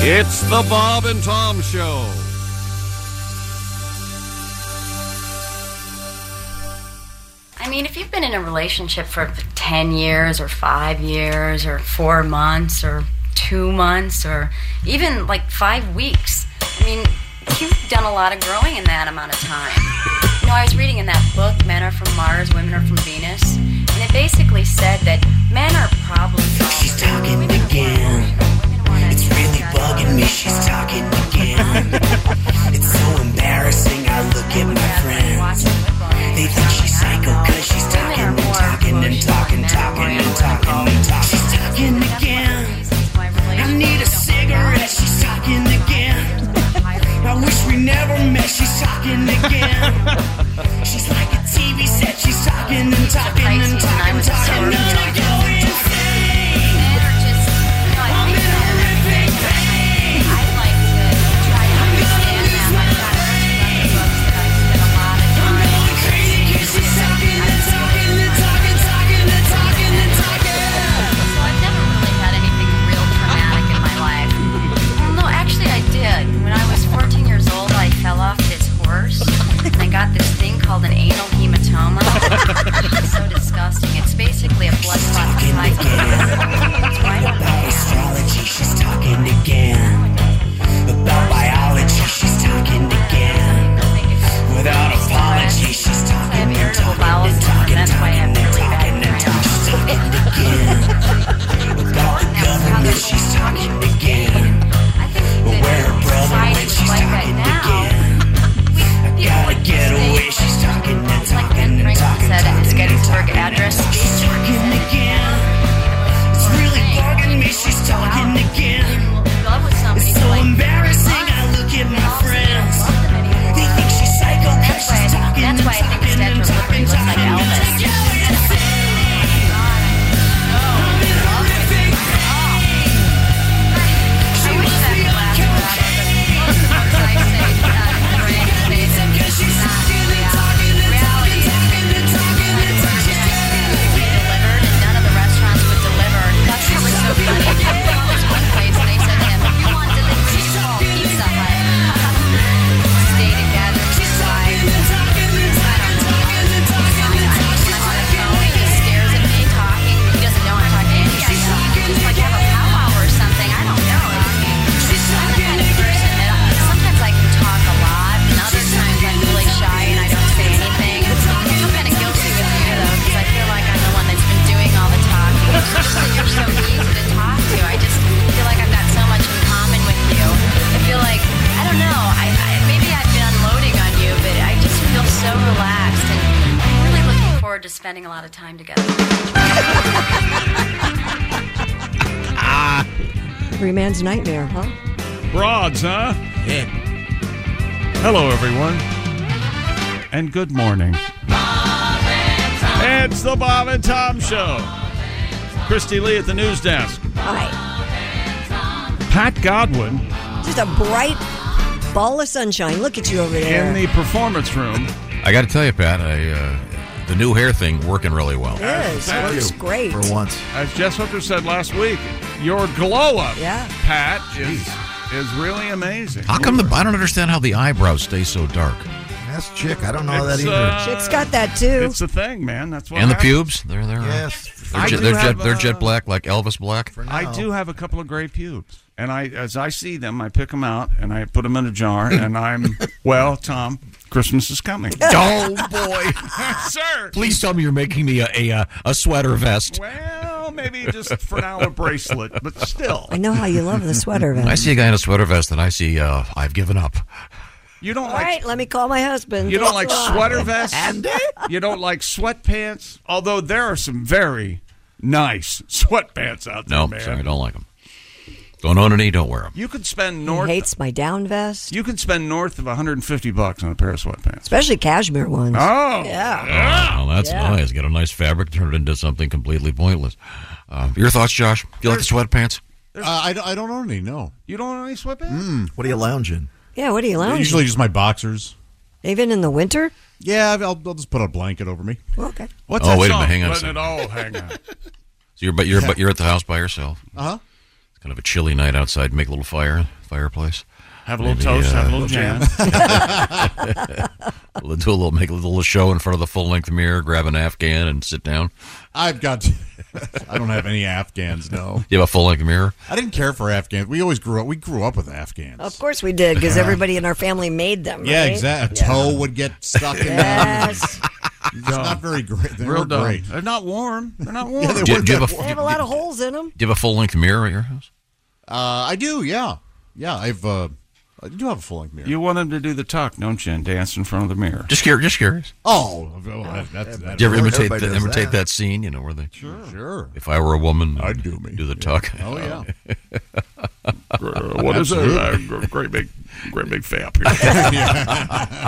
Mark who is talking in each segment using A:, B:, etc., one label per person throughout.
A: It's the Bob and Tom Show.
B: I mean, if you've been in a relationship for 10 years or five years or four months or two months or even like five weeks, I mean, you've done a lot of growing in that amount of time. You know, I was reading in that book, Men Are From Mars, Women Are From Venus, and it basically said that men are problem solvers.
C: She's talking again. It's really bugging me. She's talking again. it's so embarrassing. I look at my friends. They think she's psycho because she's talking and talking and talking, talking and talking and talking. She's talking again. I need a cigarette. She's talking again. I wish we never met. She's talking again. She's like a TV set. She's talking and talking and talking, talking and talking. About astrology, she's talking again. About biology, she's talking again. Without apology, she's talking and talking and talking and talking and talking and talking. She's talking again. About the government, she's talking again. But where her brother went, she's talking again. I gotta get away, she's talking and talking and talking.
B: said at his
C: talking and
B: Gettysburg
C: talking and
B: address.
C: talking. She's talking again. It's really bugging me. She's talking again.
B: In love with somebody
C: It's
B: for,
C: so
B: like, three
C: embarrassing.
B: months.
C: I look at my
B: Also, you don't
C: friends.
B: love them anymore.
C: They think she's psycho 'cause
B: That's
C: she's
B: why I think-
C: talking
B: that's
C: and
B: why I think
C: talking
B: Statue
C: and
B: of
C: talking
B: Liberty looks like
C: talking and
B: Elvis.
C: talking.
B: I wish that would last Something I don't know. Sometimes I can talk a lot, and other times I'm really shy and I don't say anything. I'm kind of guilty with you though, because I feel like I'm the one that's been doing all the talking. Especially you're so easy to talk to. I just feel like I've got so much in common with you. I feel like I don't know. I, I maybe I've been unloading on you, but I just feel so relaxed, and I'm really looking forward to spending a lot of time together.
D: Every man's nightmare, huh?
A: Broads, huh? Yeah. Hello, everyone. And good morning. It's the Bob and Tom Show. Christy Lee at the news desk.
D: Hi.
A: Pat Godwin
D: Just a bright ball of sunshine. Look at you over there.
A: in the performance room.
E: I got to tell you, Pat, I, uh, the new hair thing working really well.
D: yes,
A: Thank
D: works
A: you.
D: great.
F: for once.
A: As Jess Hooker said last week, your glow up,
D: Yeah.
A: Pat, is, is really amazing.
E: How come the I don't understand how the eyebrows stay so dark
F: That's chick. I don't know
A: It's,
F: that either.
A: uh,
D: Chick's got that too.
A: It's a thing, man. That's what
E: and the
A: happens.
E: pubes? They're they're uh,
F: yes.
E: they're,
A: I
E: jet,
A: do
E: they're, jet,
A: have,
E: they're
A: uh,
E: jet black like Elvis Black.
F: For
A: I
F: now.
A: do have a couple of gray pubes, and I, as I see them, I pick them out and I put them in a jar, and I'm well, Tom. Christmas is coming,
E: oh boy!
A: sir.
E: Please tell me you're making me a a, a uh, sweater vest.
A: Well, Well, maybe just for now a bracelet, but still,
D: I know how you love the sweater vest.
E: I see a guy in a sweater vest, and I see uh, I've given up.
A: you don't
D: All
A: like
D: right, let me call my husband.
A: you don't like
D: Blah.
A: sweater vests. you don't like sweatpants. Although there are some very nice sweatpants out there,
E: No,
A: man.
E: sorry, I don't like them. Don't own any. Don't wear them.
A: You could spend
D: He
A: north.
D: hates my down vest,
A: You could spend north of 150 bucks on a pair of sweatpants.
D: especially cashmere ones.
A: Oh,
D: Yeah.
E: well, Oh, that's nice. Get a nice fabric, turn it into something completely pointless. Uh, your thoughts, Josh? Do you like the sweatpants?
G: Uh, I, don't- I don't own any. No, Hmm.
A: you don't own any sweatpants.
F: What are you lounging?
D: Yeah, what do you lounge?
G: usually just my boxers.
D: Even in the winter?
G: Yeah, I'll, I'll just put a blanket over me.
D: Well, okay.
A: What's
E: Oh,
A: that
E: wait a
A: song?
E: minute, hang on a
A: Letting it
E: second.
A: all hang on.
E: So you're but you're but you're at the house by yourself.
G: Uh huh.
E: It's kind of a chilly night outside. Make a little fire, fireplace.
A: Have a little
E: Maybe,
A: toast.
E: uh,
A: have a little jam.
E: We'll Do a little, make a little show in front of the full length mirror. Grab an afghan and sit down.
G: I've got. I don't have any Afghans. No,
E: You have a full length mirror.
G: I didn't care for Afghans. We always grew up. We grew up with Afghans.
D: Of course we did, because everybody in our family made them. Oh,
G: Yeah,
D: right?
G: exactly. A toe would get stuck in them.
D: Yes.
G: It's not very great. They
A: Real
G: were
A: dumb.
G: great.
A: They're not warm. They're not warm.
G: they
E: Do,
G: were
E: do you have a,
D: they have a lot of holes in them.
E: do you have a full length mirror at your house?
G: Uh, I do, yeah, yeah. I've uh, I do have a full length mirror.
A: You want them to do the tuck, don't you? And dance in front of the mirror.
E: Just curious. Just curious.
G: oh, well, that- that's that.
E: Do you ever imitate
F: everybody
E: that,
F: does
E: imitate that.
F: that.
E: scene? You know where they.
G: sure.
E: If I were a woman,
G: I'd do me.
E: Do the tuck.
G: Oh yeah.
A: Uh, what is that? Great big, great big fap here.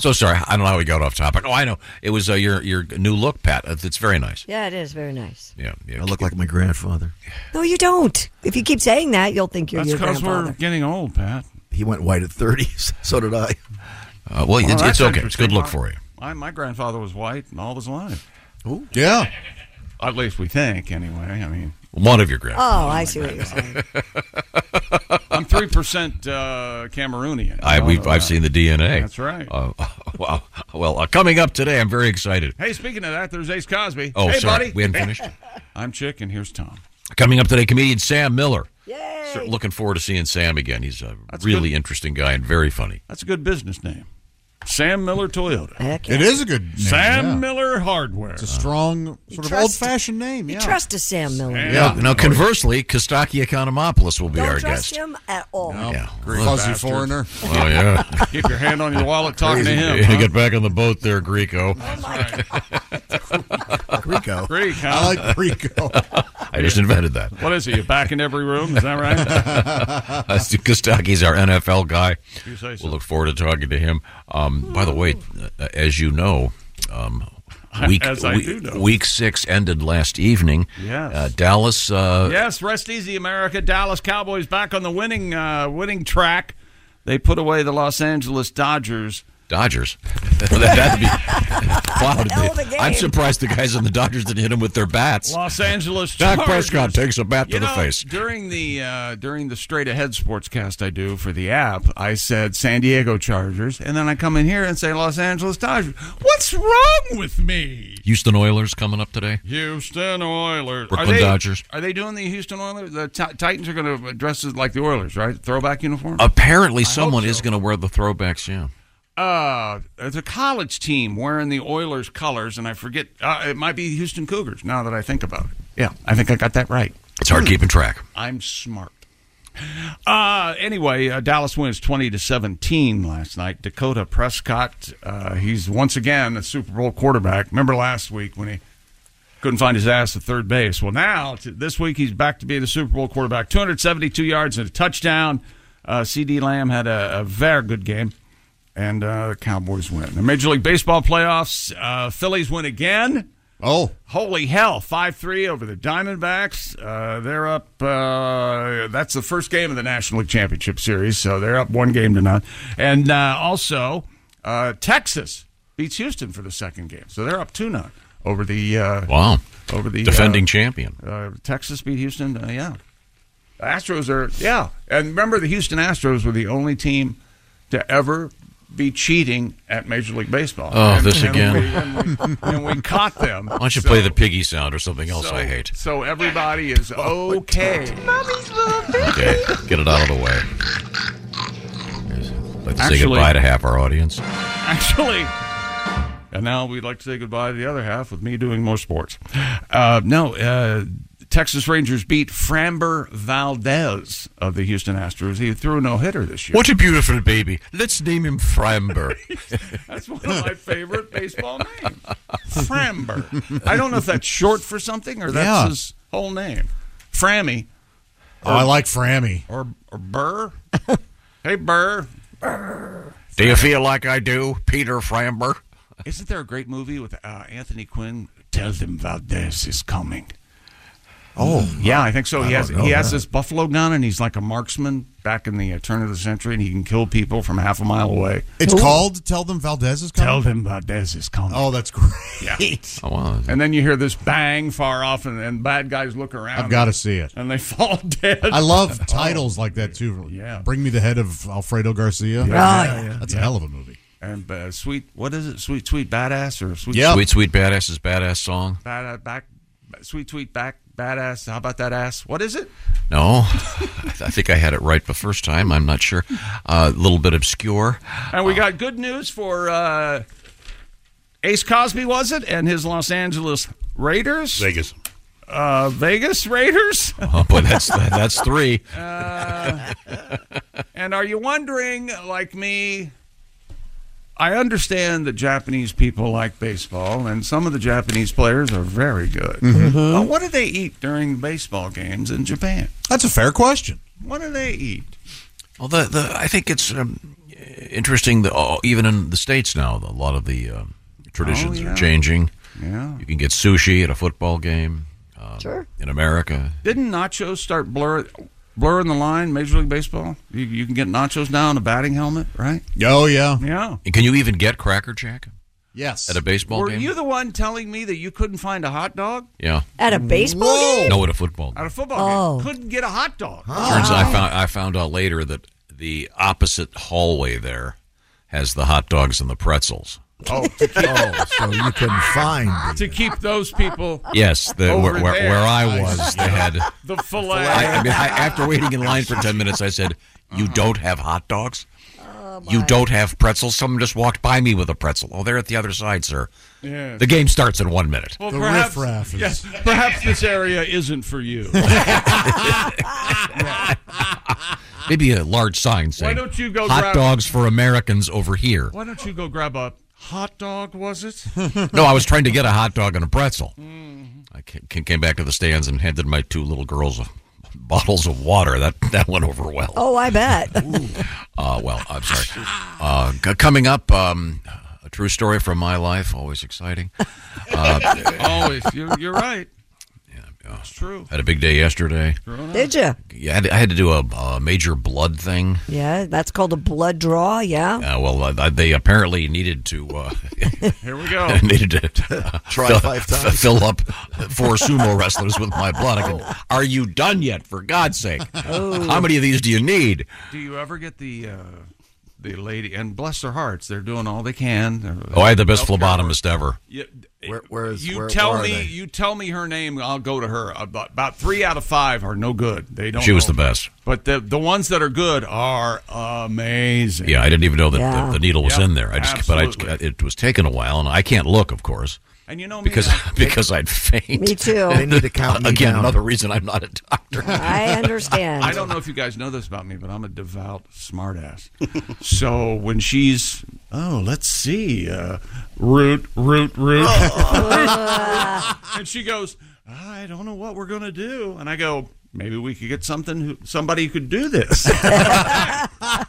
E: So sorry, I don't know how we got off topic. Oh, I know. It was uh, your your new look, Pat. It's it's very nice.
D: Yeah, it is very nice.
E: Yeah, yeah.
F: I look like my grandfather.
D: No, you don't. If you keep saying that, you'll think you're
A: That's
D: your
A: because we're
D: grandfather.
A: getting old, Pat.
F: He went white at 30s. So did I.
E: Uh, well,
A: Well,
E: it's,
A: that's
E: it's okay. It's a
A: interesting.
E: good look for you.
A: I, my grandfather was white and all was alive.
G: Yeah.
A: At least we think, anyway. I mean,
E: One of your grandpas.
D: Oh, I see what you're saying.
A: I'm three percent uh, Cameroonian.
E: I,
A: Y'all
E: we've,
A: know
E: I've
A: that.
E: seen the DNA.
A: Oh, That's right.
E: Uh, wow. Well, uh, coming up today, I'm very excited.
A: Hey, speaking of that, there's Ace Cosby.
E: Oh,
A: hey,
E: sorry,
A: buddy.
E: we hadn't finished.
A: I'm Chick, and here's Tom.
E: coming up today, comedian Sam Miller.
D: Yay.
E: Sure, looking forward to seeing Sam again. He's a
A: That's
E: really
A: good.
E: interesting guy and very funny.
A: That's a good business name. Sam Miller Toyota.
D: Heck yeah.
G: It is a good name.
A: Sam
G: yeah.
A: Miller Hardware.
G: It's a strong, sort of
D: trust-
G: old-fashioned name.
D: You
G: Yeah.
D: trust a Sam Miller.
A: Yeah.
E: Now, conversely, Kostaki Economopoulos will be
D: Don't
E: our
D: trust
E: guest.
D: him at all.
E: Yeah.
G: Fuzzy
A: bastard.
G: foreigner.
E: Oh yeah.
A: Keep your hand on your wallet talking to him.
E: Yeah,
A: huh?
E: Get back on the boat there,
D: Oh,
E: Greco.
F: Rico.
A: Greek, huh?
G: I like Rico.
E: I just invented that.
A: What is he? You back in every room? Is that right?
E: Uh, Stu Kostaki's our NFL guy.
A: You say so.
E: We'll look forward to talking to him. Um, by the way, uh, as you know, um, week
A: As I
E: we-
A: do know.
E: week six ended last evening.
A: Yes.
E: Uh, Dallas. Uh,
A: yes, rest easy, America. Dallas Cowboys back on the winning uh, winning track. They put away the Los Angeles Dodgers.
E: Dodgers. That'd be wow.
D: Hell of a game.
E: I'm surprised the guys on the Dodgers didn't hit him with their bats.
A: Los Angeles.
E: Dak
A: Chargers.
E: Prescott takes a bat to
A: You
E: the
A: know,
E: face.
A: During the uh, during the straight ahead sportscast I do for the app, I said San Diego Chargers, and then I come in here and say Los Angeles Dodgers. What's wrong with me?
E: Houston Oilers coming up today.
A: Houston Oilers.
E: Brooklyn
A: are they,
E: Dodgers.
A: Are they doing the Houston Oilers? The Ti- Titans are going to dress as like the Oilers, right? Throwback uniform.
E: Uh, Apparently, someone is going to wear the throwbacks. Yeah.
A: uh, it's a college team wearing the Oilers colors, and I forget. Uh, it might be the Houston Cougars. Now that I think about it, yeah, I think I got that right.
E: It's hard keeping track.
A: I'm smart. Uh, anyway, uh, Dallas wins twenty to seventeen last night. Dakota Prescott, uh, he's once again a Super Bowl quarterback. Remember last week when he couldn't find his ass at third base? Well, now t- this week he's back to being a Super Bowl quarterback. Two hundred seventy-two yards and a touchdown. Uh, C.D. Lamb had a, a very good game, and uh, the Cowboys win. The Major League Baseball playoffs, uh, Phillies win again.
G: Oh,
A: Holy hell, 5 3 over the Diamondbacks. Uh, they're up. Uh, that's the first game of the National League Championship Series, so they're up one game to none. And uh, also, uh, Texas beats Houston for the second game, so they're up 2 0 over the. Uh,
E: Wow.
A: Over the.
E: Defending
A: uh,
E: champion.
A: uh, Texas beat Houston, uh, yeah. The Astros are, yeah. And remember, the Houston Astros were the only team to ever be cheating at Major League Baseball.
E: Oh, this again.
A: we- And we, and we caught them.
E: Why don't you
A: So-
E: play the piggy sound or something else
A: so-
E: I hate?
A: So everybody is okay.
E: Okay, get it out of the way. Let's say
A: Actually-
E: goodbye to half our audience.
A: Actually, And now we'd like to say goodbye to the other half with me doing more sports. Uh, no, uh, Texas Rangers beat Framber Valdez of the Houston Astros. He threw a no hitter this year.
E: What a beautiful baby. Let's name him Framber.
A: That's one of my favorite baseball names. Framber. I don't know if that's short for something or that's
G: Yeah.
A: his whole name. Frammy
G: Oh, I like Frammy.
A: or, or Burr. hey, Burr.
E: do you feel like I do, Peter Framber?
A: Isn't there a great movie with uh, Anthony Quinn? Tell them Valdez is coming.
F: Oh,
A: Yeah, I think so. he has
F: don't know
A: he has
F: that.
A: this buffalo gun, and he's like a marksman back in the uh, turn of the century, and he can kill people from half a mile away.
G: It's called Tell Them Valdez is coming.
A: Tell them Valdez is coming.
G: Oh, that's great.
E: Oh, wow.
A: And then you hear this bang far off, and, and bad guys look around.
G: I've got to see it.
A: And they fall dead.
G: I love titles like that too.
A: Oh. Yeah.
G: Bring me the head of Alfredo Garcia.
D: yeah,
G: That's a hell of a movie.
A: and uh, sweet, what is it? Sweet, sweet badass or sweet,
G: Yeah.
E: Sweet, sweet badass is badass song.
A: bad, uh, back, sweet, sweet back badass. How about that ass? What is it?
E: No, I think I had it right the first time. I'm not sure. A little bit obscure.
A: And we got good news for uh, Ace Cosby, was it? And his Los Angeles Raiders,
H: Vegas.
A: uh, Vegas Raiders. Uh,
E: Oh, but that's that's three.
A: And are you wondering, like me, I understand that Japanese people like baseball, and some of the Japanese players are very good.
G: Mm-hmm.
A: But what do they eat during baseball games in Japan?
G: That's a fair question.
A: What do they eat?
E: Well, the, the I think it's um, interesting that oh, even in the states now, a lot of the um, traditions
A: Oh, yeah.
E: are changing.
A: Yeah.
E: You can get sushi at a football game. Um, sure. In America,
A: Didn't nachos start blur, blurring the line, Major League Baseball? You, you can get nachos now in a batting helmet, right?
G: Oh yeah.
A: Yeah.
E: And can you even get Cracker Jack
G: Yes.
E: at a baseball
A: Were
E: game?
A: you the one telling me that you couldn't find a hot dog
E: yeah.
D: At a baseball game?
E: No, at a football.
A: at
E: Game.
A: a football
D: Oh.
A: game? Couldn't get a hot dog.
E: Turns
A: Oh.
E: out I found I found out later that the opposite hallway there has the hot dogs and the pretzels.
F: oh, so you couldn't find the-
A: To keep those people
E: Yes, the,
A: Oh. Over
E: where, where,
A: there.
E: where I was, they had.
A: the fillet.
E: I, I mean, I, after waiting in line for ten minutes, I said,
A: Uh-huh.
E: "You don't have hot dogs.
A: Oh,
E: you don't have pretzels. Someone just walked by me with a pretzel. Oh, they're at the other side, sir.
A: Yeah.
E: The game starts in one minute.
A: Well,
G: The
A: perhaps,
G: riffraff is-
A: yes, perhaps this area isn't for you.
E: Maybe a large sign saying,
A: don't you go
E: hot
A: grab-
E: dogs for Americans over here."
A: Why don't you go grab a hot dog? Was it?
E: No, I was trying to get a hot dog and a pretzel.
A: Mm-hmm.
E: I ca- ca- came back to the stands and handed my two little girls a, bottles of water. That that went over well.
D: Oh, I bet.
E: Uh, well, I'm sorry. Uh, c- coming up, um, a true story from my life, always exciting. Uh,
A: Always. You're, you're right. Yeah, it's true.
E: Had a big day yesterday.
D: Did you?
E: Yeah, I had, I had to do a, a major blood thing.
D: Yeah, that's called a blood draw. Yeah.
E: Uh, well, uh, they apparently needed to uh,
A: Here we go.
E: needed to uh,
F: Try
E: fill,
F: five times. Oh.
E: fill up four sumo wrestlers with my blood. I go, Are you done yet? For God's sake, how many of these do you need?
A: Do you ever get the uh, the lady? And bless their hearts, they're doing all they can. They're-
E: Oh, I had the best
A: Healthcare
E: phlebotomist ever.
A: You,
F: Where- where is-
A: you
F: where-
A: tell
F: where are
A: me
F: they?
A: you tell me her name I'll go to her about, about three out of five are no good they don't
E: She was
A: know.
E: the best.
A: but the the ones that are good are amazing
E: Yeah, I didn't even know that the,
D: Yeah.
E: the needle was
A: Yeah,
E: in there. I just, but I,
A: absolutely.
E: it was taking a while, and I can't look, of course,
A: and you know me,
E: because
A: I-
E: because I'd faint.
D: Me
F: They
D: too.
F: need to count me
E: Again,
F: down.
E: another reason I'm not a doctor.
D: I understand.
A: I don't know if you guys know this about me, but I'm a devout smartass. so when she's oh, let's see, uh, root, root, root,
D: Oh.
A: and she goes, I don't know what we're gonna do, and I go, maybe we could get something, who, somebody who could do this.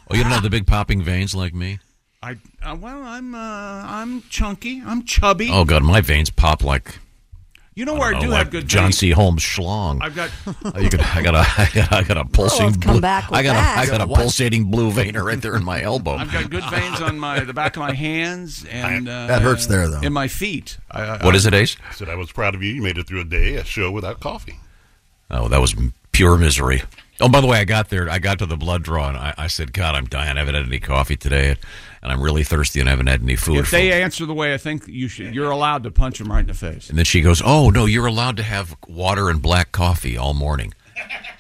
E: Oh, you don't have the big popping veins like me.
A: I uh, well, I'm uh, I'm chunky, I'm chubby.
E: Oh God, my veins pop like
A: you know where I,
E: oh,
A: do
E: like
A: have good
E: John
A: veins?
E: C. Holmes schlong.
A: I've got
E: Oh, you can, I got a I got, I got a pulsing.
D: Oh, come
E: blue-
D: back with
E: I got
D: that.
E: a I got a pulsating blue vein right there in my elbow.
A: I've got good veins on my the back of my hands and uh,
F: That hurts there, though.
A: in my feet. I, I,
E: What is it, Ace?
H: I said I was proud of you. You made it through a day, a show without coffee.
E: Oh, that was m- pure misery. Oh, by the way, I got there. I got to the blood draw, and I, I said, "God, I'm dying. I haven't had any coffee today, and I'm really thirsty, and I haven't had any food."
A: If they
E: for-"
A: answer the way I think you should, you're allowed to punch them right in the face.
E: and then she goes, "Oh no, you're allowed to have water and black coffee all morning."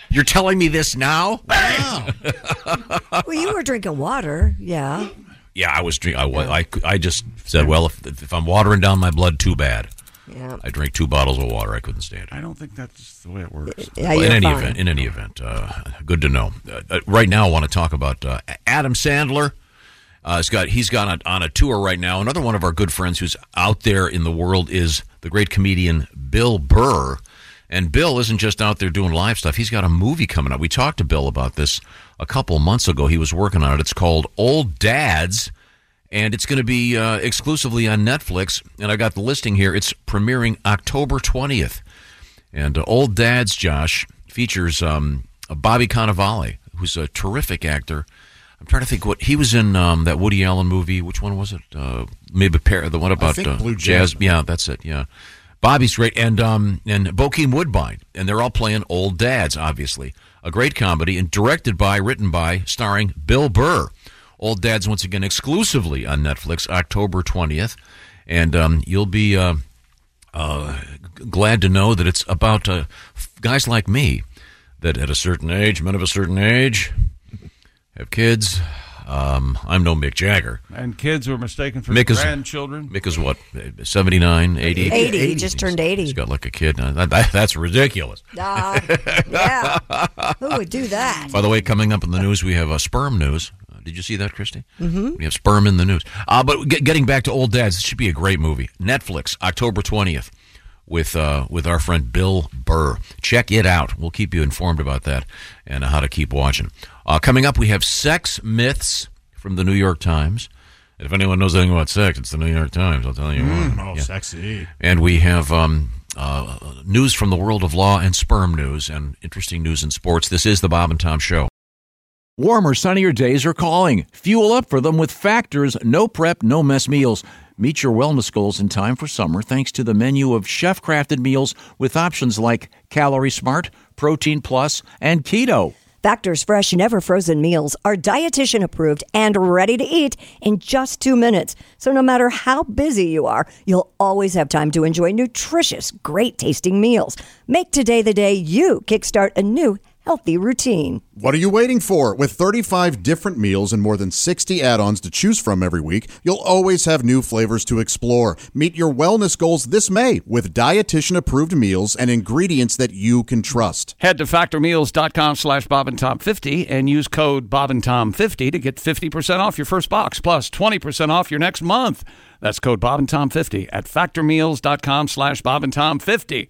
E: You're telling me this now?
D: Well, you were drinking water. Yeah.
E: yeah, I was drink. I was. I, cou- I just said, well, if, if I'm watering down my blood, too bad.
D: Yeah.
E: I drank two bottles of water. I couldn't stand it.
A: I don't think that's the way it works.
D: Yeah,
E: Well,
D: you're
E: in any
D: fine.
E: event, in any event, uh, good to know. Uh, uh, right now, I want to talk about uh, Adam Sandler. Uh, he's got he's gone on, on a tour right now. Another one of our good friends who's out there in the world is the great comedian Bill Burr. And Bill isn't just out there doing live stuff. He's got a movie coming up. We talked to Bill about this a couple months ago. He was working on it. It's called Old Dads, and it's going to be uh, exclusively on Netflix. And I got the listing here. It's premiering October twentieth. And uh, Old Dad's Josh features um, Bobby Cannavale, who's a terrific actor. I'm trying to think what he was in um, that Woody Allen movie. Which one was it? Uh, maybe Par- the one about
G: think
E: uh,
G: Blue
E: jazz.
G: Jasmine.
E: Yeah, that's it. Yeah, Bobby's great, and um, and Bokeem Woodbine, and they're all playing old dads. Obviously, a great comedy, and directed by, written by, starring Bill Burr. Old Dads once again exclusively on Netflix, October twentieth, and um, you'll be. Uh, uh, g- glad to know that it's about uh, f- guys like me that at a certain age, men of a certain age, have kids. Um, I'm no Mick Jagger.
A: And kids were mistaken for
E: Mick is-
A: grandchildren.
E: Mick is what, 79, 80?
D: 80. He just turned 80.
E: He's got like a kid. Now, that- that- that's ridiculous.
D: Ah, yeah. Who would do that?
E: By the way, coming up in the news, we have uh, sperm news. Uh, Did you see that, Christy? Mm-hmm. We have sperm in the news. Uh, but get, getting back to Old Dads, this should be a great movie. Netflix, October 20th, with uh, with our friend Bill Burr. Check it out. We'll keep you informed about that and how to keep watching. Uh, coming up, we have sex myths from the New York Times. If anyone knows anything about sex, it's the New York Times. I'll tell you. oh,
G: sexy.
E: and we have um, uh, news from the world of law and sperm news and interesting news in sports. This is the Bob and Tom Show.
I: Warmer, sunnier days are calling. Fuel up for them with Factors no prep, no mess meals. Meet your wellness goals in time for summer thanks to the menu of chef crafted meals with options like Calorie Smart, Protein Plus, and Keto.
D: Factor's fresh, never frozen meals are dietitian approved and ready to eat in just two minutes. So no matter how busy you are, you'll always have time to enjoy nutritious, great tasting meals. Make today the day you kickstart a new healthy routine.
G: What are you waiting for? With 35 different meals and more than 60 add ons to choose from every week, you'll always have new flavors to explore. Meet your wellness goals this May with dietitian approved meals and ingredients that you can trust.
A: Head to factormeals.com slash Bob and Tom 50 and use code Bob and Tom 50 to get 50% off your first box plus 20% off your next month. That's code Bob and Tom 50 at factormeals.com slash Bob and Tom 50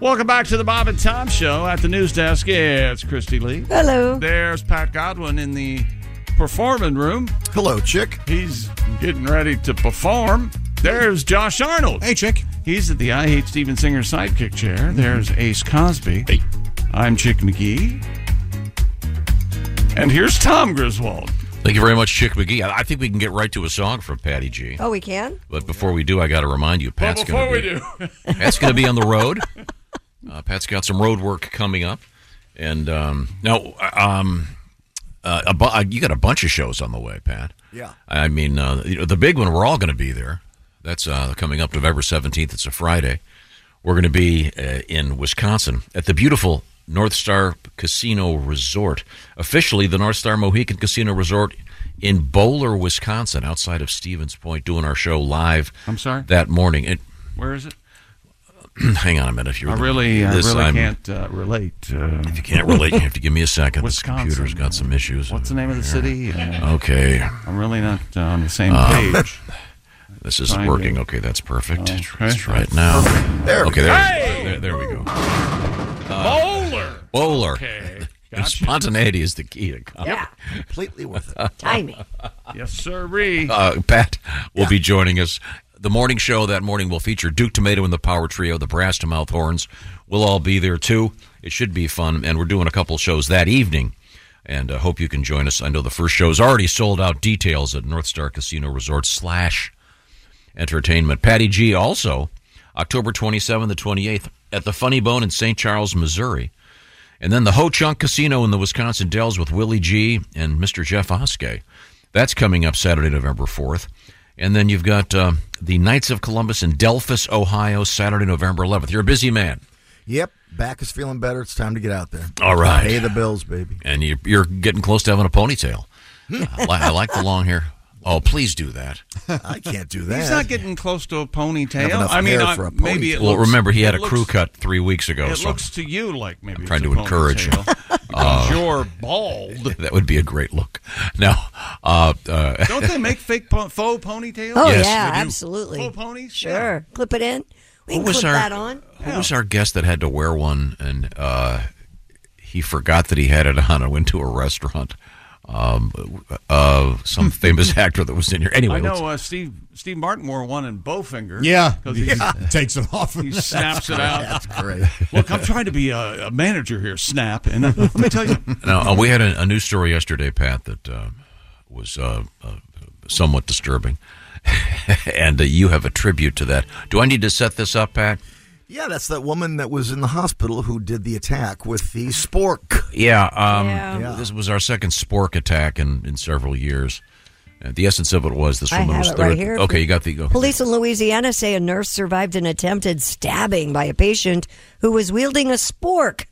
A: Welcome back to the Bob and Tom Show at the news desk. It's Christy Lee.
D: Hello.
A: There's Pat Godwin in the performing room.
G: Hello, chick.
A: He's getting ready to perform. There's Josh Arnold.
G: Hey, chick.
A: He's at the I Hate Steven Singer sidekick chair.
E: Mm-hmm.
A: There's Ace Cosby.
H: Hey.
A: I'm Chick McGee. And here's Tom Griswold.
E: Thank you very much, Chick McGee. I I think we can get right to a song from Patty G.
D: Oh, we can?
E: But before we do, I got to remind you, Pat's
A: before we
E: going to
A: do,
E: be Pat's going to be on the road. Uh, Pat's got some road work coming up, and um, now um, uh, a bu- uh, you got a bunch of shows on the way, Pat.
F: Yeah.
E: I mean, uh, you know, the big one. We're all going to be there. That's uh, coming up November seventeenth. It's a Friday. We're going to be uh, in Wisconsin at the beautiful North Star Casino Resort, officially the North Star Mohegan Casino Resort in Bowler, Wisconsin, outside of Stevens Point, doing our show live.
A: I'm sorry?
E: That morning, it,
A: where is it?
E: hang on a minute. If you're
A: I really, I
E: this,
A: really
E: I'm-
A: can't uh, relate. Uh, if
E: you Can't relate. You have to give me a second. This
A: Wisconsin.
E: computer's got some issues.
A: What's the name of the city? Uh,
E: Okay.
A: I'm really not uh, on the same
E: Um,
A: page.
E: This isn't
A: Trying to-
E: working. Okay, that's perfect.
A: Okay.
E: Let's try it now.
A: There we
E: okay,
A: go.
E: there,
A: Hey!
E: there, there we go.
A: Bowler.
E: Bowler.
A: Okay,
E: Spontaneity is the key to comedy.
A: Yep.
F: Completely with
E: it.
D: Timing.
A: yes, sirree.
E: Uh, Pat will be joining us. The morning show that morning will feature Duke Tomato and the Power Trio, the Brass to Mouth Horns. We'll all be there too. It should be fun, and we're doing a couple shows that evening. And I hope you can join us. I know the first show is already sold out. Details at North Star Casino Resort slash entertainment. Patty G also October 27th to 28th at the Funny Bone in St. Charles, Missouri. And then the Ho Chunk Casino in the Wisconsin Dells with Willie G and Mr. Jeff Oskey. That's coming up Saturday, November 4th. And then you've got uh, the Knights of Columbus in Delphus, Ohio, Saturday, November 11th. You're a busy man.
F: Yep, back is feeling better. It's time to get out there.
E: All right.
F: Pay the bills, baby.
E: And you- you're getting close to having a ponytail. I, li- I like the long hair. Oh, please do that.
F: I can't do
A: He's not getting close to a ponytail.
E: Have enough
A: I mean,
E: hair
A: I-
E: for a
A: maybe it
E: Well,
A: looks-
E: remember, he had
A: it
E: a crew
A: looks-
E: cut three weeks ago,
A: It
E: so
A: looks to you like maybe
E: I'm trying
A: it's
E: to
A: a
E: encourage him.
A: ponytail. Because you're bald.
E: That would be a great look. Now, uh, uh,
A: Don't they make fake po- faux ponytails?
D: Oh
E: Yes,
D: yeah,
E: they do.
D: absolutely.
A: Full ponies,
D: Sure. Clip it in. We can
E: What was
D: clip
E: our-
D: that on.
E: Who was our guest that had to wear one and uh, he forgot that he had it on and went to a restaurant? Um, uh, some famous actor that was in here. Anyway,
A: I
E: let's-
A: know uh, Steve Steve Martin wore one in Bowfinger.
E: Yeah.
A: 'cause he-
E: Yeah.
G: Takes it off.
A: He
G: That's
A: snaps it
G: great.
A: out.
G: That's
F: great.
A: Look, I'm trying to be a, a manager here. Snap, and uh, let me tell you,
E: Now, uh, we had a, a news story yesterday, Pat, that uh, was uh, uh, somewhat disturbing. and uh, you have a tribute to that. Do I need to set this up, Pat?
F: Yeah, that's that woman that was in the hospital who did the attack with the spork.
E: Yeah, um,
F: Yeah.
E: This was our second spork attack in, in several years. Uh, the essence of it was this
D: I
E: woman
D: have
E: was
D: it right
E: third-
D: here.
E: Okay, you got the go.
D: Police in Louisiana say a nurse survived an attempted stabbing by a patient who was wielding a spork.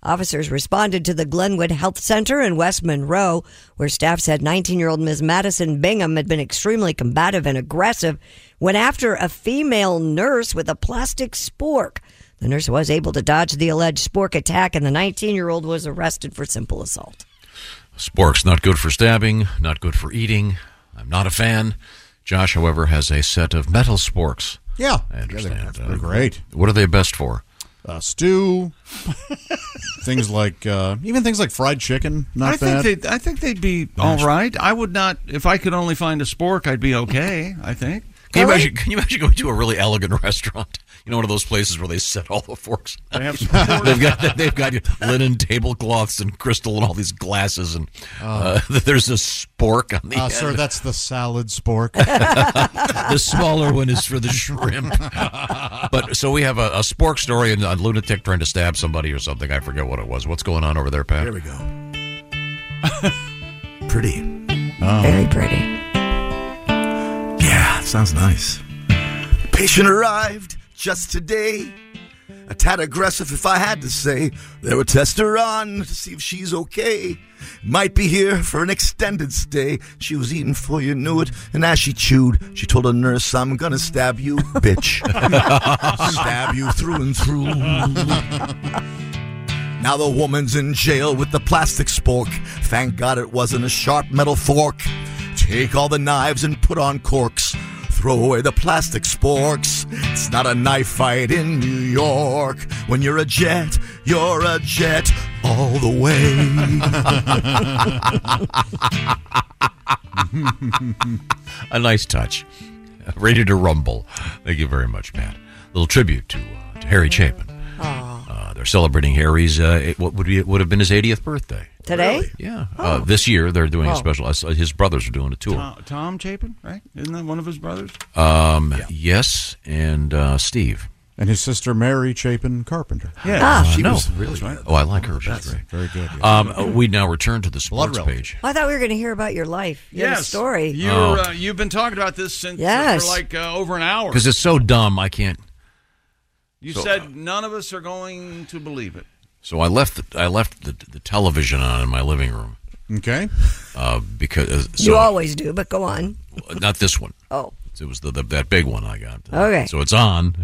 D: Officers responded to the Glenwood Health Center in West Monroe, where staff said 19 year old Ms. Madison Bingham had been extremely combative and aggressive, went after a female nurse with a plastic spork. The nurse was able to dodge the alleged spork attack, and the 19 year old was arrested for simple assault.
E: Spork's not good for stabbing, not good for eating. I'm not a fan. Josh, however, has a set of metal sporks.
G: Yeah.
E: I understand. uh,
G: they're great.
E: What are they best for?
G: Uh, stew, things like uh, even things like fried chicken. Not
A: I
G: bad.
A: think they I think they'd be all right. I would not if I could only find a spork, I'd be okay. I think.
E: Can you, imagine, can you imagine going to a really elegant restaurant? You know, one of those places where they set all the forks.
A: They have
E: they've got they've got linen tablecloths and crystal and all these glasses and uh, there's a spork on the
G: Uh,
E: end.
G: sir, that's the salad spork.
E: the smaller one is for the shrimp. But so we have a, a spork story and a lunatic trying to stab somebody or something. I forget what it was. What's going on over there, Pat?
F: Here we go. pretty.
J: Oh.
D: Very pretty.
F: Yeah, sounds nice. Patient arrived just today. A tad aggressive, if I had to say. They would test her on to see if she's okay. Might be here for an extended stay. She was eating before you knew it, and as she chewed, she told her nurse, I'm gonna stab you, bitch. stab you through and through. Now the woman's in jail with the plastic spork. Thank God it wasn't a sharp metal fork. Take all the knives and put on corks. Throw away the plastic sporks. It's not a knife fight in New York. When you're a jet, you're a jet all the way.
E: a nice touch. Ready to rumble. Thank you very much, Pat. Little tribute to, uh, to Harry Chapin. Uh, they're celebrating Harry's uh, it- what would be would have been his 80th birthday
D: Today?
E: Yeah. Uh, this year they're doing a
A: Oh.
E: special. uh, his brothers are doing a tour.
A: Tom, Tom Chapin, right? Isn't that one of his brothers?
E: Um, Yes, and uh, Steve.
G: and his sister Mary Chapin Carpenter.
A: Yeah. Ah.
E: Uh,
G: She
E: no.
G: was really good.
E: Oh, I like her. She's
G: That's
E: great.
G: very good, yeah.
E: Um, uh, we now return to the
G: Blood
E: sports
G: relative.
E: page.
D: I thought we were going to hear about your life, your
A: yes.
D: story.
A: You're,
E: Oh.
A: uh, you've been talking about this since
D: Yes.
A: for like uh, over an hour.
E: because it's so dumb i can't
A: you
E: so- uh,
A: said none of us are going to believe it.
E: so i left the, i left the, the television on in my living room
G: okay
E: uh, because uh, so,
D: you always do, but go on.
E: not this one
D: Oh.
E: it was the, the that big one i got
D: Okay.
E: so it's on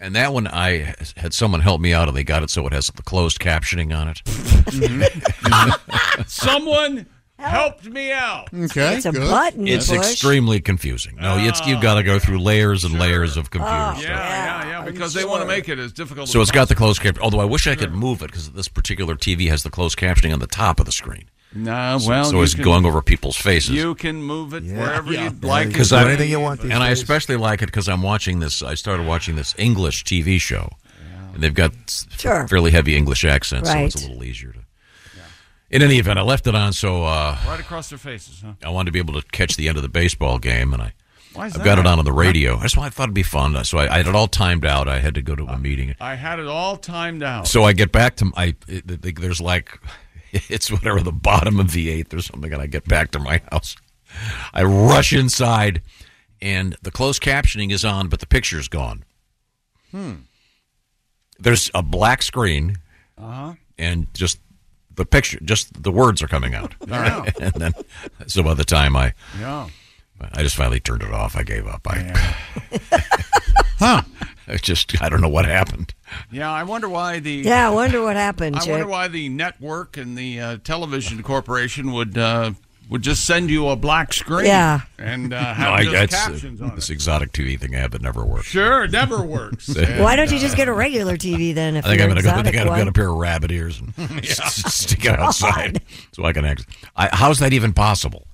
E: And that one, I had someone help me out, and they got it so it has the closed captioning on it.
A: Someone helped me out.
G: Okay,
D: Mm-hmm. It's a good. button.
E: It's
D: push.
E: extremely confusing. No, it's you've got to go through layers and layers of computer
A: Oh, Yeah,
E: stuff.
A: yeah, yeah. Because they want to make it as difficult.
E: So
A: as
E: it's got the closed caption. Although I wish I could move it because this particular TV has the closed captioning on the top of the screen.
A: No,
E: So-
A: well,
E: so
A: you
E: it's
A: can-
E: going over people's faces.
A: You can move it wherever you'd like.
E: Because
A: it to
E: I
A: be,
E: and
A: but-
E: I especially like it because I'm watching this. I started watching this English TV show, and they've got s-
D: Sure.
E: fairly heavy English accents, so it's a
D: Right.
E: little easier to. In any event, I left it on, so uh,
A: right across their faces. Huh?
E: I wanted to be able to catch the end of the baseball game, and I.
A: Why is
E: I've got
A: that?
E: it on on the radio. I just I thought it'd be fun, so I, I had it all timed out. I had to go to a meeting,
A: I had it all timed out.
E: so I get back to I. It, it- there's like it's whatever the bottom of the eighth or something, and I get back to my house. I rush inside, and the closed captioning is on, but the picture's gone.
G: Hmm.
E: There's a black screen,
A: Uh-huh.
E: and just the picture, just the words are coming out.
A: Yeah.
E: and then, so by the time I,
A: Yeah.
E: I just finally turned it off. I gave up. I, I just I don't know what happened.
A: Yeah, I wonder why the
D: Yeah, I wonder what happened,
A: I
D: Chick.
A: wonder why the network and the uh, television corporation would uh, would just send you a black screen.
D: Yeah.
A: and uh,
E: No,
A: have
E: I,
A: just
E: that's,
A: captions on
E: this
A: it.
E: exotic TV thing I have that never works. uh,
A: Sure, it never works.
D: Why don't you just get a regular TV then? If
E: I think
D: you're
E: I'm gonna go. I think
D: exotic
E: I'm gonna
D: one?
E: get a pair of rabbit ears and s- stick it outside so I can. Ex- I, how's that even possible?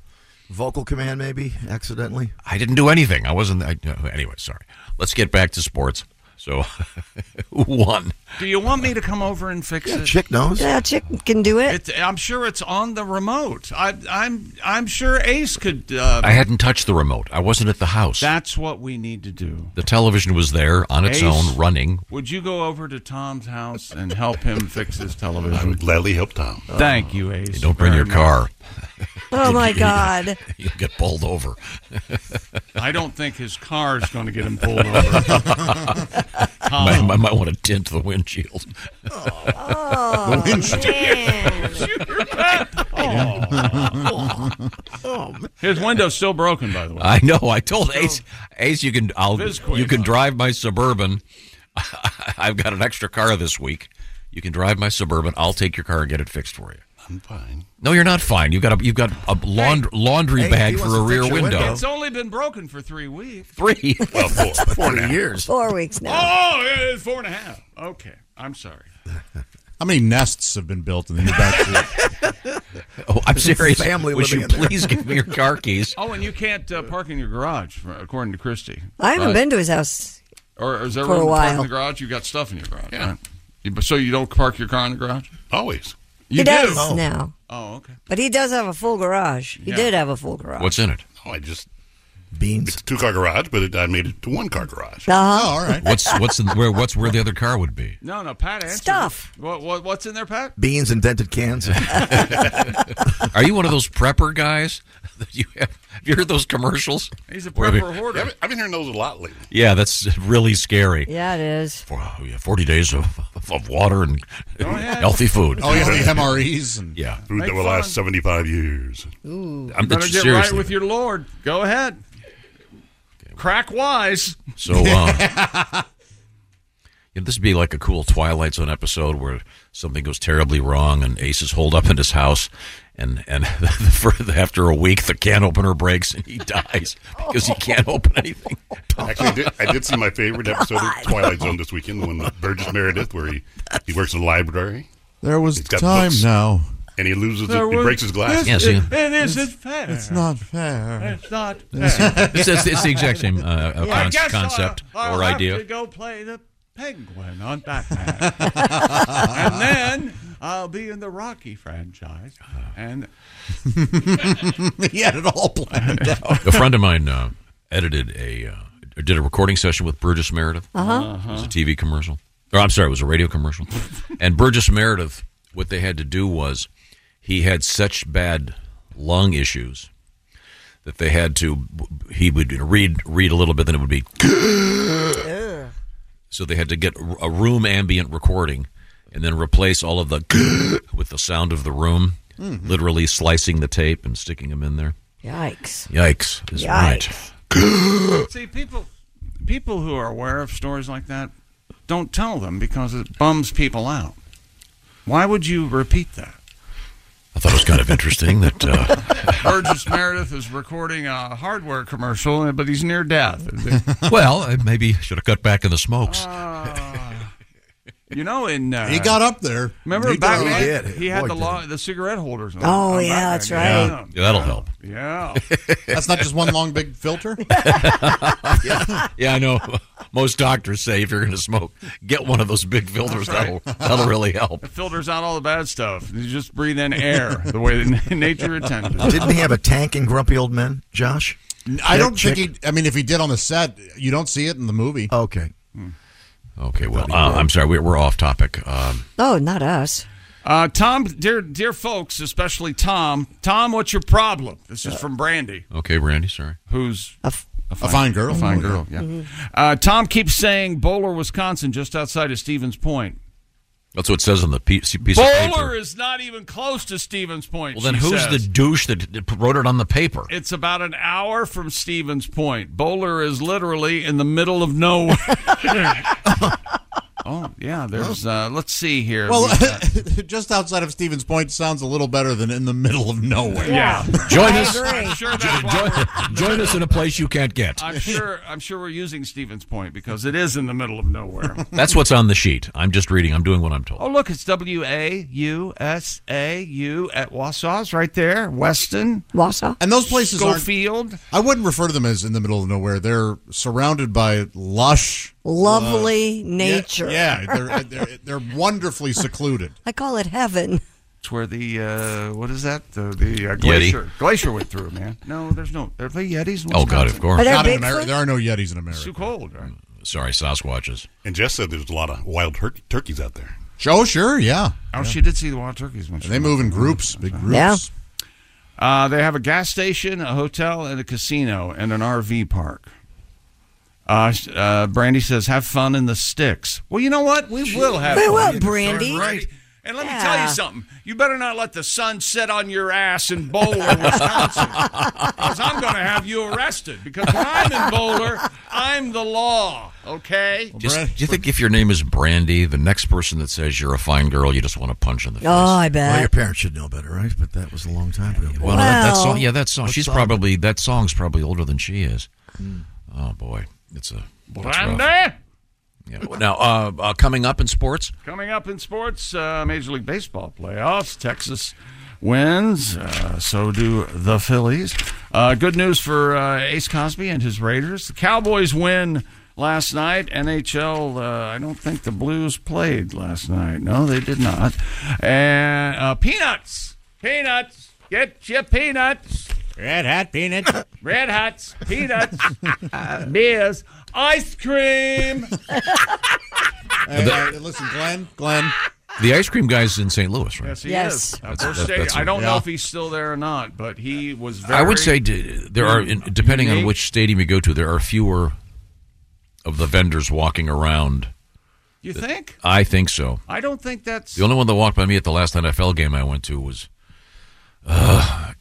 F: Vocal command, maybe accidentally.
E: I didn't do anything. I wasn't. I, no, anyway, sorry. Let's get back to sports. So, who won?
A: Do you want me to come over and fix
F: Yeah,
A: it?
F: chick knows.
D: Yeah, Chick can do it.
A: It's, I'm sure it's on the remote. I, I'm I'm sure Ace could. Uh,
E: I hadn't touched the remote. I wasn't at the house.
A: that's what we need to do.
E: the television was there on its
A: Ace.
E: own, running.
A: Would you go over to Tom's house and help him fix his
H: I
A: television?
H: would gladly help Tom.
A: Oh. Thank you, Ace.
E: Don't bring
A: very
E: your car.
D: Oh my God!
E: You'll get bowled over.
A: much. I don't think his car is going to get him pulled over. Tom.
E: I, I might want to tint the windshield.
D: Oh,
G: The windshield.
A: Oh. His window's still broken, by the way.
E: I know. I told Ace, Ace, you can, I'll,
A: Visqueen.
E: you can drive my suburban. I've got an extra car this week. You can drive my suburban. I'll take your car and get it fixed for you.
H: I'm fine.
E: No, you're not fine. You've got a, you've got a laundry, laundry
F: Hey, if
E: bag
F: he
E: for
F: wants
E: a
F: to fix
E: rear
F: your
E: window.
F: window.
A: It's only been broken for three weeks.
E: Three.
H: Well, four, four now.
F: years.
D: Four weeks now.
A: Oh, yeah, it's four and a half. Okay, I'm sorry.
G: How many nests have been built in the new backseat?
E: Oh, I'm serious.
F: Family
E: Would
F: living
E: you
F: in there.
E: please give me your car keys?
A: Oh, and you can't uh, park in your garage, for- according to Christy.
D: I haven't
A: Right.
D: been to his house.
A: Or or is there
D: For a
A: room to park in
D: while.
A: the garage? You've got stuff in your garage,
H: Yeah.
A: right? You- So you don't park your car in the garage?
H: Always.
A: You
D: he
A: do?
D: does now, Uh-huh.
A: Oh, okay.
D: but he does have a full garage. He
A: Yeah.
D: did have a full garage.
E: What's in it?
H: Oh, I just
F: Beans.
H: it's a two car garage, but it, I made it to one car garage.
G: Oh,
D: Uh-huh.
G: all right.
E: What's what's in, where what's where the other car would be?
A: No, no, Pat answered.
D: Stuff.
A: What, what, what's in there, Pat?
F: Beans and dented cans.
E: Are you one of those prepper guys? That you have, have you heard those commercials?
A: He's a
E: Where-
A: prepper hoarder.
H: Yeah, I've been- I've been hearing those a lot lately.
E: Yeah, that's really scary.
D: Yeah, it is.
E: for, oh, yeah, 40 days of, of, of water and
A: yeah.
E: healthy food.
G: Oh, yeah, the MREs. And,
E: Yeah.
H: Food
A: Make
H: that will
A: fun.
H: last 75 years.
E: I'm
A: Better
E: just
A: get
E: seriously.
A: right with your Lord. Go ahead. Crack wise.
E: So, um, you know, this would be like a cool Twilight Zone episode where something goes terribly wrong and Ace is holed up in his house. And, and for, after a week, the can opener breaks and he dies because he can't open anything.
H: Actually, I did, I did see my favorite episode of Twilight Zone this weekend, the one with Burgess Meredith, where he, he works in the library
G: There was
H: He's got
G: time
H: books.
G: now.
H: and he loses,
A: There
H: it, he
A: was-
H: breaks his glass.
E: Yeah, see?
A: It isn't fair.
G: It's not fair.
A: It's not fair.
E: It's, it's, it's the exact same uh, uh,
A: I
E: con-
A: guess I'll-
E: concept
A: I'll
E: or
A: have
E: idea.
A: To go play the penguin on Batman, and then I'll be in the Rocky franchise.
E: Ah.
A: And
G: he had it all planned out.
E: A friend of mine uh, edited a uh, or did a recording session with Burgess Meredith. It was a TV commercial, or I'm sorry, it was a radio commercial. and Burgess Meredith, what they had to do was, he had such bad lung issues that they had to he would read read a little bit, then it would be. so they had to get a room ambient recording, and then replace all of the with the sound of the room,
A: Mm-hmm.
E: literally slicing the tape and sticking them in there.
D: Yikes.
E: Yikes! Is
D: Yikes.
E: right.
A: see, people people who are aware of stories like that don't tell them because it bums people out. Why would you repeat that?
E: I thought it was kind of interesting that uh,
A: Burgess Meredith is recording a hardware commercial, but he's near death.
E: well, I maybe should have cut back in the smokes.
A: you know, in uh,
G: He got up there.
A: Remember
G: He
A: back
G: got
A: when
G: up
A: he,
G: there.
A: had
G: Boy,
A: the
G: did
A: law, the cigarette holders. on-
D: Oh,
A: on
D: yeah,
A: back
D: that's
A: then.
D: right.
A: Yeah.
E: Yeah, that'll help.
A: Yeah.
G: That's not just one long big filter.
E: Yeah, I know. Most doctors say if you're going to smoke, get one of those big filters.
A: right.
E: That'll that'll really help.
A: filters out all the bad stuff. You just breathe in air the way that nature intended.
F: Didn't he have a tank in Grumpy Old Men, Josh?
G: I don't
F: Chick-
G: think he. I mean, if he did on the set, you don't see it in the movie.
F: Okay.
E: Okay, well, uh, I'm sorry, we- we're off topic. Um,
D: Oh, not us.
A: Uh, Tom, dear dear folks, especially Tom. Tom, what's your problem? This is from Brandy,
E: okay, Randy, sorry.
A: who's
D: A f-
G: A fine girl.
A: a fine girl. Yeah. Uh, Tom keeps saying Bowler, Wisconsin, just outside of Stevens Point.
E: That's what it says on the pe- piece of
A: Bowler
E: paper.
A: is not even close to Stevens Point.
E: Well, then
A: she
E: who's the
A: says.
E: douche that d- wrote it on the paper?
A: It's about an hour from Stevens Point. Bowler is literally in the middle of nowhere. oh yeah, there's. Uh, let's see here.
G: Well,
A: We've got-
G: just outside of Stevens Point sounds a little better than in the middle of nowhere.
A: yeah.
E: Join
D: I
E: us.
D: agree.
A: I'm sure that's why we're-
E: Join us in a place you can't get.
A: I'm sure. I'm sure we're using Stevens Point because it is in the middle of nowhere.
E: That's what's on the sheet. I'm just reading. I'm doing what I'm told.
A: oh, look, it's W A U S A U at Wausau's right there. Weston,
D: Wausau?
G: And those places aren't.
A: Schofield.
G: I wouldn't refer to them as in the middle of nowhere. They're surrounded by lush uh,
D: Lovely nature.
G: Yeah, yeah, they're, they're they're wonderfully secluded.
D: I call it heaven.
A: It's where the uh, what is that? The, the uh, glacier glacier went through, man. No, there's no. There are the Yetis. in
E: Oh, God,
A: Wisconsin.
E: of course.
D: Are there
G: Not in America.
D: Bigfoot?
G: There are no Yetis in
A: It's too
G: America.
A: cold. Right?
E: Sorry, Sasquatches.
H: And Jess said there's a lot of wild her- turkeys out there.
G: Oh, sure, yeah.
A: Oh, she did see the wild turkeys when she
G: They
A: went.
G: move in groups, big groups.
D: Yeah.
A: Uh, they have a gas station, a hotel, and a casino, and an RV park. Uh, sh- uh, Brandy says, "Have fun in the sticks." Well, you know what? We will have.
D: We
A: fun
D: will,
A: in the
D: Brandy.
A: sticks, Right. And let me
D: Yeah.
A: tell you something. You better not let the sun set on your ass in Bowler, Wisconsin, because I'm going to have you arrested. Because when I'm in Bowler, I'm the law. Okay.
E: Just,
G: Brad-
E: do you think if your name is Brandy, the next person that says you're a fine girl, you just want to punch in the face?
D: Oh, I
F: Well,
D: bet.
F: your parents should know better, right? But that was a long time ago.
E: Well, no, that, that
D: Well-
E: song, yeah, that song.
F: What
E: She's
F: song?
E: probably that song's probably older than she is. Oh boy, it's a it's rough.
J: Eh?
A: Brandy.
E: Yeah. Now, uh, uh, coming up in sports,
A: Coming up in sports, uh, Major League Baseball playoffs. Texas wins, uh, so do the Phillies. Uh, good news for uh, Ace Cosby and his Raiders. The Cowboys win last night. NHL, uh, I don't think the Blues played last night. No, they did not. And uh, peanuts, peanuts, get your peanuts.
G: Red hat peanut.
A: Red Hots, peanuts, beers, ice cream.
G: listen, Glenn, Glenn.
E: the ice cream guy's in St. Louis, right?
A: Yes, he
D: Yes.
A: is. Of
E: That's-
A: course,
E: that-
A: they-
E: that's-
A: I don't know
G: yeah.
A: if he's still there or not, but he was very.
E: I would say d- there are, in, depending on
A: Unique.
E: which stadium you go to, there are fewer of the vendors walking around.
A: You think?
E: I think so.
A: I don't think that's.
E: The only one that walked by me at the last NFL game I went to was, uh,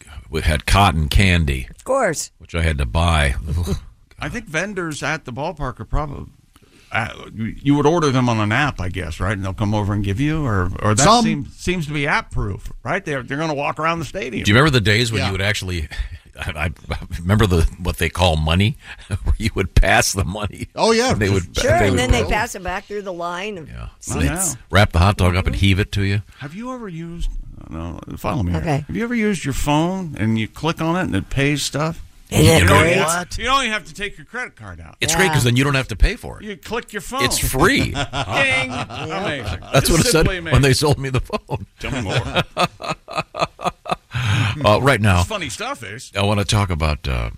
E: had cotton candy,
D: Of course.
E: which I had to buy.
A: I think vendors at the ballpark are probably. Uh, you you would order them on an app, I guess, right? And they'll come over and give you, or or that
G: Some-
A: seems seems to be app proof, right? They're they're going to walk around the stadium.
E: Do you remember the days when
G: Yeah.
E: you would actually? I, I remember the what they call money, where you would pass the money.
G: Oh, yeah.
E: And they would.
D: Sure, and
E: would-
D: then they pass it back through the line. of
A: Not
D: seats.
A: now.
E: wrap the hot dog up and heave it to you.
A: Have you ever used? No, follow me. here.
D: Okay.
A: Have you ever used your phone and you click on it and it pays stuff?
D: Isn't that
E: You know,
D: great?
F: What?
A: You don't even have to take your credit card out.
E: It's great 'cause great because then you don't have to pay for it.
A: You click your phone.
E: It's free.
A: Ding. Amazing.
E: That's what it said
A: Simply
E: when
A: amazing.
E: they sold me the phone.
H: Tell me more.
E: Uh, right now,
A: funny stuff is.
E: I want to talk about uh,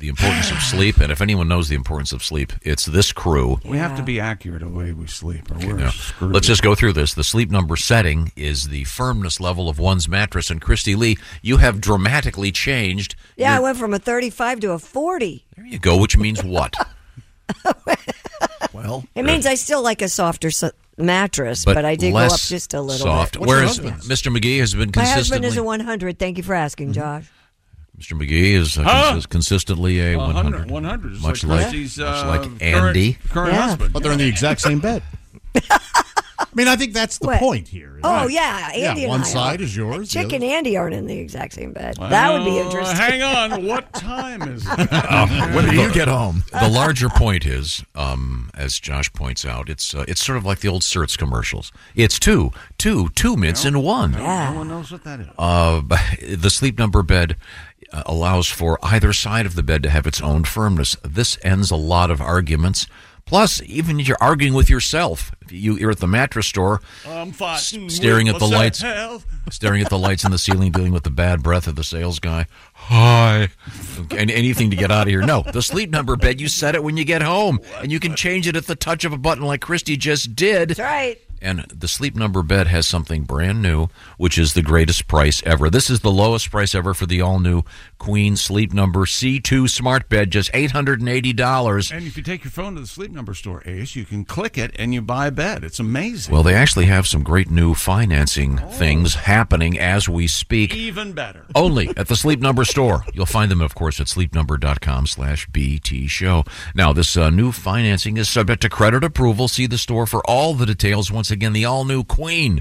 E: the importance of sleep, and if anyone knows the importance of sleep, it's this crew.
A: We have to be accurate the way we sleep, or we're
E: Now,
A: screwed.
E: let's just go through this. The sleep number setting is the firmness level of one's mattress. And Christy Lee, you have dramatically changed.
D: Yeah, I
E: your-
D: went from a 35 to a 40.
E: there you go. Which means what?
F: Well,
D: It means I still like a softer s mattress, but, I did go up
E: less
D: just a little
E: soft.
D: bit.
E: Whereas Mr. McGee has been
D: My husband
E: consistently.
D: is a 100. Thank you for asking,
G: Mm-hmm.
D: Josh.
E: Mr. McGee is uh,
A: Huh?
E: cons- consistently a
A: 100.
E: 100.
A: 100. It's
E: Much
A: like,
E: like,
A: Chrissy's,
E: much
A: uh,
E: like Andy.
A: Current, current
D: Yeah.
A: husband.
G: But they're in the exact same bed. I mean, I think that's the
D: What?
G: point here.
D: Oh
G: Right.
D: yeah, Andy and
G: one
D: I
G: side
D: are.
G: is yours. the
D: Chick
G: other-
D: and Andy aren't in the exact same bed. that would be
A: Well,
D: interesting.
A: Oh, Hang on. What time is it?
E: Uh,
F: When do you get home?
D: Uh,
E: the larger point is, um, as Josh points out, it's uh, it's sort of like the old Certs commercials. It's two, two, two mints in one.
A: No one knows what that is.
E: Uh, the sleep number bed uh, allows for either side of the bed to have its own firmness. This ends a lot of arguments. Plus, even if you're arguing with yourself, if you, you're at the mattress store,
A: I'm fighting.
E: staring
A: with
E: at the lights.
A: myself.
E: staring at the lights in the ceiling, dealing with the bad breath of the sales guy. Hi. And anything to get out of here. No, the sleep number bed, you set it when you get home, and you can change it at the touch of a button like Christy just did.
D: That's right.
E: And the sleep number bed has something brand new, which is the greatest price ever. This is the lowest price ever for the all new Queen Sleep Number C2 smart bed, just $880.
A: And if you take your phone to the sleep number store, Ace, you can click it and you buy a bed. It's amazing.
E: Well, they actually have some great new financing things happening as we speak.
A: Even better.
E: only at the Sleep Number store. You'll find them, of course, at sleepnumber.com slash BT show. Now, this uh, new financing is subject to credit approval. See the store for all the details. Once again, the all-new Queen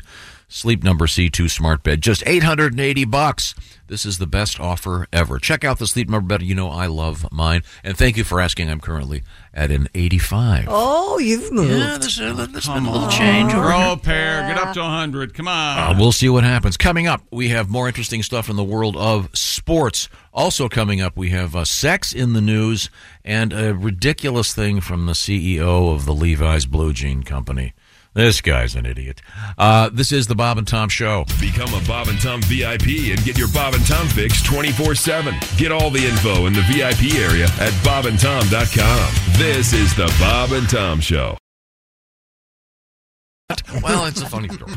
E: Sleep Number C2 smart bed, just 880 bucks. This is the best offer ever. Check out the Sleep Number bed. You know I love mine. And thank you for asking. I'm currently at an 85.
D: Oh, you've moved.
E: Yeah, this, uh, this been a little change over
A: Grow a pair. Get up to 100. Come
E: uh,
A: on.
E: we'll see what happens. Coming up, we have more interesting stuff in the world of sports. Also, coming up, we have uh, sex in the news and a ridiculous thing from the CEO of the Levi's Blue Jean Company. This guy's an idiot. Uh, this is the Bob and Tom Show.
K: Become a Bob and Tom VIP and get your Bob and Tom fix 24 7. Get all the info in the VIP area at bobandtom.com. This is the Bob and Tom Show.
E: Well, it's a funny story.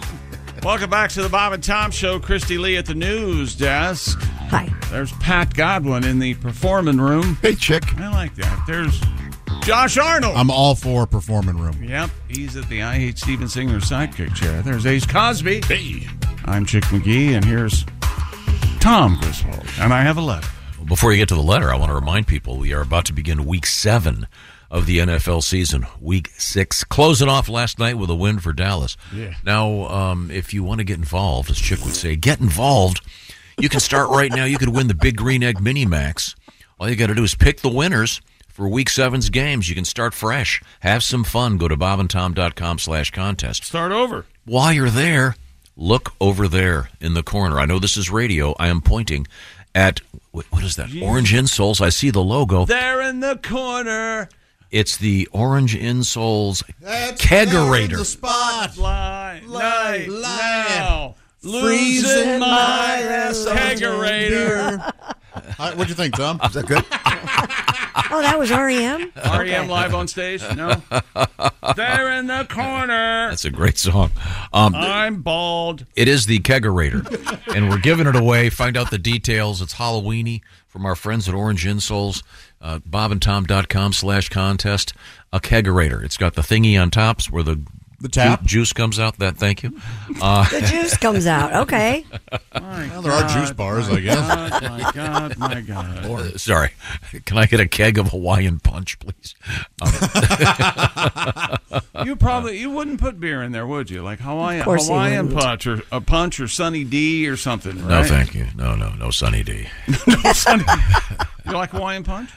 A: Welcome back to the Bob and Tom Show. Christy Lee at the news desk.
D: Hi.
A: There's Pat Godwin in the performing room.
F: Hey, chick.
A: I like that. There's Josh Arnold.
G: I'm all for performing room.
A: Yep, he's at the I Hate Steven Singer sidekick chair. There's Ace Cosby.
K: Hey.
A: I'm Chick McGee, and here's Tom Griswold. And I have a letter.
E: Before you get to the letter, I want to remind people we are about to begin week seven of the NFL season, week six. Closing off last night with a win for Dallas.
A: Yeah.
E: Now, um, if you want to get involved, as Chick would say, get involved. You can start right now. You could win the Big Green Egg Mini Max. All you got to do is pick the winners for week seven's games. You can start fresh. Have some fun. Go to bobandtom.com slash contest
A: Start over.
E: while you're there, look over there in the corner. I know this is radio. I am pointing at wh- what is that? Orange insoles. I see the logo.
A: There in the corner.
E: It's the orange insoles kegerator.
G: The spot.
A: Lie, night, now.
G: Freezing
A: Losing
G: my
A: my
G: ass off
A: kegerator.
G: All right, what'd you think, Tom?
F: Is that good?
D: Oh, that was REM.
A: REM E live on stage? No. there in the corner.
E: That's a great song. Um,
A: I'm bald.
E: It is the kegerator, and we're giving it away. Find out the details. It's Halloweeny from our friends at Orange Insoles, uh, bobandtom.com slash contest. A kegerator. It's got the thingy on tops where the
G: The tap?
E: ju- juice comes out. That thank you. Uh,
D: The juice comes out. Okay.
G: Uh, Well, there are juice bars, I guess.
A: God, my God, my God.
E: Uh, Sorry, can I get a keg of Hawaiian punch, please? Um,
A: You probably you wouldn't put beer in there, would you? Like Hawaiian
D: course you
A: Hawaiian
D: wouldn't.
A: punch or a punch or Sunny D or something.
E: No,
A: Right?
E: thank you. No, no, no, Sunny D.
A: You like Hawaiian punch?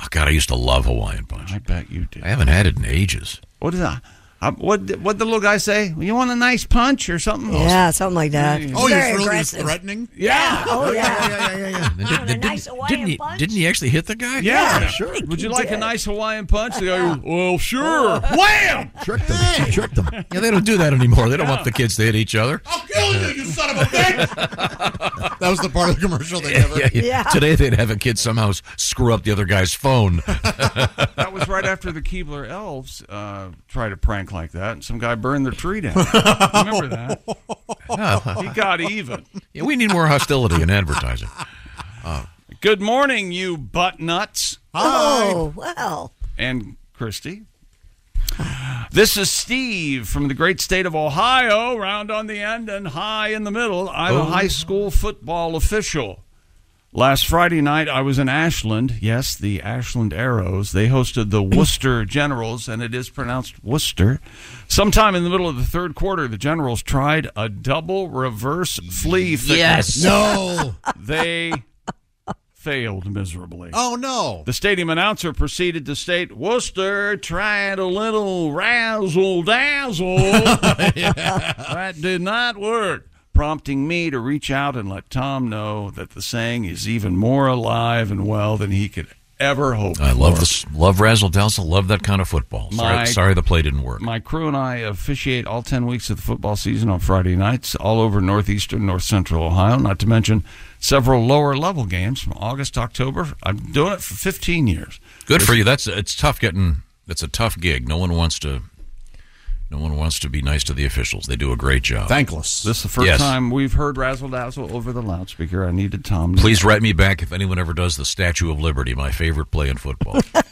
E: Oh, God, I used to love Hawaiian punch.
A: I bet you do.
E: I haven't had it in ages.
A: What did I? I what did- what the little guy say? You want a nice punch or something?
D: Yeah, something like that.
G: Oh, you're
D: Very
G: really
D: aggressive.
G: threatening?
A: Yeah.
D: Oh yeah.
E: Did,
D: a nice Hawaiian
E: didn't he,
D: punch?
E: Didn't he actually hit the guy?
A: Yeah.
F: sure.
A: Would you
D: He
A: like a
D: did. Oh.
A: nice Hawaiian punch? The guy, goes, well, sure. Wham!
F: Tricked them. She tricked them.
E: Yeah, they don't do that anymore. They don't want the kids to hit each other.
G: I'll kill you, you son of a bitch! that was the part of the commercial they never.
E: Yeah, yeah.
D: Yeah.
E: Today they'd have a kid somehow s- screw up the other guy's phone.
A: That was right after the Keebler elves uh, tried a prank like that, and some guy burned their tree down. Remember that? he got even.
E: Uh, Yeah, we need more hostility in advertising. Uh,
A: Good morning, you butt nuts.
D: Oh well.
A: and Christy. This is Steve from the great state of Ohio,
E: Oh.
A: round on the end and high in the middle. I'm a high school football official. Last Friday night, I was in Ashland. Yes, the Ashland Arrows. They hosted the Worcester Generals, and it is pronounced Worcester. Sometime in the middle of the third quarter, the Generals tried a double reverse flea. Thickness.
E: Yes. No.
A: they failed miserably.
E: Oh, no.
A: The stadium announcer proceeded to state Worcester tried a little razzle dazzle. That did not work, prompting me to reach out and let Tom know that the saying is even more alive and well than he could ever hope.
E: I love
A: for.
E: this. Love razzle dazzle. Love that kind of football. Sorry,
A: My-
E: sorry the play didn't work.
A: My crew and I officiate all 10 weeks of the football season on Friday nights all over northeastern, north central Ohio, not to mention several lower level games from August to October. I'm doing it for 15 years.
E: Good for you. That's it's tough getting. That's a tough gig. No one wants to. No one wants to be nice to the officials. They do a great job.
G: Thankless.
A: This is the first
E: Yes.
A: time we've heard razzle dazzle over the loudspeaker. I needed Tom. to-
E: Please write me back if anyone ever does the Statue of Liberty, my favorite play in football. do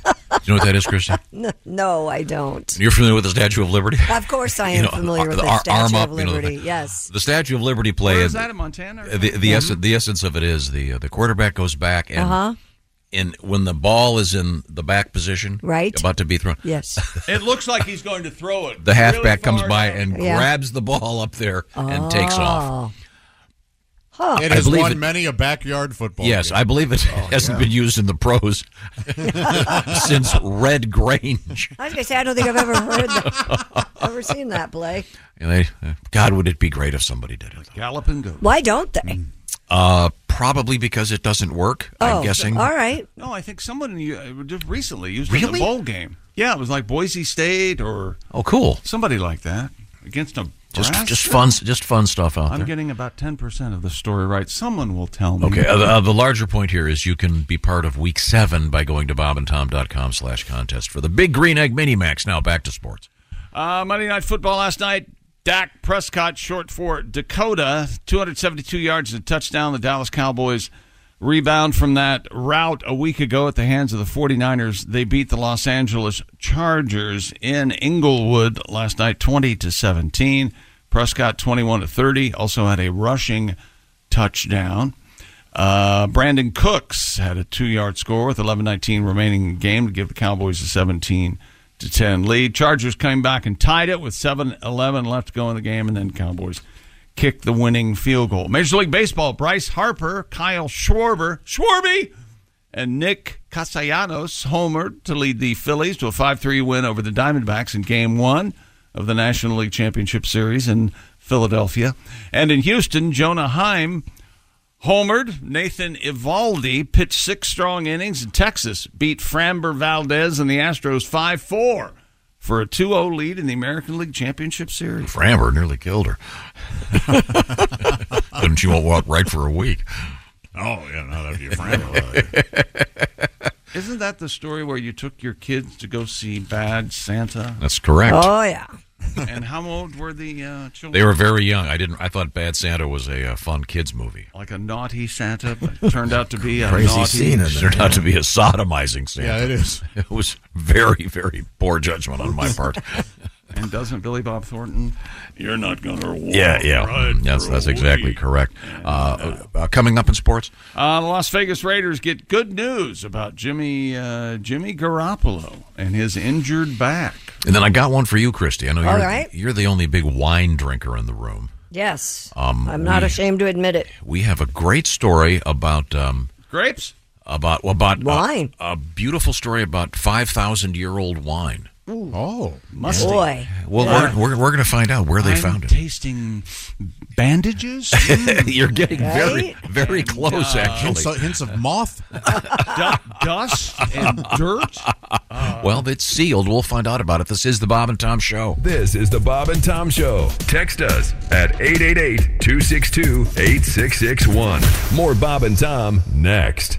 E: you know what that is, Christian?
D: N- No, I don't.
E: You're familiar with the Statue of Liberty?
D: Of course, I am
E: You know,
D: familiar with
E: the
D: the,
E: ar-
D: Statue
E: arm up,
D: of
E: you know, the-
D: Liberty. yes.
E: The Statue of Liberty play
A: Where
E: is
A: is that, in Montana?
E: The the, essen- the essence of it is the uh, the quarterback goes back and
D: Uh-huh.
E: and when the ball is in the back position,
D: Right.
E: about to be thrown,
D: Yes.
A: It looks like he's going to throw it.
E: the halfback comes by and
D: Yeah. Oh.
E: grabs the ball up there and takes off.
D: Huh.
E: I
G: has
E: believe
G: won
E: it-
G: many a backyard football.
E: Yes,
G: game. Oh,
E: I believe it hasn't been used in the pros since Red Grange.
D: I was going to say, I don't think I've ever heard that, ever seen that play.
E: And they, God, would it be great if somebody did it?
A: Gallop and go.
D: Why don't they?
G: Mm.
E: Uh, probably because it doesn't work. I'm guessing.
D: Oh, All right.
A: No, I think someone uh, just recently used it in
E: Really?
A: a bowl game. Yeah, it was like Boise State or
E: Oh, cool.
A: somebody like that against a.
E: Just just fun, just fun stuff out
A: I'm
E: there.
A: getting about 10% of the story right. Someone will tell me.
E: Okay, uh, the- uh, the larger point here is you can be part of Week Seven by going to bobandtom.com slash contest for the Big Green Egg Mini Max. Now back to sports.
A: Uh, Monday Night Football last night. Dak Prescott, short for Dakota, 272 yards and a touchdown. The Dallas Cowboys rebound from that rout a week ago at the hands of the 49ers. They beat the Los Angeles Chargers in Inglewood last night, 20 to 17. Prescott, 21 to 30, also had a rushing touchdown. Uh, Brandon Cooks had a two yard score with 11 19 remaining in the game to give the Cowboys a 17 to 10 lead. Chargers came back and tied it with 7 11 left to go in the game, and then Cowboys kicked the winning field goal. Major League Baseball, Bryce Harper, Kyle Schwarber, Schwarby, and Nick Castellanos homered to lead the Phillies to a 5 3 win over the Diamondbacks in game one of the National League Championship Series in Philadelphia. And in Houston, Jonah Heim homered. Nathan Ivaldi pitched six strong innings, and Texas beat Framber Valdez and the Astros 5 4 for a 2 0 lead in the American League Championship Series.
E: Framber nearly killed her. Couldn't she won't walk right for a week?
H: Oh, yeah, no, that'd be a friend.
A: Isn't that the story where you took your kids to go see Bad Santa?
E: That's correct.
D: Oh, yeah.
A: and how old were the uh, children?
E: They were very young. I didn't. I thought Bad Santa was a uh, fun kids movie.
A: like a naughty Santa, but turned out to be a
F: Crazy
A: naughty.
F: scene in
E: It
F: there.
E: turned out to be a sodomizing Santa.
G: Yeah, it is.
E: It was very, very poor judgment on my part.
A: And doesn't Billy Bob Thornton? You're not gonna. Walk
E: yeah, yeah.
A: right
E: yes,
A: for
E: that's
A: a
E: exactly
A: week."
E: correct. Uh, uh, coming up in sports,
A: Uh, the Las Vegas Raiders get good news about Jimmy uh, Jimmy Garoppolo and his injured back.
E: and then I got one for you, Christy. I know you're,
D: All right.
E: you're the only big wine drinker in the room.
D: Yes.
E: Um,
D: I'm not
E: we-
D: ashamed to admit it.
E: We have a great story about um,
A: Grapes?
E: about well, about uh,
D: Wine.
E: a beautiful story about five thousand year old wine.
G: Oh,
A: Musty.
D: Boy.
E: Well, we're, we're, we're going to find out where they
A: I'm
E: found it.
A: tasting bandages? Mm,
E: You're getting very,
D: Right?
E: very close, actually.
G: hints, hints of moth.
A: uh, du- dust and dirt?
E: well, it's sealed. We'll find out about it. This is the Bob and Tom Show.
K: This is the Bob and Tom Show. Text us at 888 262 8661. More Bob and Tom next.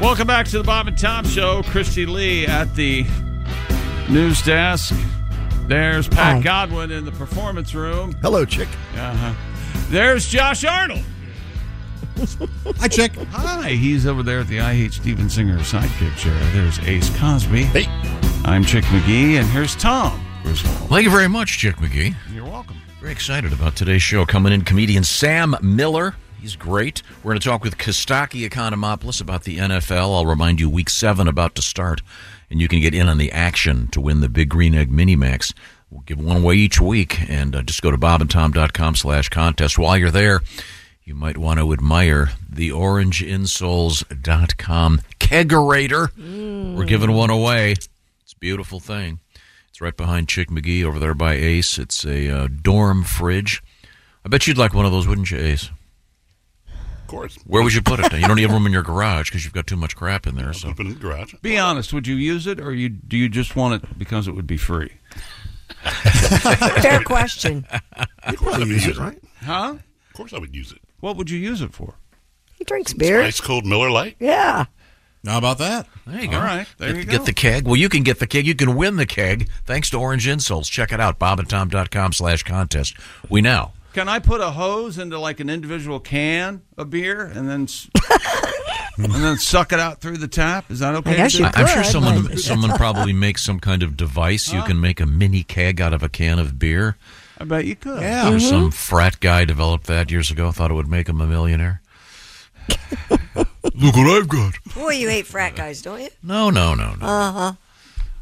A: Welcome back to the Bob and Tom Show. Christy Lee at the news desk. There's Pat
F: Hi.
A: Godwin in the performance room.
F: Hello, chick.
A: Uh-huh. There's Josh Arnold.
G: Hi, chick.
A: Hi. He's over there at the I Hate Steven Singer sidekick chair. There's Ace Cosby. Hey. I'm Chick McGee, and here's Tom Griswold.
E: Thank you very much, Chick McGee.
A: You're welcome.
E: Very excited about today's show. Coming in, comedian Sam Miller. He's great. We're going to talk with Kostaki Economopoulos about the NFL. I'll remind you, week seven about to start, and you can get in on the action to win the Big Green Egg Mini Max. We'll give one away each week, and uh, just go to bobandtom.com slash contest. While you're there, you might want to admire the orangeinsoles.com kegerator. We're giving one away. It's a beautiful thing. It's right behind Chick McGee over there by Ace. It's a uh, dorm fridge. I bet you'd like one of those, wouldn't you, Ace? Of
H: course.
E: Where would you put it? You don't have room in your garage because you've got too much crap in there. So
H: put it in the garage.
A: Be honest. Would you use it, or you do you just want it because it would be free?
D: Fair question.
H: Of course I would use it, right?
A: Huh?
H: Of course I would use it.
A: What would you use it for?
D: He drinks
H: Beer?
D: beer.
H: Ice cold Miller Lite.
D: Yeah.
E: How about that? There you go.
A: All right, there
E: get,
A: you
E: Get
A: go.
E: the keg. Well, you can get the keg. You can win the keg thanks to Orange Insoles. Check it out, bobandtom.com slash contest. We now
A: Can I put a hose into like an individual can of beer and then s- and then suck it out through the tap? Is that okay? to do?
E: I'm sure someone someone probably makes some kind of device. You
A: Huh?
E: can make a mini keg out of a can of beer.
A: I bet you could.
D: Mm-hmm.
E: Or
A: Mm-hmm.
E: some frat guy developed that years ago. Thought it would make him a millionaire. Look what I've got.
D: Boy, you hate frat guys, don't you?
E: No, no, no, no.
D: Uh huh.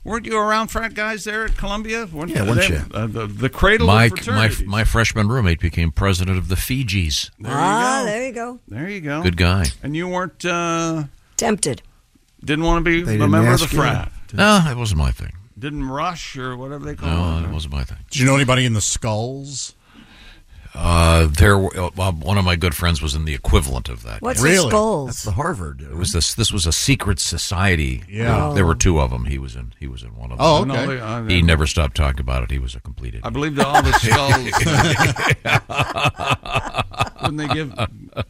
A: Weren't you around frat guys there at Columbia? Weren't
E: Yeah, weren't
A: they-
E: you?
A: Uh, the, the cradle
E: my,
A: of
E: my
A: fraternity.
E: my freshman roommate became president of the Fijis.
A: There you
D: Ah,
A: go.
D: there you go.
A: There you go.
E: Good guy.
A: And you weren't uh,
D: tempted.
A: Didn't want to be
E: They
A: a
E: didn't
A: member of the
E: ask you?
A: frat.
E: No, that Ah, wasn't my thing.
A: Didn't rush or whatever they call
E: No,
A: it.
E: that wasn't my thing.
G: Did you know anybody in the Skulls?
E: Uh, there, were- uh, well, one of my good friends was in the equivalent of that.
G: What's the Really? Skulls? That's the
E: Harvard. It was this. This was a secret society.
A: Yeah.
E: there were two of them. He was in. He was in one of them.
A: Oh, No, okay. they- I-
E: he never stopped talking about it. He was a complete idiot.
A: I believe that all the skulls. Wouldn't they give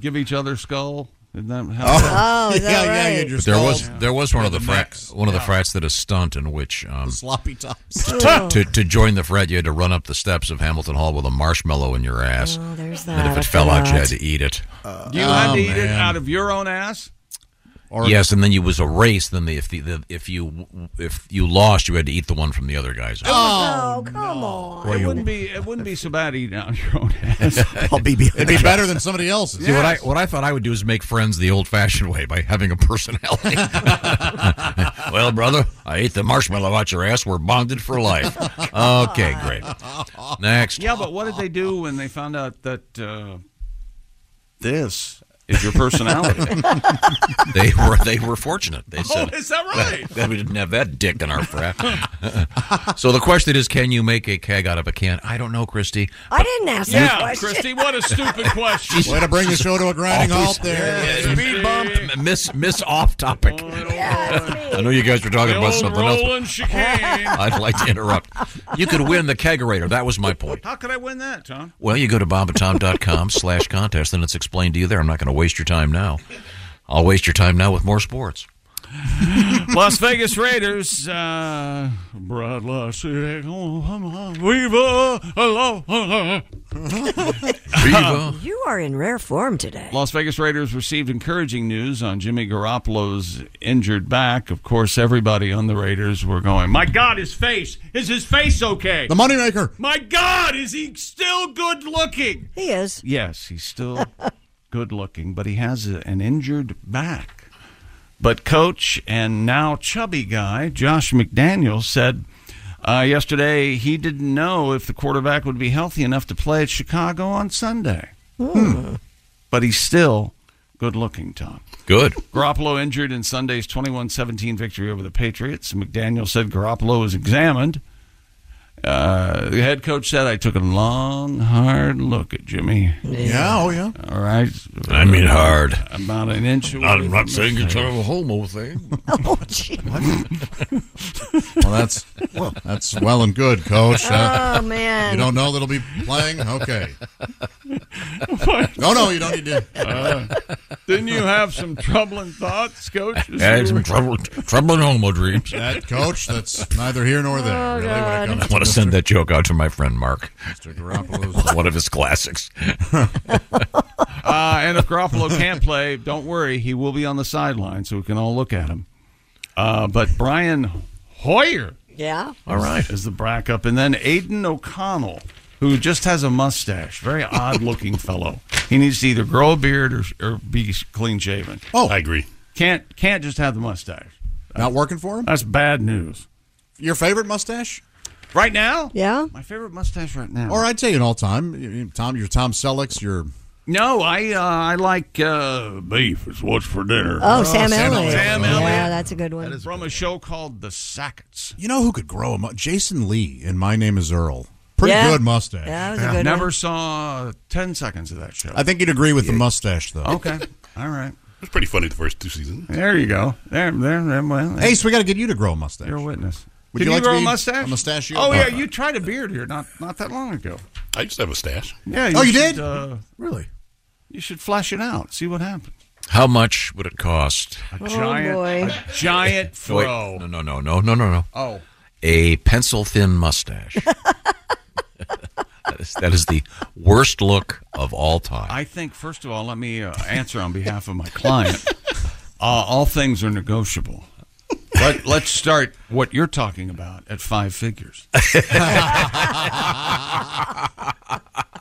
A: give each other skull? Isn't that how?
D: Oh, is that Yeah, yeah, right? you'd just
E: there
D: call-
E: was there was one
G: Yeah,
E: of the,
G: the
E: frats
G: necks.
E: one of the
G: Yeah.
E: frats that a stunt in which um,
G: Sloppy tops.
E: to, to join the frat you had to run up the steps of Hamilton Hall with a marshmallow in your ass.
D: Oh, there's
E: And if
D: that.
E: it
D: I
E: fell out, you
D: forgot.
E: had to eat it.
G: Uh,
A: you had
E: Oh,
A: to eat it
E: man.
A: out of your own ass.
E: yes, and then you was a race. Then the, if the, the if you if you lost, you had to eat the one from the other guy's.
A: Oh,
D: come on!
E: Well,
A: It
E: you-
A: wouldn't be it wouldn't be so bad eating out of your own ass.
E: I'll be behind
G: It'd be you. better than somebody else's.
E: See, what I what I thought I would do is make friends the old-fashioned way by having a personality. well, brother, I ate the marshmallow out your ass. We're bonded for life. Okay, great. Next.
A: Yeah, but what did they do when they found out that uh, this is your personality?
E: they were they were fortunate. They
A: Oh,
E: said,
A: is that right?
E: That we didn't have that dick in our frat. so the question is, can you make a keg out of a can? I don't know, Christy.
D: I didn't ask
A: yeah,
D: that question.
A: Christy, what a stupid question.
E: Way to bring the show to a grinding halt there.
A: Speed bump.
E: Miss miss off topic. I know you guys were talking about something else.
A: Rolling chicane.
E: I'd like to interrupt. You could win the kegerator. That was my point.
A: How could I win that, Tom?
E: Well, you go to bobatom.com slash contest, and it's explained to you there. I'm not going to waste your time now. I'll waste your time now with more sports.
A: Las Vegas Raiders. Uh, Brad Las Viva la-
D: Viva. You are in rare form today.
A: Uh, Las Vegas Raiders received encouraging news on Jimmy Garoppolo's injured back. Of course, everybody on the Raiders were going, My God, his face. Is his face okay?
G: The moneymaker.
A: My God, is he still good looking?
D: He is.
A: Yes, he's still good looking, but he has a, an injured back. But coach and now chubby guy, Josh McDaniel, said uh, yesterday he didn't know if the quarterback would be healthy enough to play at Chicago on Sunday. Hmm. But he's still good looking, Tom.
E: Good.
A: Garoppolo injured in Sunday's 21 17 victory over the Patriots. McDaniel said Garoppolo was examined. Uh, the head coach said, I took a long, hard look at Jimmy.
G: Yeah, oh, yeah.
A: All right.
E: I mean hard.
A: About an inch away.
E: I'm not
A: from
E: saying it's
A: mistake.
E: kind of a homo thing.
D: Oh, gee.
G: Well, that's well, that's well and good, Coach. Uh,
D: Oh, man.
G: You don't know that'll be playing? Okay. No, no, you don't need to.
A: Uh, didn't you have some troubling thoughts, Coach?
E: I had some trouble, trouble in homo dreams.
G: That coach, that's neither here nor there.
D: Oh,
G: really, when it comes
E: I want to send that joke out to my friend Mark.
G: Mr. Garoppolo's-
E: One of his classics.
A: Uh, and if Garoppolo can't play, don't worry. He will be on the sideline so we can all look at him. Uh, but Brian Hoyer
D: Yeah.
E: All right.
A: is the backup. And then Aiden O'Connell, who just has a mustache. Very odd looking fellow. He needs to either grow a beard or, or be clean shaven.
G: Oh,
H: I agree.
A: Can't, can't just have the mustache.
G: not working for him?
A: That's bad news.
G: Your favorite mustache?
A: Right now?
D: Yeah.
A: My favorite mustache right now.
G: Or I'd say an all time. You- you- Tom, your Tom Selleck's, your
A: No, I uh, I like uh, beef. It's what's for dinner.
D: Oh, Sam,
G: Sam
D: Elliott.
G: Elliott. Sam
D: Yeah,
A: Elliott.
D: that's a good one.
A: from a show called The Sackets.
G: You know who could grow a mu- Jason Lee in My Name Is Earl. Pretty
D: Yeah.
G: good mustache.
D: Yeah, that was a good
A: Never
D: one.
A: saw 10 seconds of that show.
G: I think you'd agree with the mustache though.
A: Okay. All right.
H: It was pretty funny the first two seasons.
A: There you go. There, there, there. Well, there-
G: Ace, we got to get you to grow a mustache.
A: you're a witness.
G: Would
A: Did
G: you
A: you,
G: like to
A: grow
G: be
A: a mustache?
G: a mustachio?
A: Oh, yeah. You tried a beard here not not that long ago.
H: I used to have a stash.
A: Yeah.
G: Oh, you
A: should,
G: did?
A: Uh,
G: Really?
A: you should flash it out. See what happens.
E: How much would it cost?
A: A giant,
D: boy.
A: a giant
E: Wait,
A: fro.
E: no, no, no, no, no, no, no.
A: Oh.
E: A pencil thin mustache. that, is, that is the worst look of all time.
A: I think, first of all, let me uh, answer on behalf of my client. Uh, all things are negotiable. Let, let's start what you're talking about at five figures.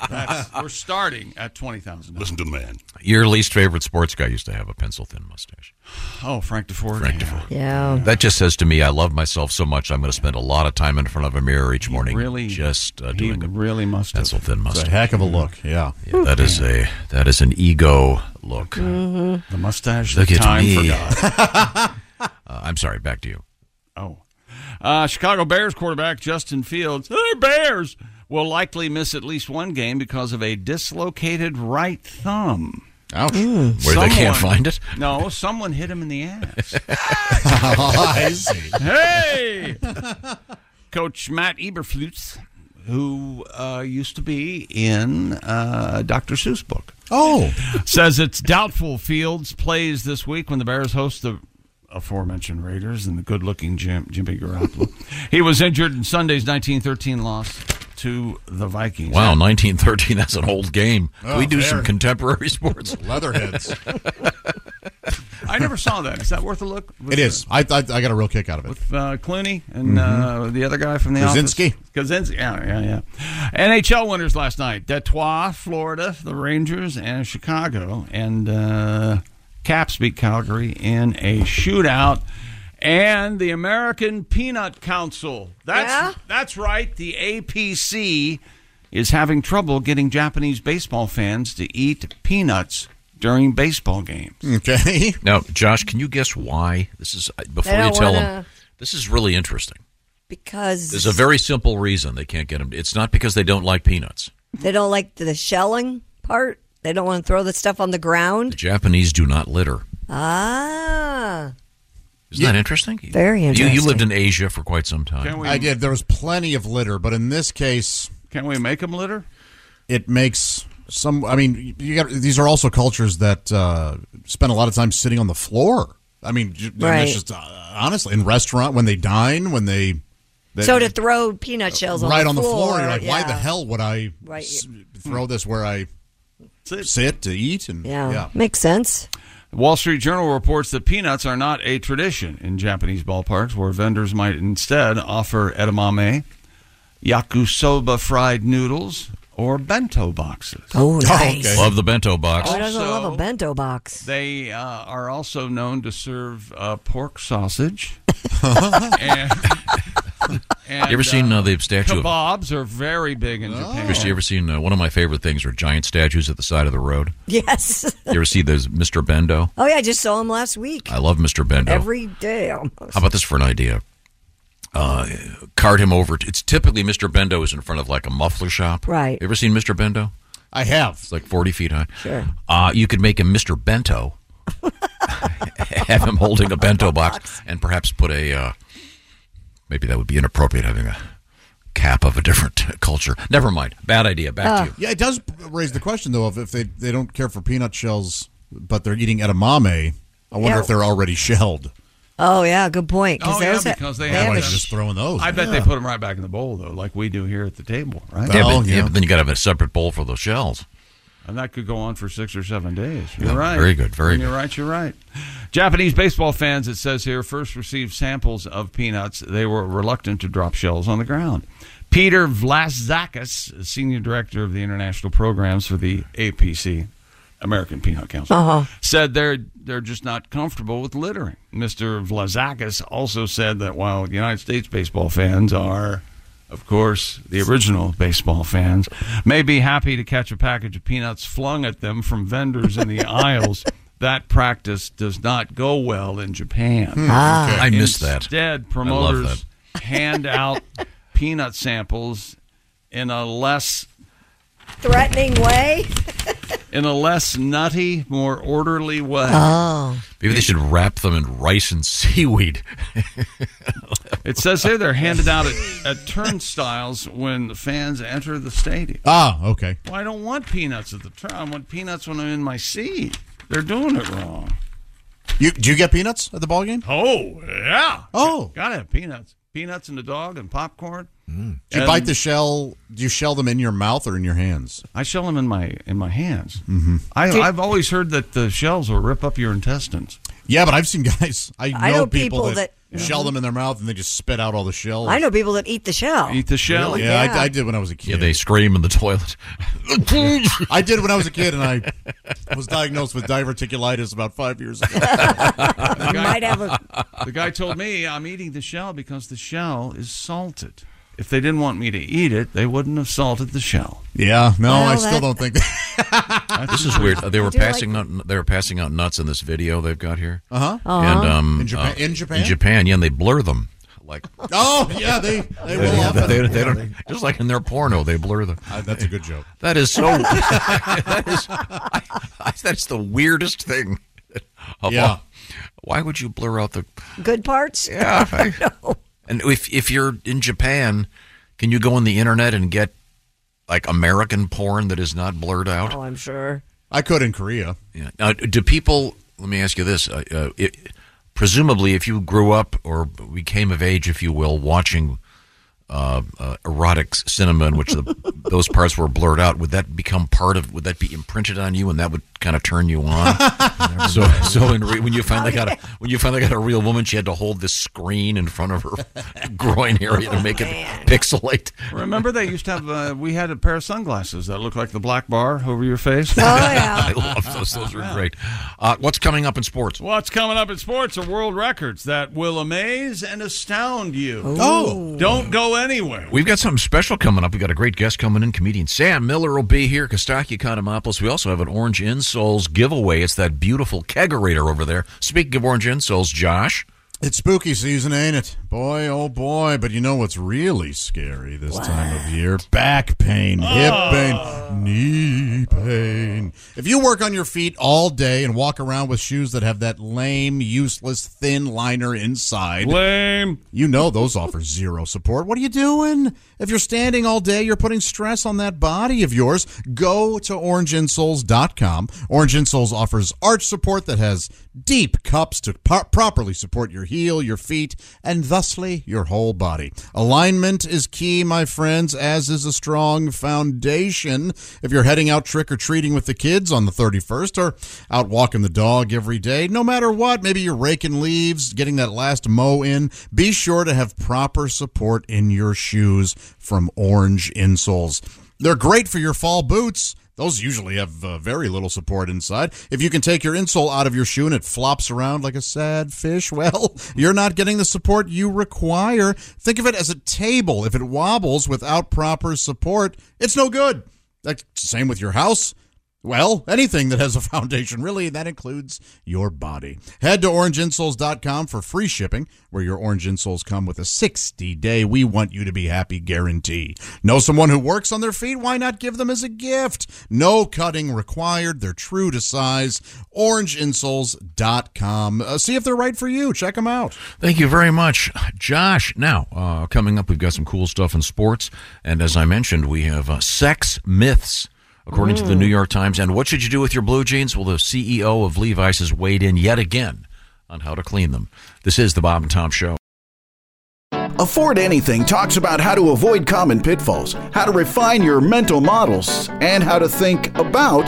A: That's, we're starting at twenty thousand.
H: Listen to the man.
E: Your least favorite sports guy used to have a pencil thin mustache.
A: Oh, Frank DeFord.
E: Frank
A: yeah.
E: DeFord.
A: Oh.
D: Yeah.
E: That just says to me, I love myself so much. I'm going to spend a lot of time in front of a mirror each morning,
A: Really,
E: just uh,
A: he
E: doing a
A: really must have.
E: pencil thin
G: It's a
E: mustache.
G: heck of a look. Yeah.
E: Yeah, that is a that is an ego look.
A: the mustache.
E: Look
A: the
E: at
A: time
E: me.
A: for God.
E: Uh, I'm sorry. Back to you.
A: Oh. Uh, Chicago Bears quarterback Justin Fields, their Bears, will likely miss at least one game because of a dislocated right thumb.
G: Ouch.
E: Where they can't find it.
A: No, someone hit him in the ass.
E: Oh,
G: I see.
A: hey! Coach Matt Eberflutz, who uh, used to be in uh, Dr. Seuss book.
G: Oh,
A: says it's doubtful Fields plays this week when the Bears host the aforementioned Raiders and the good-looking Jim, Jimmy Garoppolo. he was injured in Sunday's 1913 loss to the Vikings.
E: Wow, 1913. That's an old game. Can we
G: Oh,
E: do some
G: there.
E: contemporary sports.
G: leatherheads.
A: I never saw that. Is that worth a look?
G: it is. I, I I got a real kick out of it.
A: With uh, Clooney and uh, the other guy from the
G: Krasinski.
A: office. Krasinski. Yeah, yeah, yeah. NHL winners last night. Detroit, Florida, the Rangers, and Chicago. And uh, Caps beat Calgary in a shootout. And the American Peanut Council. That's
D: Yeah?
A: that's right. The APC is having trouble getting Japanese baseball fans to eat peanuts during baseball games.
G: Okay.
E: Now, Josh, can you guess why this is? I- Before you
D: don't
E: tell them,
D: wanna-
E: this is really interesting.
D: Because
E: There's a very simple reason they can't get them. It's not because they don't like peanuts.
D: they don't like the shelling part. They don't want to throw the stuff on the
E: The
D: ground.
E: Japanese do not litter.
D: Ah.
E: Isn't that interesting?
D: Very
E: You, you
D: interesting.
E: lived in Asia for quite some time.
A: Can we
G: Uh, I did. There was plenty of litter, but in this case,
A: can we make them litter?
G: it makes some. I mean, you got these are also cultures that uh, spend a lot of time sitting on the floor. I mean, j- I mean,
D: Right.
G: it's just uh, honestly in restaurant when they dine when they. they-
D: So to throw peanut shells
G: right
D: on the floor.
G: you're like, why the
D: yeah.
G: hell would I
D: Right.
G: s- throw this where I sit to eat and
D: Yeah. Makes sense.
A: Wall Street Journal reports that peanuts are not a tradition in Japanese ballparks, where vendors might instead offer edamame, yakusoba fried noodles, or bento boxes.
D: Oh, nice.
E: Love the bento box.
D: Who doesn't
A: Also-
D: love a bento box?
A: They uh, are also known to serve uh, pork sausage and, And,
E: You ever seen, uh, the statue of-
A: Kebabs are very big in
G: Oh.
A: Japan.
E: Chris, you ever seen uh, one of my favorite things are giant statues at the side of the road?
D: Yes.
E: You ever see those Mr. Bendo?
D: Oh yeah, I just saw him last week.
E: I love Mr. Bendo.
D: Every day almost.
E: How about this for an idea? Uh, cart him over. To, it's typically Mr. Bendo is in front of like a muffler shop.
D: Right.
E: You ever seen Mr. Bendo?
G: I have.
E: It's like 40 feet high.
D: Sure.
E: Uh, you could make him Mr. Bento. Have him holding a bento box and perhaps put a. Uh, maybe that would be inappropriate having a cap of a different culture. Never mind. Bad idea. Back
D: Ah.
E: to you.
G: Yeah, it does raise the question though of if they they don't care for peanut shells, but they're eating edamame. I wonder
D: Yeah.
G: if they're already shelled.
D: Oh yeah, good point. Cause
A: Oh, yeah,
D: there's a-
A: because they,
G: they
A: have
G: have
A: a-
G: a- Just throwing those.
A: I bet they
G: Yeah.
A: put them right back in the bowl, though, like we do here at the table, right?
E: Yeah, but, Oh, yeah, but then you got to have a separate bowl for those shells.
A: And that could go on for six or seven days. You're
E: Yeah,
A: right.
E: very good, very
A: When You're right. You're right. Japanese baseball fans, it says here, first received samples of peanuts. They were reluctant to drop shells on the ground. Peter Vlaszakis, senior director of the international programs for the APC, American Peanut Council,
L: Uh-huh.
A: said they're they're just not comfortable with littering. Mr. Vlazakis also said that while United States baseball fans are, of course, the original baseball fans, may be happy to catch a package of peanuts flung at them from vendors in the aisles. That practice does not go well in Japan.
E: Hmm. Ah. Okay. I missed that.
A: Instead,
E: I love
A: promoters hand out peanut samples in a less
D: threatening way.
A: in a less nutty, more orderly way.
E: Maybe they should wrap them in rice and seaweed.
A: It says here they're handed out at, at turnstiles when the fans enter the stadium.
G: Ah, okay.
A: Well, I don't want peanuts at the turn. I want peanuts when I'm in my seat. They're doing it wrong.
G: You do you get peanuts at the ball game?
A: Oh yeah.
G: Oh,
A: gotta have peanuts. Peanuts and a dog and popcorn.
G: Mm. do you
A: And
G: bite the shell? Do you shell them in your mouth or in your hands?
A: Um, I shell them in my in my hands.
G: hmm
A: Mm-hmm. I, I've always heard that the shells will rip up your intestines.
G: Yeah, but I've seen guys. I know,
D: I know
G: people,
D: people
G: that,
D: that-
G: shell them in their mouth and they just spit out all the shells.
D: I know people that eat the shell.
A: Eat the shell.
G: Really? Yeah, I, I did when I was a kid.
E: Yeah, they scream in the toilet.
G: I did when I was a kid, and I was diagnosed with diverticulitis about five years ago.
A: The guy- the guy told me I'm eating the shell because the shell is salted. If they didn't want me to eat it, they wouldn't have salted the shell.
G: Yeah, no,
A: Well,
G: I still
A: that-
G: don't think.
E: this is weird. They
G: I
E: were
G: do like
E: passing out. They were passing out nuts in this video they've got here.
G: Uh-huh.
E: And um,
G: In Japan-
E: uh,
G: in Japan?
E: in Japan, yeah, and they blur them. Like
G: Oh yeah, they they will often. Uh,
E: they, they don't just like in their porno they blur them.
G: that's a good joke.
E: That is so. that is I, I, that's the weirdest thing. Of
D: Yeah.
E: all. Why would you blur out the?
D: Good parts.
E: Yeah. I- And if if you're in Japan, can you go on the internet and get like American porn that is not blurred out?
D: Oh, I'm sure.
G: I could in Korea.
E: Yeah. Now, do people? Let me ask you this: uh, uh, it, presumably, if you grew up or became of age, if you will, watching uh, uh, erotic s- cinema in which the, those parts were blurred out, would that become part of? Would that be imprinted on you, and that would kind of turn you on? so, so in re, when you finally got a when you finally got a real woman, she had to hold this screen in front of her groin area to make it pixelate.
A: Remember, they used to have. Uh, we had a pair of sunglasses that looked like the black bar over your face. Oh
E: yeah, I love those. Those are great. Uh, what's coming up in sports?
A: What's coming up in sports are world records that will amaze and astound you.
E: Oh.
A: don't go anywhere.
E: We've got something special coming up. We've got a great guest coming in. Comedian Sam Miller will be here. Kostaki Economopoulos. We also have an Orange Insoles giveaway. It's that beautiful kegerator over there. Speaking of Orange Insoles, Josh.
G: It's spooky season, ain't it? Boy, oh boy! But you know what's really scary this time of year? Back pain, hip pain, knee pain. If you work on your feet all day and walk around with shoes that have that lame, useless, thin liner inside,
A: lame.
G: You know those offer zero support. What are you doing? If you're standing all day, you're putting stress on that body of yours. Go to orangeinsoles.com. Orange Insoles offers arch support that has deep cups to po- properly support your heel, your feet, and thusly your whole body. Alignment is key, my friends, as is a strong foundation. If you're heading out trick or treating with the kids on the 31st or out walking the dog every day, no matter what, maybe you're raking leaves, getting that last mow in, be sure to have proper support in your shoes from Orange Insoles. They're great for your fall boots. Those usually have uh, very little support inside. If you can take your insole out of your shoe and it flops around like a sad fish, well, you're not getting the support you require. Think of it as a table. If it wobbles without proper support, it's no good. That's the same with your house. Well, anything that has a foundation, really, that includes your body. Head to orangeinsoles.com for free shipping, where your orange insoles come with a 60 day we want you to be happy guarantee. Know someone who works on their feet? Why not give them as a gift? No cutting required. They're true to size. Orangeinsoles.com. Uh, see if they're right for you. Check them out.
E: Thank you very much, Josh. Now, uh, coming up, we've got some cool stuff in sports. And as I mentioned, we have uh, sex myths, according to the
L: Mm.
E: New York Times. And what should you do with your blue jeans? Well, the CEO of Levi's has weighed in yet again on how to clean them. This is the Bob and Tom Show.
M: Afford Anything talks about how to avoid common pitfalls, how to refine your mental models, and how to think about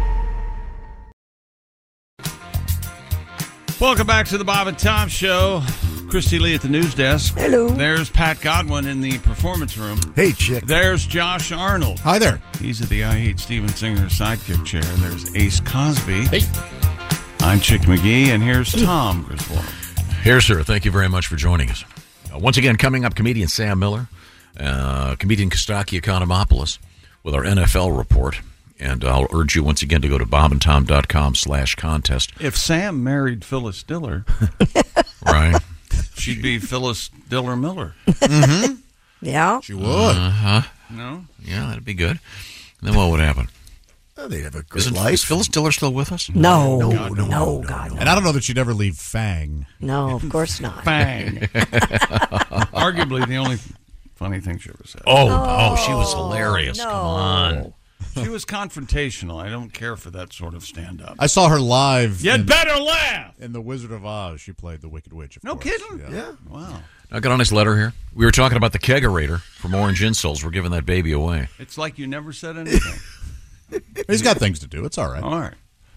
A: Welcome back to the Bob and Tom Show. Christy Lee at the news desk. Hello. There's Pat Godwin in the performance room.
F: Hey, chick.
A: There's Josh Arnold.
G: Hi there.
A: He's at the I Hate Steven Singer sidekick chair. There's Ace Cosby. Hey. I'm Chick McGee, and here's Tom Griswold.
E: Here, sir. Thank you very much for joining us. Uh, once again, coming up, comedian Sam Miller, uh, comedian Kostaki Economopoulos with our NFL report. And I'll urge you once again to go to bobandtom.com slash contest.
A: If Sam married Phyllis Diller,
E: Right?
A: she'd be Phyllis Diller Miller.
D: Mm-hmm. yeah.
G: She
E: Uh-huh.
A: No?
E: Yeah, that'd be good. Then what would happen?
F: Oh, they'd have a
E: good Isn't, life. Is Phyllis Diller still with us?
D: No. No, God, no, no, no, God,
G: And I don't know that she'd ever leave Fang.
D: No, of course not.
A: Fang. Arguably the only funny thing she ever said.
E: Oh, oh, she was hilarious. Come on.
A: She was confrontational. I don't care for that sort of stand up.
G: I saw her live.
A: You'd
G: in-
A: better laugh.
G: In The Wizard of Oz, she played the Wicked Witch. Of
A: No
G: course.
A: kidding?
G: Yeah.
A: Wow.
E: I got on his letter here. We were talking about the kegerator from Orange Insoles. We're giving that baby away.
A: It's like you never said anything.
G: He's got things to do. It's all right.
A: All right.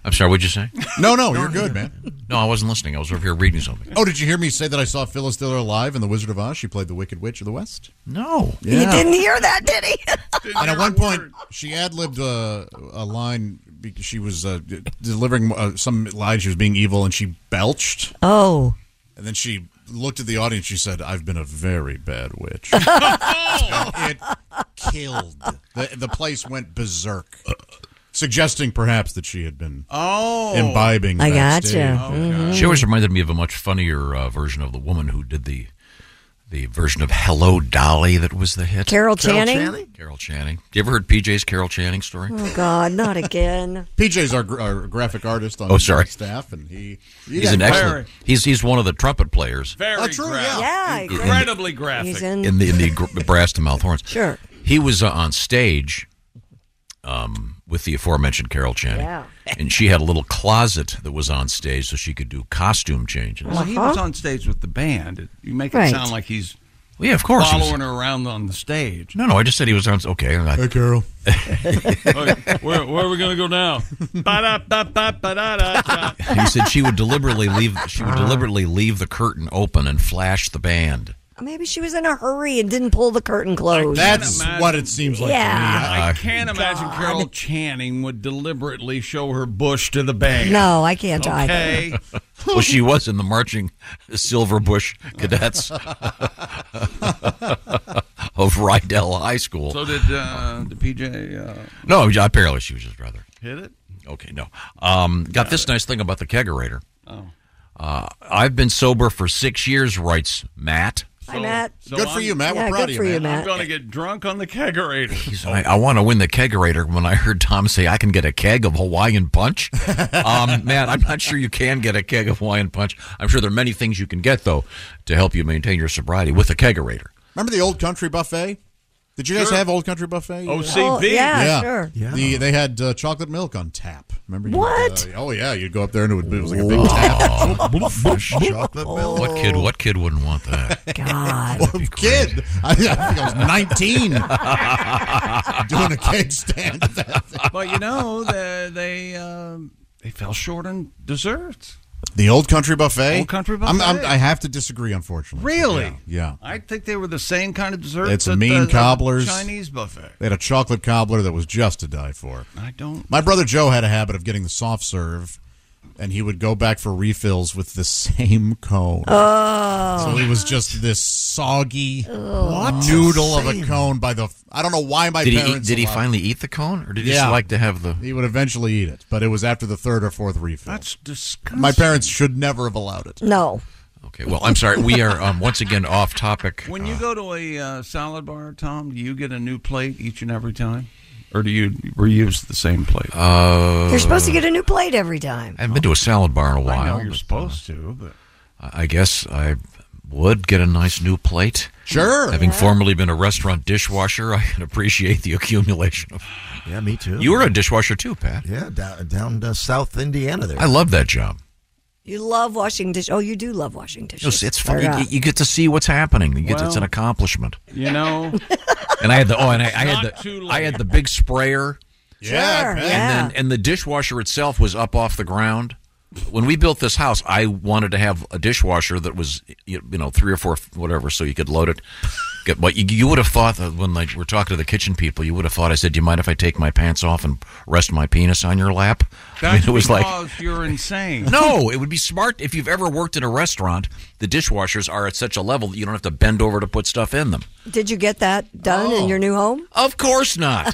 E: I'm sorry, what'd you say?
G: No, no, you're good, man.
E: No, I wasn't listening. I was over here reading something.
G: Oh, did you hear me say that I saw Phyllis Diller live in The Wizard of Oz? She played the Wicked Witch of the West.
E: No.
D: You didn't e- hear that, did he?
G: And at one point, she ad libbed a, a line because she was uh, d- delivering uh, some line. She was being evil and she belched.
D: Oh.
G: And then she looked at the audience. She said, I've been a very bad witch. it killed. The, the place went berserk, suggesting perhaps that she had been
A: Oh.
G: imbibing.
D: I
G: backstage.
D: gotcha. Oh, Mhm.
E: She always reminded me of a much funnier uh, version of the woman who did the the version of Hello Dolly that was the hit.
D: Carol Carol Channing? Channing?
E: Carol Channing. You ever heard PJ's Carol Channing story?
D: Oh, God, not again.
G: PJ's our, gr- our graphic artist on
E: Oh, sorry.
G: staff, and he
E: He's an excellent. He's he's one of the trumpet players
A: Very
G: Oh, true, yeah.
A: graphic.
G: Yeah,
A: incredibly
G: he's
A: graphic.
D: in-
E: in the in the gr- brass to mouth horns.
D: Sure.
E: He was uh, on stage um, with the aforementioned Carol Channing,
A: Yeah.
E: and she had a little closet that was on stage so she could do costume changes.
A: Well, he
D: Uh-huh.
A: was on stage with the band. It- You make it
E: Right.
A: sound like he's
E: Well, yeah, of course he was-
A: following her around on the stage.
E: No, no, I just said he was on. Okay, I,
G: Hey, Carol.
A: Like, where, where are we going to go now? Ba-da-ba-ba-ba-da-da-da.
E: he said she would deliberately leave. She would deliberately leave the curtain open and flash the band.
D: Maybe she was in a hurry and didn't pull the curtain closed.
G: That's what it seems like. uh,
D: Yeah.
A: I can't imagine Carol Channing would deliberately show her bush to the band.
D: No, I can't either.
A: okay.
E: well, she was in the marching Silver Bush Cadets of Rydell High School.
A: So did uh, the PJ uh,
E: no, apparently she was just rather
A: hit it?
E: okay. No, um, got this nice thing about the kegerator.
A: Oh.
E: Uh, I've been sober for six years, writes Matt.
D: Hi, Matt.
G: Good for you, Matt. We're Yeah, proud good of you, for you, Matt.
A: I'm going to get drunk on the kegerator.
E: He's I, I want to win the kegerator. When I heard Tom say I can get a keg of Hawaiian punch, um, man, I'm not sure you can get a keg of Hawaiian punch. I'm sure there are many things you can get though to help you maintain your sobriety with a kegerator.
G: Remember the old country buffet? Did you guys
A: Sure.
G: have Old Country Buffet?
A: OCB. Oh, yeah, sure.
G: Yeah.
A: Yeah.
G: The, they had uh, chocolate milk on tap. Remember? you'd,
A: What?
G: uh, oh, yeah. You'd go up there and it, would, be- it was like a big tap.
F: chocolate milk.
E: What kid? What kid wouldn't want that?
G: God. kid. I, I think I was 19 doing a cake stand. at that thing.
A: but you know, the, they um, they fell short on desserts.
G: The Old Country Buffet?
A: Old Country
G: I'm- I'm-
A: Buffet.
G: i have to disagree, unfortunately.
A: Really?
G: Yeah.
A: I think they were the same kind of dessert.
G: It's mean cobblers.
A: Chinese buffet.
G: They had a chocolate cobbler that was just to die for.
A: I don't.
G: My brother Joe had a habit of getting the soft serve, and he would go back for refills with the same cone.
D: Oh.
G: So it was just this soggy
E: What?
G: noodle of a
E: Same.
G: cone by the. I don't know why my
E: Did he eat-
G: parents.
E: did he
G: allowed-
E: finally eat the cone, or did he just like to have the-
G: He would eventually eat it, but it was after the third or fourth refill.
A: That's disgusting.
G: My parents should never have allowed it.
D: No.
E: Okay. Well, I'm sorry. We are um, once again off topic.
A: When you go to a uh, salad bar, Tom, do you get a new plate each and every time, or do you reuse the same plate?
E: Uh,
D: You're supposed to get a new plate every time.
E: I haven't been to a salad bar in a while.
A: I know you're
E: but
G: uh,
A: supposed to, but
E: I I guess I would get a nice new plate.
G: Sure.
E: Having formerly been a restaurant dishwasher, I can appreciate the accumulation of.
L: Yeah, me too.
E: You were a dishwasher too, Pat.
L: Yeah, down, down to South Indiana there.
E: I love that job.
D: You love washing dishes. Oh, you do love washing dishes.
E: It's, it's fun.
D: Yeah.
E: You, you get to see what's happening. You get to- it's an
A: Well-
E: accomplishment.
A: you know,
E: And I had the oh, and I, I
A: Not
E: had
A: too
E: the I had the big sprayer.
A: Yeah, Sure, I bet. yeah.
E: and then and the dishwasher itself was up off the ground. When we built this house, I wanted to have a dishwasher that was you you know three or four whatever, so you could load it. Get- But you, you would have thought that when like we're talking to the kitchen people, you would have thought I said, "Do you mind if I take my pants off and rest my penis on your lap?" I mean,
A: that's
E: it was
A: because
E: like
A: you're insane.
E: no, it would be smart if you've ever worked in a restaurant. The dishwashers are at such a level that you don't have to bend over to put stuff in them.
D: Did you get that done
A: Oh.
D: in your new home?
E: Of course not.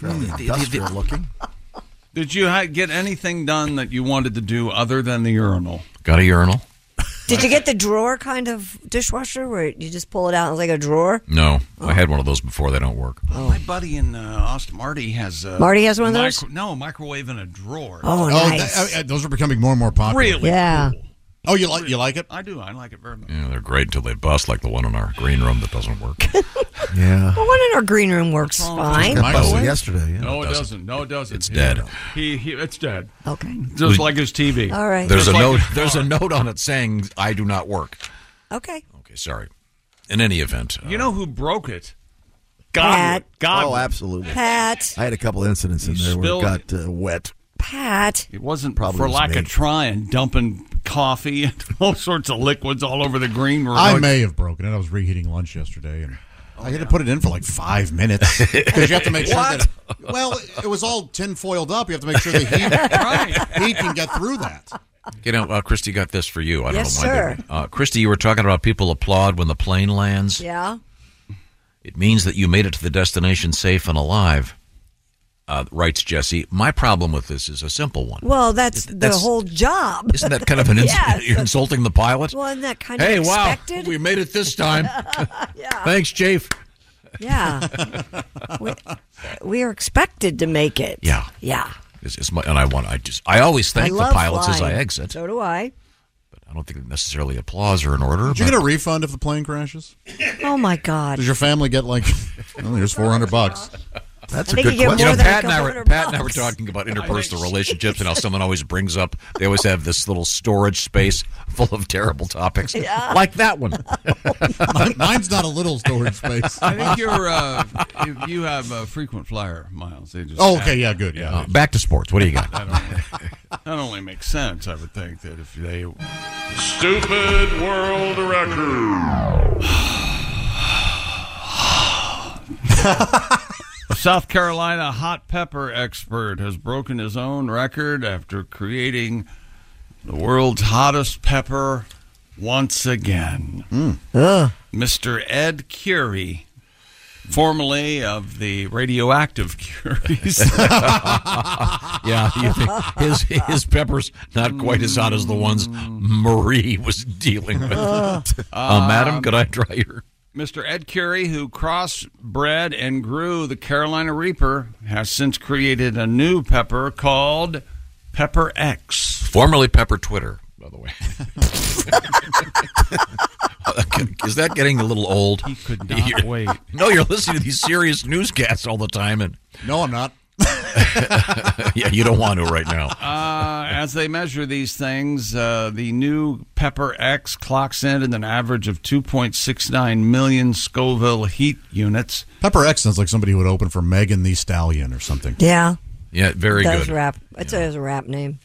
E: Hmm.
L: Industrial looking.
A: Did you ha- get anything done that you wanted to do other than the urinal?
E: Got a urinal?
D: Did you get the drawer kind of dishwasher where you just pull it out and it's like a drawer? Oh.
E: No, I had one of those before. They don't work.
A: My buddy in uh, Austin, Marty, has uh,
D: Marty has one of those? Oh,
A: micro- no, microwave in a drawer.
G: that- uh, uh, those are becoming more and more popular.
A: Really? Oh, Yeah.
G: Oh, you like you like it?
A: I do. I like it very much.
E: Yeah, they're great until they bust, like the one in our green room that doesn't work.
L: yeah.
D: Well, one in our green room works
A: What's wrong with
D: fine.
A: this guy?
L: Busted yesterday. Yeah.
A: No, it doesn't. No, it doesn't. It's dead. He, he, it's dead.
D: Okay.
A: Just like his TV.
D: All right.
E: There's
A: Just
E: a
A: like
E: note.
A: his
E: There's a
A: car.
E: note on it saying I do not work.
D: Okay.
E: Okay, sorry. In any event, uh,
A: You know who broke it?
D: Pat.
A: God. God.
L: Oh, absolutely.
D: Pat.
L: I had a couple incidents in
A: You
L: there where it
A: spilled
L: got uh, wet.
D: Pat.
A: It wasn't
L: Probably
A: for
L: was
A: lack
L: me.
A: of trying, dumping coffee and all sorts of liquids all over the green room.
G: I may have broken it. I was reheating lunch yesterday, and I had to put it in for like five minutes because you have to make sure that. Well, it was all tin foiled up. You have to make sure the heat, heat can get through that.
E: you know, uh, Christy got this for you. I don't
D: Yes,
E: know why. they
D: sir.
E: would. Uh, Christy, you were talking about people applaud when the plane lands.
D: Yeah.
E: It means that you made it to the destination safe and alive. Uh, writes Jesse. My problem with this is a simple one.
D: Well, that's the
E: That's-
D: whole job.
E: Isn't that kind of an ins-
D: Yes.
E: you're insulting the pilot?
D: Well, isn't that kind
E: hey,
D: of
E: wow,
D: expected?
E: we made it this time. Thanks, Chief.
D: Yeah. we, we are expected to make it.
E: Yeah.
D: Yeah.
E: Is, is my, and I want. I just. I always
D: I
E: thank the
D: love
E: pilots as I
D: flying.
E: exit.
D: So do I.
E: I don't think necessarily applause are in order.
G: Did you
E: but-
G: get a refund if the plane crashes?
D: Oh my God.
G: Does your family get like? Well, here's four hundred bucks.
L: That's
D: I a think good you get question.
E: You
D: more
E: know,
D: than a
E: Pat and I
D: couple
E: were
D: hundred
E: Pat and I were
D: bucks.
E: talking about interpersonal relationships, and how someone always brings up they always have this little storage space full of terrible topics,
A: Yeah.
E: like that one.
G: Mine's not a little storage space.
A: I think you're uh, you- you have a frequent flyer, Miles. They just
G: Oh, okay, yeah, good, yeah.
E: Uh, back to sports. What do you got?
A: That only, that only makes sense. I would think that if they stupid world record. South Carolina hot pepper expert has broken his own record after creating the world's hottest pepper once again.
E: Hmm.
A: Mr. Ed Curie, formerly of the radioactive Curies.
E: yeah, you think his his peppers not quite as hot as the ones Marie was dealing with. Uh, madam, could I try your?
A: Mr. Um, Ed Curie, who crossbred and grew the Carolina Reaper, has since created a new pepper called Pepper X.
E: Formerly Pepper Twitter, by the way. is that getting a little old? He could
A: not
E: wait. No, you're listening to these serious newscasts all the time, and
G: no, I'm not.
E: yeah, you don't want to right now.
A: Uh, as they measure these things, uh, the new Pepper X clocks in at an average of 2.69 million Scoville heat units.
G: Pepper X sounds like somebody who would open for Megan the Stallion or something.
D: Yeah.
E: Yeah, very
D: That's rap. It's a, it's a rap name.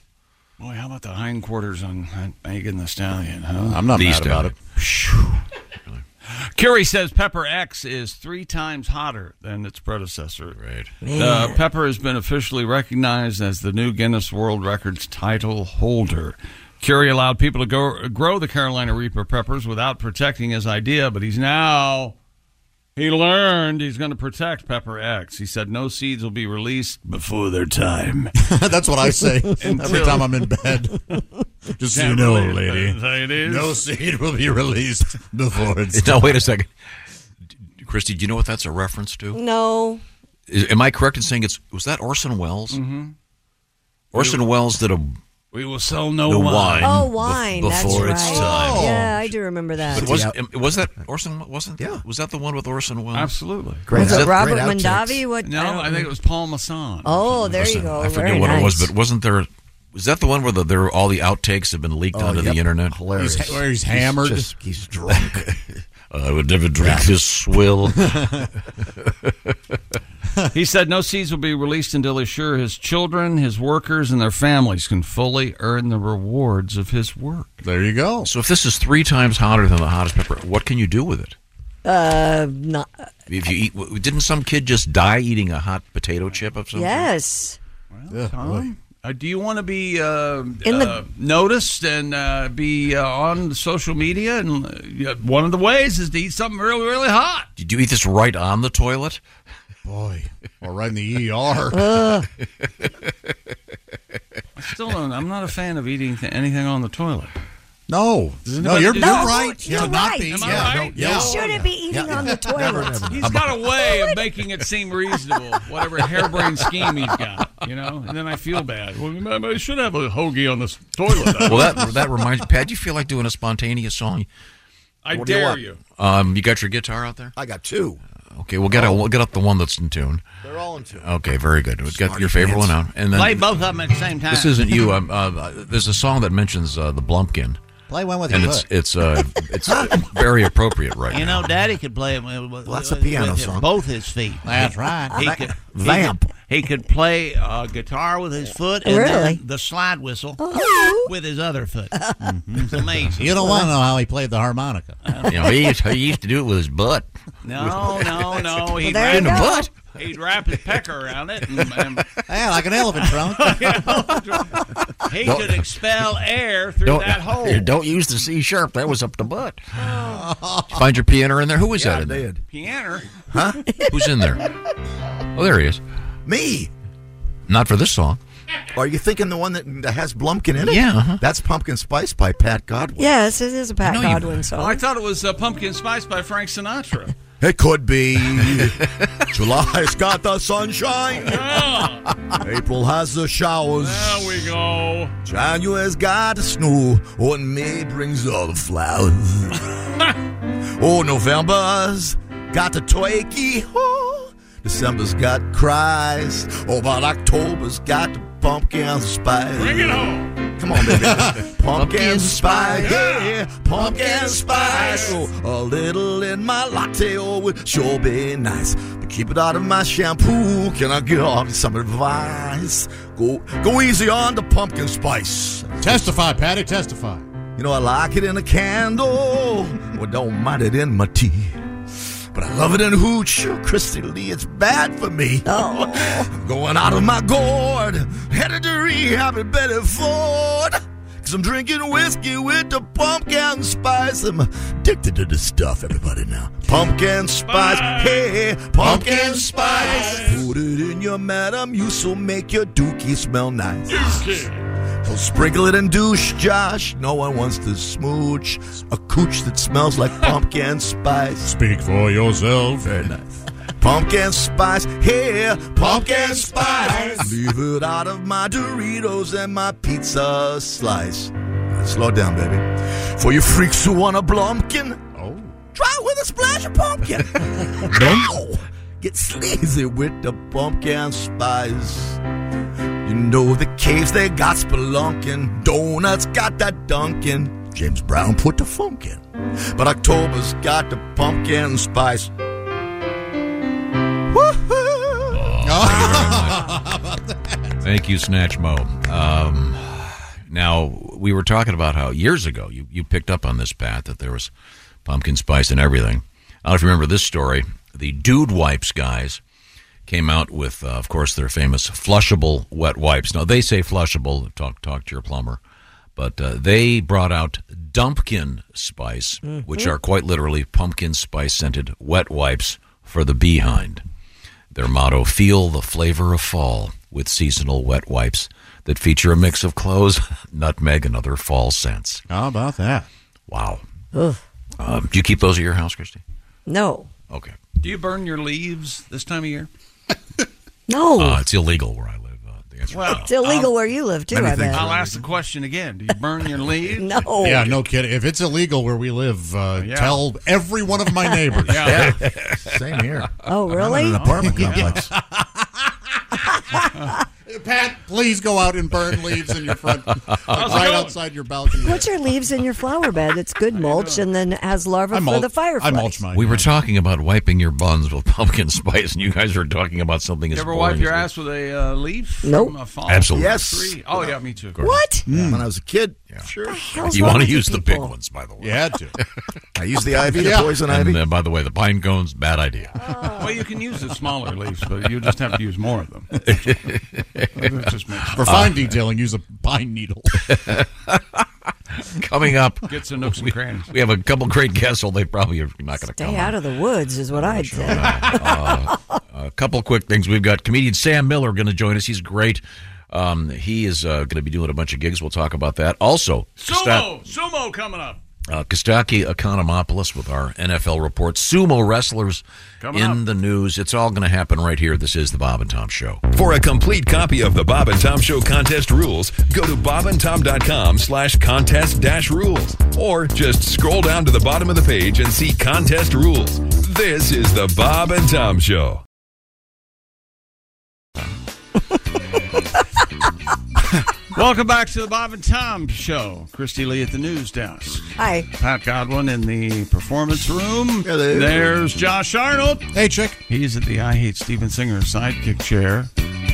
A: Boy, how about the hindquarters on Megan the Stallion, huh?
G: I'm not mad about it.
A: Curie says Pepper X is three times hotter than its predecessor.
E: Right.
A: The Pepper has been officially recognized as the new Guinness World Records title holder. Curie allowed people to go, grow the Carolina Reaper peppers without protecting his idea, but he's now. He learned he's going to protect Pepper X. He said no seeds will be released before their time.
G: That's what I say every
A: Until-
G: time I'm in bed. Just so you
A: Can't
G: know,
A: believe
G: lady,
A: it. Ladies.
G: no seed will be released before it's.
E: Now, wait a second. Christy, do you know what that's a reference to?
D: No.
E: Is, am I correct in saying it's was that Orson Welles?
A: Mm-hmm.
E: Orson Welles did a
A: We will sell no
E: The
A: wine.
E: wine.
D: Oh, wine. That's
E: before
D: right.
E: it's time. Oh.
D: Yeah, I do remember that.
E: But was, um, was that Orson? Wasn't yeah? Was that the one with Orson Welles?
A: Absolutely.
D: Great. Was it
E: that-
D: Robert Great outtakes. Mondavi? What-
A: No,
D: I don't
A: I, think it was Paul Masson.
D: Oh, there you
E: Listen,
D: go.
E: I forget
D: Very
E: what
D: nice.
E: it was, but wasn't there? Was that the one where the, there all the outtakes have been leaked
F: Oh,
E: onto
F: yep.
E: the internet?
F: Hilarious. He's- where he's He's hammered. just- he's drunk.
E: I would never drink
F: Yeah.
E: this swill.
A: he said no seeds will be released until he's sure his children, his workers, and their families can fully earn the rewards of his work.
G: There you go.
E: So if this is three times hotter than the hottest pepper, what can you do with it?
D: Uh, not,
E: If you eat, w- didn't some kid just die eating a hot potato chip of something?
D: yes.
A: Tom, uh, do you want to be uh,
D: In the-
A: uh, noticed and uh, be uh, on social media? And uh, one of the ways is to eat something really, really hot.
E: Did you eat this right on the toilet?
G: Boy, or right in the
A: E
G: ER.
A: I still don't. I'm not a fan of eating th- anything on the toilet.
G: No, no,
A: anybody
G: you're,
A: do
G: you're
A: that?
G: right.
A: You're
G: to not
A: right.
G: be.
A: Am I
G: yeah,
A: right?
G: no, yeah.
A: You
D: shouldn't be eating on the toilet.
A: He's got a way of making it seem reasonable, whatever harebrained scheme he's got, you know. And then I feel bad. Well, I should have a hoagie on this toilet.
E: well, that that reminds. Pat, do you feel like doing a spontaneous song?
A: I
E: What do you
A: dare
E: want?
A: you.
E: Um, you got your guitar out there?
F: I got two.
E: Okay, we'll get out, we'll get up the one that's in tune.
F: They're all in tune.
E: Okay, very good. We'll get your favorite one out, and then
A: Play both of them at the same time.
E: this isn't you. Um, uh, uh, there's a song that mentions uh, the Blumpkin.
F: Play one with
E: and
F: your
E: it's
F: foot.
E: it's uh, it's very appropriate right
C: You
E: now.
C: know, Daddy could play it with, with-
F: that's a
C: with-
F: piano
C: with
F: song.
C: both his feet.
F: That's right.
C: He
F: Va-
C: could,
F: vamp.
C: He could, he could play uh, guitar with his foot and
F: Really?
C: then the slide whistle with his other foot. Mm-hmm. It's amazing.
F: You don't want to know how he played the harmonica.
E: You know, he, used- he used to do it with his butt.
C: No, no, no. He'd
F: there you
C: wrap,
F: go.
C: He'd wrap his pecker around it. And, and
F: Yeah, like an elephant trunk.
C: he
E: Don't-
C: could expel air through
E: Don't,
C: that hole.
E: don't use the C sharp. That was up the butt. Did you Find your piano in there. Who was that in there?
A: Pianer.
E: Huh? Who's in there? Oh, there he is.
F: Me.
E: Not for this song.
F: Are you thinking the one that, that has Blumpkin in it?
E: Yeah, uh-huh.
F: That's Pumpkin Spice by Pat Godwin.
D: Yes, it is a Pat
F: I know you-
D: Godwin
A: Oh,
D: song.
A: I thought it was uh, Pumpkin Spice by Frank Sinatra.
F: It could be. July's got the sunshine. April has the showers.
A: There we go.
F: January's got the snow. Oh, and May brings all the flowers. oh, November's got the turkey. Oh, December's got cries. Oh, but October's got the pumpkin spice.
A: Bring it home.
F: Come on, baby. pumpkin
A: Pumpkin
F: spice.
A: spice.
F: Yeah, pumpkin spice. Oh, a little in my latte oh, would sure be nice. But keep it out of my shampoo. Can I get on some advice? Go, go easy on the pumpkin spice.
G: Testify, Patty. Testify.
F: You know, I like it in a candle. Well, don't mind it in my tea. But I love it in hooch. Oh, Christy Lee, it's bad for me. Oh. I'm going out of my gourd. Headed to rehab at Betty Ford. Cause I'm drinking whiskey with the pumpkin spice. I'm addicted to this stuff, everybody now. Pumpkin spice, hey, pumpkin spice. Put it in your madam, you so make your dookie smell nice. So sprinkle it in douche, Josh. No one wants to smooch a cooch that smells like pumpkin spice.
G: Speak for yourself.
F: Very
L: eh?
F: nice. Pumpkin spice, here, pumpkin spice. Leave it out of my Doritos and my pizza slice. Slow down, baby. For you freaks who want a Blumpkin, oh.
L: Try it with a splash of pumpkin. Ow! Get sleazy with the pumpkin spice. You know the caves, they got spelunking. Donuts got that Dunkin'. James Brown put the funk in. But October's got the pumpkin spice.
E: Thank you, Snatch Mo. Um, now we were talking about how years ago you, you picked up on this pat that there was pumpkin spice and everything. I don't know if you remember this story. The Dude Wipes guys came out with, uh, of course, their famous flushable wet wipes. Now they say flushable. Talk talk to your plumber, but uh, they brought out Dumpkin Spice, which
N: Mhm.
E: are quite literally pumpkin spice scented wet wipes for the behind. Their motto Feel the flavor of fall with seasonal wet wipes that feature a mix of cloves, nutmeg, and other fall scents.
G: How about that?
E: Wow.
D: Ugh.
E: Um, do you keep those at your house, Christy?
D: No.
E: Okay.
A: Do you burn your leaves this time of year?
D: No.
E: Uh, it's illegal where I live. Uh, the answer
A: Well,
D: It's illegal where you live, too, I bet.
A: I'll ask the question again. Do you burn your leaves?
D: no.
G: Yeah, no kidding. If it's illegal where we live, uh,
A: Oh, Yeah.
G: tell every one of my neighbors.
A: Yeah.
G: Same here.
D: Oh,
G: really?
L: an apartment complex.
G: Pat, please go out and burn leaves in your front,
L: How's it
G: right
L: going?
G: outside your balcony.
D: Put your leaves in your flower bed. It's good mulch and then has larvae
G: I
D: for
G: mulch-
D: the fireflies.
E: we were talking about wiping your buns with pumpkin spice, and you guys were talking about something
A: You
E: as
A: ever
E: boring
A: wipe your
E: as
A: ass with a uh, leaf?
E: Nope.
A: From a fall?
E: Absolutely.
A: Yes. Tree? Oh, yeah, me too.
D: What?
F: When I was a kid, sure.
E: You want to use the big ones, by the way.
G: You had to.
F: I used the ivy, the poison
E: and,
F: ivy.
E: uh, by the way, the pine cones, bad idea.
A: Oh. Well, you can use the smaller leaves, but you just have to use more of them.
G: For fine detailing, use a pine needle.
E: Coming up,
A: Get some nooks and crannies.
E: we have a couple great guests, although they probably are not going to come.
D: Stay out of the woods is what I'd say.
E: a couple quick things. We've got comedian Sam Miller going to join us. He's great. Um, he is uh, going to be doing a bunch of gigs. We'll talk about that. Also, Kosta-
A: Sumo! Sumo coming up.
E: uh, Kostaki Economopoulos with our NFL report. Sumo wrestlers
K: Coming
E: in the news. It's all going to happen right here. This is the Bob and Tom Show.
K: For a complete copy of the Bob and Tom Show contest rules, go to bobandtom.com slash contest dash rules. Or just scroll down to the bottom of the page and see contest rules. This is the Bob and Tom Show.
A: Welcome back to the Bob and Tom Show. Christy Lee at the news desk.
D: Hi.
A: Pat Godwin in the performance room. There's Josh Arnold.
G: Hey, chick.
A: He's at the I Hate Steven Singer sidekick chair.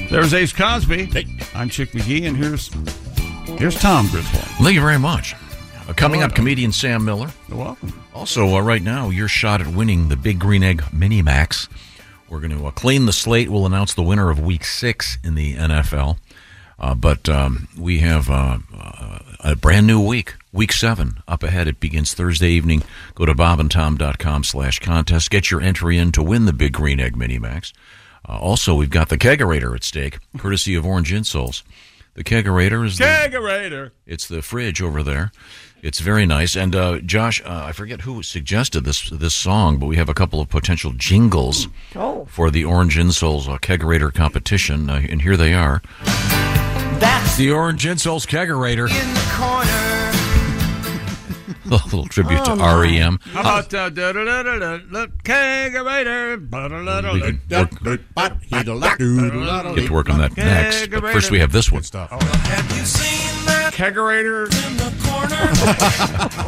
A: There's Ace Cosby. I'm Chick McGee, and here's here's Tom Griswold.
E: Thank you very much. Uh, coming up, comedian Sam Miller.
A: You're welcome.
E: Also, uh, right now, your shot at winning the Big Green Egg Mini Max. We're going to uh, clean the slate. We'll announce the winner of Week Six in the NFL. Uh, but um, we have uh, uh, a brand new week, Week Seven, up ahead. It begins Thursday evening. Go to bobandtom.com/contest. Get your entry in to win the Big Green Egg Mini Max. Uh, also, we've got the kegerator at stake, courtesy of Orange Insoles. The kegerator is the
A: Kegerator.
E: it's the fridge over there. It's very nice. And uh, Josh, uh, I forget who suggested this this song, but we have a couple of potential jingles
D: Oh.
E: for the Orange Insoles uh, Kegerator competition, uh, and here they are.
C: That's
E: the Orange Insoles Kegerator,
C: in the corner.
E: a little tribute
A: Oh,
E: to E
A: my.
E: REM.
A: How about uh, da da da da da da kegerator? ba-da-da-da-da,
E: We can
A: da-
E: work- Get to work on that next. But first, we have this one.
C: Have you seen that
A: kegerator
C: in the corner?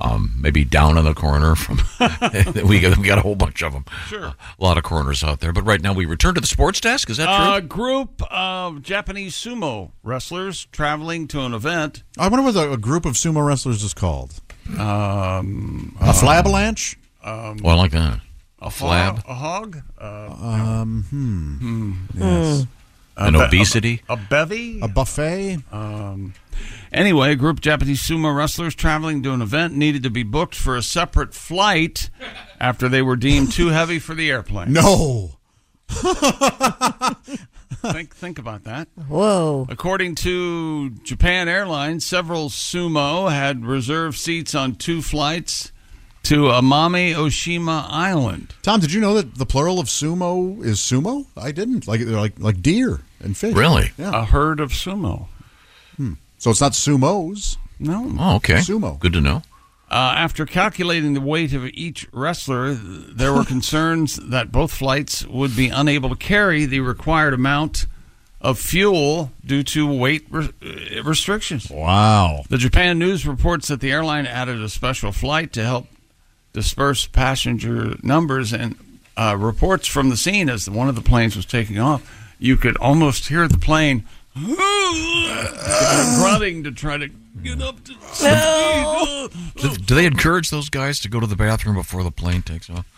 E: um, maybe down in the corner from we got, we got a whole bunch of them. Sure, a lot of corners out there. But right now, we return to the sports desk. Is that true?
A: A Uh, group of Japanese sumo wrestlers traveling to an event.
G: I wonder what a, a group of sumo wrestlers is called.
A: Um,
G: a flabalanche?
A: Um,
E: Well, I like that.
A: A
E: flab.
A: flab, a hog, uh,
G: Um, hmm. Yes.
A: a
E: An
A: be-
E: obesity?
A: a, a bevy, a
G: buffet.
A: Um, anyway, a group of Japanese sumo wrestlers traveling to an event needed to be booked for a separate flight after they were deemed too heavy for the airplane.
G: No.
A: think think about that.
D: Whoa.
A: According to Japan Airlines, several sumo had reserved seats on two flights to Amami Oshima Island.
G: Tom, did you know that the plural of sumo is sumo? I didn't. Like they're like like deer and fish.
A: Really?
G: Yeah. Hmm.
A: A herd of sumo.
G: So it's not sumos.
A: No.
E: Oh, okay. Good to know.
A: Uh, after calculating the weight of each wrestler, there were concerns that both flights would be unable to carry the required amount of fuel due to weight re- uh, restrictions.
E: Wow.
A: The Japan News reports that the airline added a special flight to help disperse passenger numbers, and uh, reports from the scene as one of the planes was taking off, you could almost hear the plane grunting to try to get up to speed.
E: Do, do they encourage those guys to go to the bathroom before the plane takes off?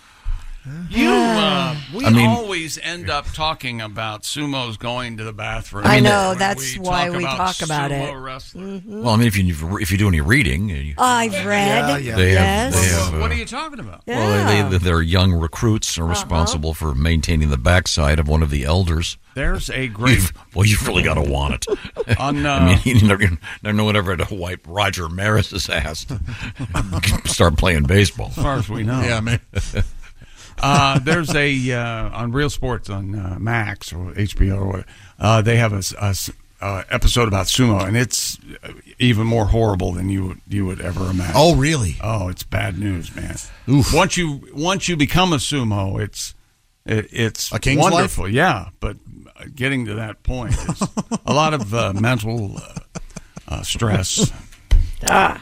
A: You, uh, we
E: I mean-
A: always end up talking about sumos going to the bathroom.
D: I know,
A: When
D: that's why we talk about
A: sumo
D: it.
A: wrestling.
D: Mhm.
E: Well, I mean, if you if you do any reading, you,
D: I've read.
E: They have-
D: yes.
E: they have, uh,
A: What are you talking about?
E: Well, they, they, their young recruits are
D: Uh-huh.
E: responsible for maintaining the backside of one of the elders.
A: There's a great.
E: You've- well, you've really got to want it.
A: On, uh,
E: I mean, you never, you never know whatever to wipe Roger Maris's ass to start playing baseball.
A: As far as we know.
E: Yeah, man.
A: uh, there's a uh, on Real Sports on uh, Max or HBO. Or whatever, uh, they have a, s- a s- uh, episode about sumo, and it's uh, even more horrible than you would, you would ever imagine.
L: Oh, really?
A: Oh, it's bad news, man. Once you once you become a sumo, it's it, it's
L: A king's life?
A: wonderful. Yeah, but uh, getting to that point, is a lot of uh, mental uh, uh, stress,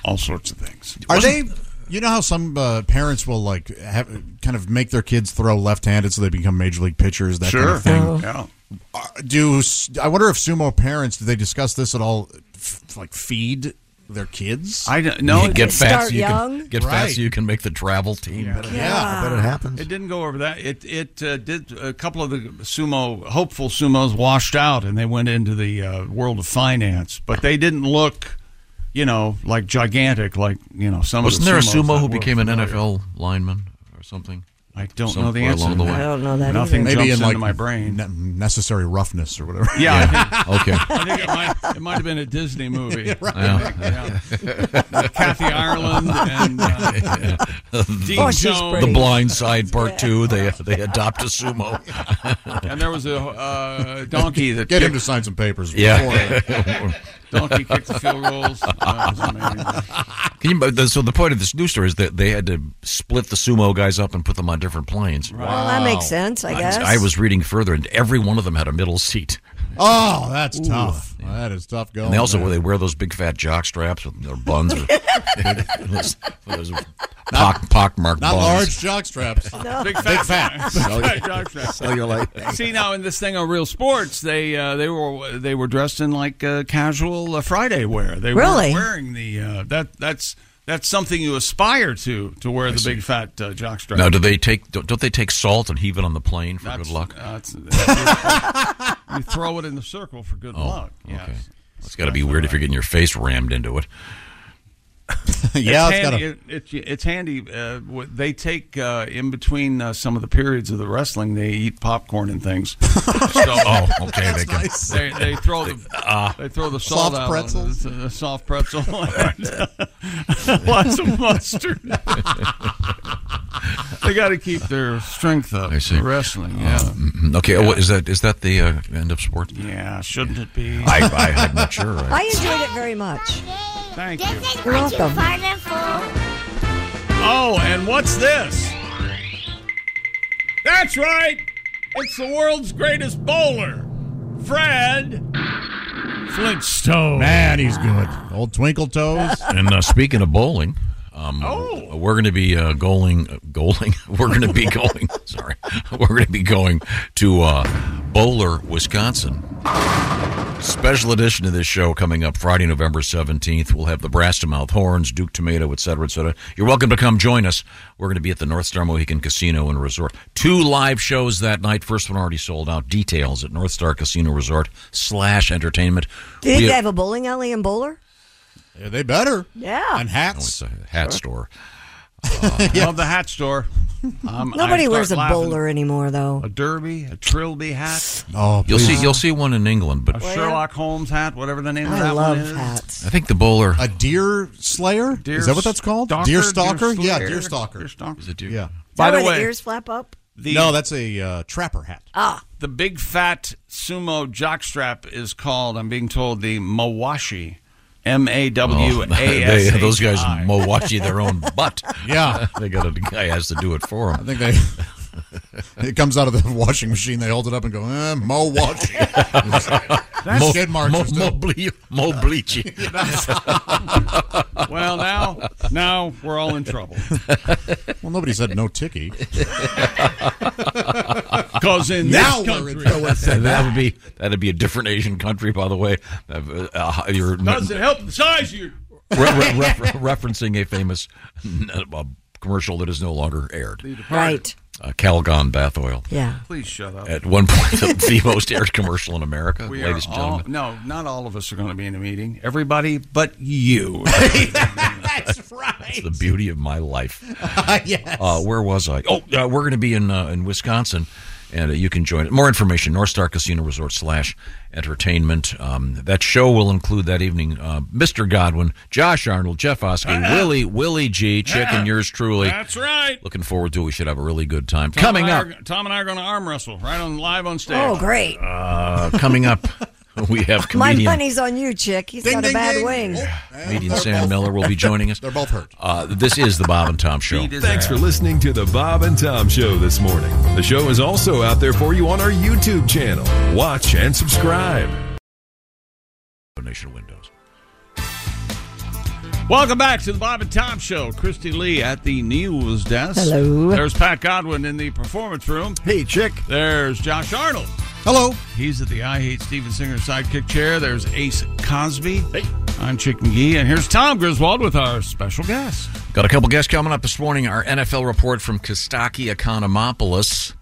A: all sorts of things.
G: Are they? You know how some uh, parents will like have, kind of make their kids throw left-handed so they become major league pitchers. That
A: sure?
G: kind
E: Oh.
G: of thing.
A: Yeah.
G: Uh, Do s- I wonder if sumo parents do they discuss this at all? F- like feed their kids?
A: I don't- no,
E: You get fat so you
G: young?
E: Can, get fat
G: Right.
E: so you can make the travel team.
A: Yeah.
G: Yeah,
A: I bet it happens. It didn't go over that. It it uh, did. A couple of the sumo hopeful sumos washed out, and they went into the uh, world of finance. But they didn't look, you know, like gigantic, like you know some.
E: Wasn't
A: of the
E: there a
A: sumos
E: sumo
A: that
E: who
A: were
E: became an
A: familiar.
E: NFL lineman or something?
A: I don't
E: Some-
A: know the
E: or
A: answer.
E: along
A: to
E: the way.
A: that. Nothing jumps into my brain.
G: ne- necessary roughness or whatever.
A: Yeah. I think,
E: okay.
A: I think it might, it might have been a Disney movie.
G: Right.
A: I think, yeah. Kathy Ireland and uh, Dean
E: the,
A: Jones.
E: the Blind Side Part Two. They they adopt a sumo.
A: And there was a uh, donkey that
G: Get him
A: kicked-
G: to sign some papers.
E: Yeah.
A: donkey kicked the field goals. That was amazing.
E: Can you, but the- so the point of this news story is that they had to split the sumo guys up and put them on different planes.
D: Well, that makes sense, I guess.
E: I was reading further, and every one of them had a middle seat.
G: Oh, that's tough. That is tough going.
E: And they also
G: there.
E: they wear those big fat jock straps with their buns, with, those, those
G: Not-
E: pock pockmarked
G: Not
E: buns.
G: large jock straps.
A: Big fat.
G: Big fat.
A: Big fat jockstrap. See now in this thing on Real Sports, they uh, they were they were dressed in like uh, casual uh, Friday wear. They
D: Really?
A: were wearing the uh, that that's that's something you aspire to to wear the big fat uh, jockstrap.
E: Now, do they take don't, don't they take salt and heave it on the plane for
A: That's-
E: good luck?
A: uh, it's- that's- you throw it in the circle for good
E: Oh,
A: luck. Yes.
E: okay. It's got to be weird if you're getting your face rammed into it.
G: yeah, it's got
A: handy,
G: a.
A: it- it- it's handy. Uh, what- they take uh, in between uh, some of the periods of the wrestling, they eat popcorn and things. So,
E: oh, okay. they, can, Ah.
A: They, they throw the they throw the salt
G: Soft
A: out on
G: pretzels?
A: the- the soft pretzel, and lots of mustard. they got to keep their strength up.
E: I see.
A: for Wrestling, yeah,
E: Mm, Okay, oh, what- is that is that the uh, end of sports?
A: yeah. Shouldn't it be?
E: I, I, I'm not sure.
D: I enjoyed it very much.
A: Thank
D: you.
A: is
D: You're
A: what you
D: welcome.
A: Oh, and what's this? That's right. It's the world's greatest bowler, Fred Flintstone.
G: Man, he's good. Old Twinkle Toes.
E: And uh, speaking of bowling, um, we're going to be uh, going, uh, going. We're going to be going. sorry, we're going to be going to uh, Bowler, Wisconsin. Special edition of this show coming up Friday, November seventeenth. We'll have the Brass to Mouth Horns, Duke Tomato, et cetera, et cetera. You're welcome to come join us. We're going to be at the North Star Mohican Casino and Resort. Two live shows that night. First one already sold out. Details at North Star Casino Resort slash Entertainment.
D: Do you think
E: We-
D: they have a bowling alley in Bowler?
G: Yeah, they better.
D: Yeah.
G: And hats.
E: No, it's a hat store.
A: Love the hat store. Um, I
D: Nobody wears a
A: start laughing.
D: bowler anymore, though.
A: A derby, a trilby hat,
G: Oh,
E: You'll
G: please.
E: see, you'll see one in England,
A: a
E: but
A: Sherlock Holmes hat, whatever the name of
D: I
A: that
D: love
A: one is.
D: hats.
E: I think the bowler.
G: A deer slayer?
A: Deer
G: Is that what that's called?
A: stalker,
G: deer stalker?
A: deer
G: yeah,
A: slayer.
G: deer stalker.
A: Deer stalker.
E: Is it deer?
G: Yeah.
D: Is
A: By
D: that
A: the
D: where
A: way,
D: the ears flap up?
A: the,
G: no, that's a uh, trapper hat.
D: Ah,
A: the big fat sumo jockstrap is called, I'm being told, the mawashi. M A W A
E: They-
A: S.
E: Oh, Those guys in Milwaukee, their own butt.
G: Yeah.
E: they got a the guy has to do it for them.
G: I think they. It comes out of the washing machine. They hold it up and go, eh, Mo washing.
E: Mo-
G: skid marks.
E: Mo-
G: are still-
E: Mo ble- Mo bleachy.
A: well, now, now we're all in trouble.
G: Well, nobody said no ticky.
A: 'Cause in
G: now
A: this
G: we're in
A: country-
G: trouble.
E: that, would be that'd be a different Asian country, by the way. Uh, uh, you're
A: Doesn't help the size of your.
E: re- re- re- referencing a famous uh, commercial that is no longer aired.
D: Right.
E: Uh, Calgon bath oil.
D: Yeah.
A: Please shut up.
E: At one point, the, the most aired commercial in America,
A: We
E: ladies
A: are
E: and
A: all-
E: gentlemen.
A: no, not all of us are going to be in a meeting. Everybody but you.
E: That's right. the beauty of my life.
A: Yes.
E: Uh, where was I? Oh, uh, we're going to be in uh, in Wisconsin, and uh, you can join it. More information: North Star Casino Resort slash entertainment. Um, that show will include that evening uh, Mr. Godwin, Josh Arnold, Jeff Oskey, Willie Willie G, Chick, and yours truly.
A: That's right.
E: Looking forward to. it. We should have a really good time.
A: Tom
E: coming
A: and I
E: up,
A: are- Tom and I are going to arm wrestle right on live on stage.
D: Oh, great.
E: uh, coming up, we have
D: My
E: comedian.
D: money's on you, chick. He's got a bad wing.
E: Comedian Sam Miller will be joining us. They're
G: both hurt.
E: Uh, this is the Bob and Tom Show.
K: Thanks for listening to the Bob and Tom Show this morning. The show is also out there for you on our YouTube channel. Watch and subscribe.
E: Donation windows.
A: Welcome back to the Bob and Tom Show. Christy Lee at the news desk.
D: Hello.
A: There's Pat Godwin in the performance room.
F: Hey, chick.
A: There's Josh Arnold.
G: Hello.
A: He's at the I Hate Steven Singer sidekick chair. There's Ace Cosby. Hey. I'm Chick McGee. And here's Tom Griswold with our special guest.
E: Got a couple guests coming up this morning. Our NFL report from Kostaki Economopoulos,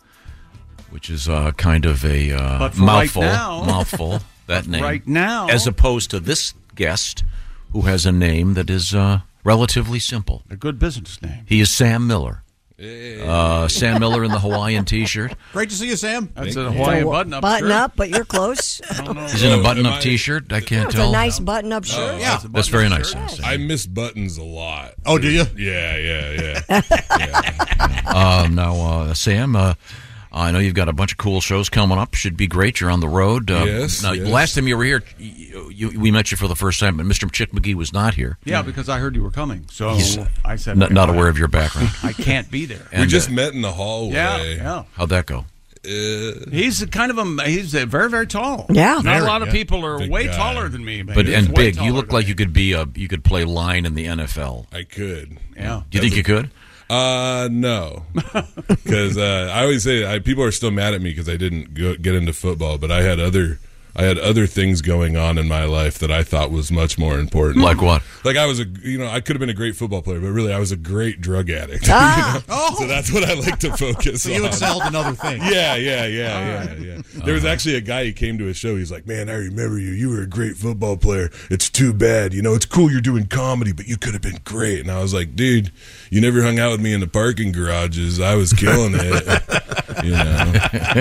E: which is uh, kind of a uh,
A: But for right
E: mouthful.
A: now-
E: mouthful that
A: But
E: name
A: right now-
E: as opposed to this guest who has a name that is uh, relatively simple.
A: A good business name.
E: He is Sam Miller. Uh, Sam Miller in the Hawaiian T-shirt.
G: Great to see you, Sam.
A: That's a Hawaiian button up.
D: Button up, but you're close.
E: He's in a button-up T-shirt. I can't
D: It's
E: tell.
D: a nice button up shirt.
E: Yeah. that's That's very nice, yes,
N: I miss buttons a lot.
G: Oh, do you?
N: Yeah, yeah, yeah.
E: uh, now, uh, Sam, uh, I know you've got a bunch of cool shows coming up. Should be great. You're on the road. Uh,
N: Yes,
E: Now,
N: yes.
E: last time you were here, you, you, we met you for the first time, but Mr. Chick McGee was not here.
A: Yeah, because I heard you were coming. So
E: He's
A: I said,
E: Hmm. not, not aware of your background. uh,
A: I can't be there.
N: we just met in the hallway. Uh,
A: Yeah, yeah.
E: How'd that go?
A: He's kind of a he's a very very tall.
E: Yeah.
A: not a
E: Very,
A: lot of
E: yeah.
A: people are
E: Big
A: way
E: guy.
A: taller than me. man.
E: but
A: He's
E: and
A: way
E: big,
A: taller
E: you look
A: than
E: like you could be a you could play line in the NFL.
N: I could.
A: Yeah.
E: Do you think you could?
N: Uh, no, because uh, I always say I, people are still mad at me because I didn't go, get into football, but I had other. I had other things going on in my life that I thought was much more important.
E: Like what?
N: Like I was a, you know, I could have been a great football player, but really I was a great drug addict.
E: Ah.
N: So that's what I like to focus
G: Oh! So you
N: on.
G: excelled in other things.
N: Yeah, yeah, yeah, yeah, yeah. There
E: Uh-huh.
N: was actually a guy who came to a show. He's like, "Man, I remember you. You were a great football player. It's too bad, you know. It's cool you're doing comedy, but you could have been great." And I was like, "Dude, you never hung out with me in the parking garages. I was killing it, you know."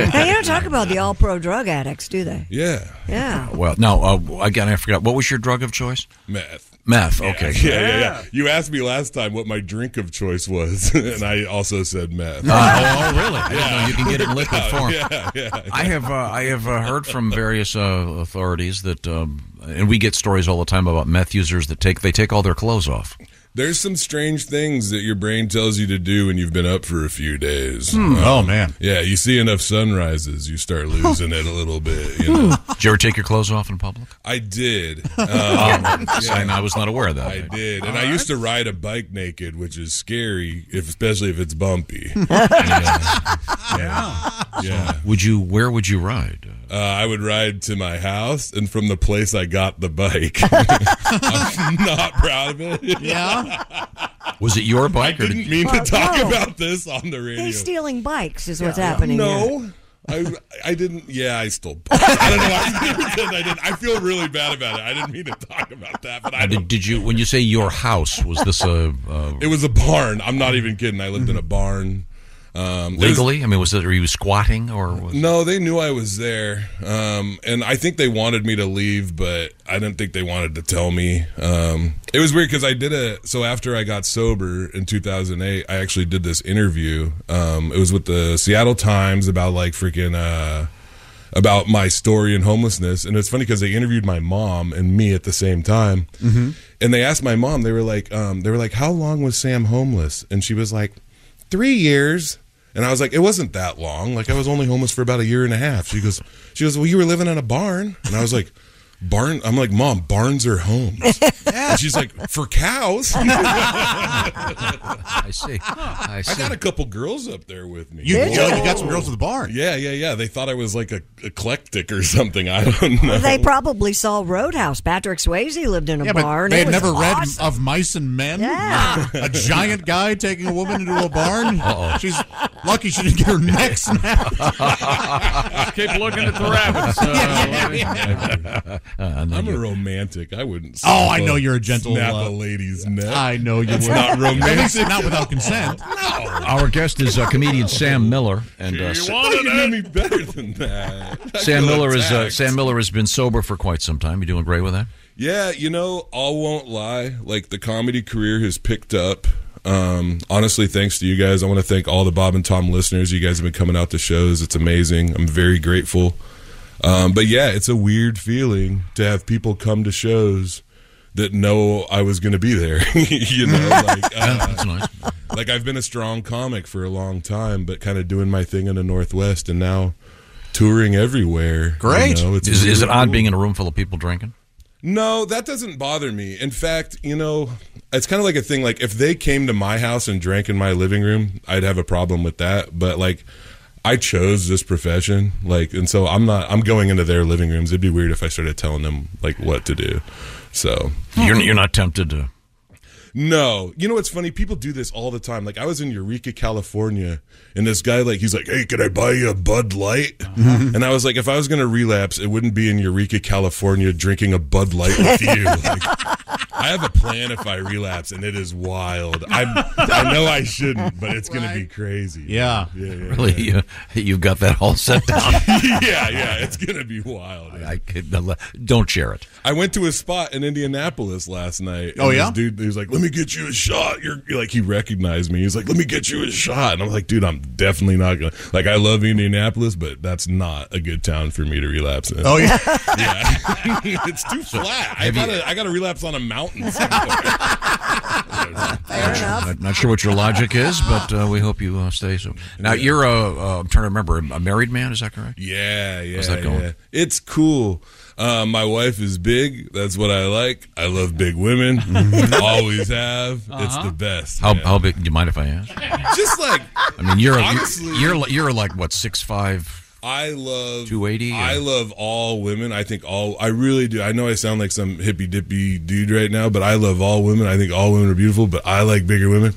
D: Hey, you don't talk about the all pro drug addicts, do they?
N: Yeah.
D: Yeah.
E: Well, no. Uh, again, I forgot. What was your drug of choice?
N: Meth.
E: Meth. Okay.
N: Yeah, yeah, yeah. You asked me last time what my drink of choice was, and I also said meth.
E: Uh, oh, really? I didn't know you can get it in liquid
N: Yeah,
E: form.
N: Yeah, yeah.
E: I have uh, I have uh, heard from various uh, authorities that, um, and we get stories all the time about meth users that take they take all their clothes off.
N: There's some strange things that your brain tells you to do when you've been up for a few days.
E: Hmm. Oh, man.
N: Yeah, you see enough sunrises, you start losing it a little bit. You know?
E: Did you ever take your clothes off in public?
N: I did. Um,
E: and I was not aware of that.
N: I did, and I used to ride a bike naked, which is scary, if, especially if it's bumpy. Yeah.
E: Would you? Where would you ride?
N: Uh, I would ride to my house, and from the place I got the bike. I'm not proud of it.
D: Yeah.
E: Was it your bike?
N: I
E: or did
N: didn't mean
D: Well,
N: to talk
D: no.
N: about this on the radio.
D: He's stealing bikes, is what's
N: Yeah.
D: happening.
N: No.
D: here.
N: I, I didn't. Yeah, I still. I don't know. I never said I did. I feel really bad about it. I didn't mean to talk about that, but I.
E: Did, did you? When you say your house, was this a, a
N: It was a barn. I'm not even kidding. I lived in a barn. Um, it was-
E: legally? I mean, was it? Were you squatting or? Was,
N: no, they knew I was there, um, and I think they wanted me to leave, but I didn't think they wanted to tell me. Um, it was weird because I did a so after I got sober in 2008, I actually did this interview. Um, it was with the Seattle Times about like freaking. Uh, about my story in homelessness. And it's funny because they interviewed my mom and me at the same time.
J: Mm-hmm.
N: And they asked my mom, they were like, um, they were like, how long was Sam homeless? And she was like, three years. And I was like, it wasn't that long. Like I was only homeless for about a year and a half. She goes, she goes, well, you were living in a barn. And I was like, barn. I'm like, mom, barns are homes. And she's like, for cows. I
E: see. I
N: I got a couple girls up there with me.
G: You Did did? you got some girls at
N: at
G: the barn?
N: Yeah, yeah, yeah. They thought I was like a eclectic or something. I don't know.
D: Well, they probably saw Roadhouse. Patrick Swayze lived in a
G: Yeah, but
D: barn.
G: they
D: It
G: had
D: was
G: never read
D: awesome.
G: of mice and men.
D: Yeah.
G: a giant guy taking a woman into a barn.
E: Uh-oh.
G: She's lucky she didn't get her neck snapped.
A: Keep looking at the rabbits.
N: Uh, I'm a romantic. I wouldn't. snap
G: Oh, I know
N: a-
G: you're a gentle,
N: Snap
G: uh,
N: a lady's neck.
G: I know you
N: It's
G: would.
N: not
G: At
N: romantic.
G: least not without consent.
E: Our guest is uh, comedian Sam Miller, and uh, Sa-
N: you knew me better than that. I
E: Sam
N: feel
E: Miller is uh,
N: attacked.
E: Sam Miller has been sober for quite some time. You doing great with that?
N: Yeah, you know, I won't lie. Like the comedy career has picked up. Um, honestly, thanks to you guys. I want to thank all the Bob and Tom listeners. You guys have been coming out to shows. It's amazing. I'm very grateful. Um, but yeah, it's a weird feeling to have people come to shows that know I was going to be there. you know, like, uh, like I've been a strong comic for a long time, but kind of doing my thing in the Northwest and now touring everywhere.
E: Great.
N: You know,
E: is, is it
N: really
E: odd
N: cool.
E: being in a room full of people drinking?
N: No, that doesn't bother me. In fact, you know, it's kind of like a thing like if they came to my house and drank in my living room, I'd have a problem with that, but like I chose this profession, like and so I'm not I'm going into their living rooms. It'd be weird if I started telling them like what to do. So,
E: You're you're not tempted to.
N: no, you know what's funny? People do this all the time. Like I was in Eureka, California, and this guy like he's like, "Hey, can I buy you a Bud Light?"
E: Uh-huh.
N: And I was like, if I was going to relapse, it wouldn't be in Eureka, California, drinking a Bud Light with you. Like, I have a plan if I relapse, and it is wild. I I know I shouldn't, but it's going to be crazy.
E: Yeah.
N: yeah, yeah,
E: Really,
N: yeah.
E: You, you've got that all set down.
N: yeah, yeah, it's going to be wild.
E: I could, uh, don't share it.
N: I went to a spot in Indianapolis last night. and
E: Oh, yeah?
N: this dude. He was like, "Let me get you a shot." You're like, he recognized me. He's like, "Let me get you a shot," and I'm like, "Dude, I'm definitely not gonna." Like, I love Indianapolis, but that's not a good town for me to relapse in.
G: Oh, yeah.
N: yeah, it's too flat. I
E: have you-
N: got I got to relapse on a mountain. somewhere.
E: Not, not sure what your logic is, but uh, we hope you uh, stay so. Now you're a uh, I'm trying to remember a married man. Is that correct?
N: Yeah, yeah,
E: How's that going?
N: yeah. It's cool. Uh, my wife is big. That's what I like. I love big women. Always have. It's
E: Uh-huh.
N: the best.
E: How
N: man.
E: how big? Do you mind if I ask?
N: Just like
E: I mean, you're
N: Honestly.
E: you're you're, you're like what six five.
N: I love
E: 280, yeah.
N: I love all women. I think all I really do. I know I sound like some hippy dippy dude right now, but I love all women. I think all women are beautiful, but I like bigger women.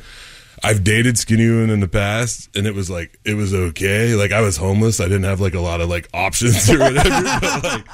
N: I've dated skinny women in the past, and it was like it was okay. Like I was homeless, I didn't have like a lot of like options or whatever. but like,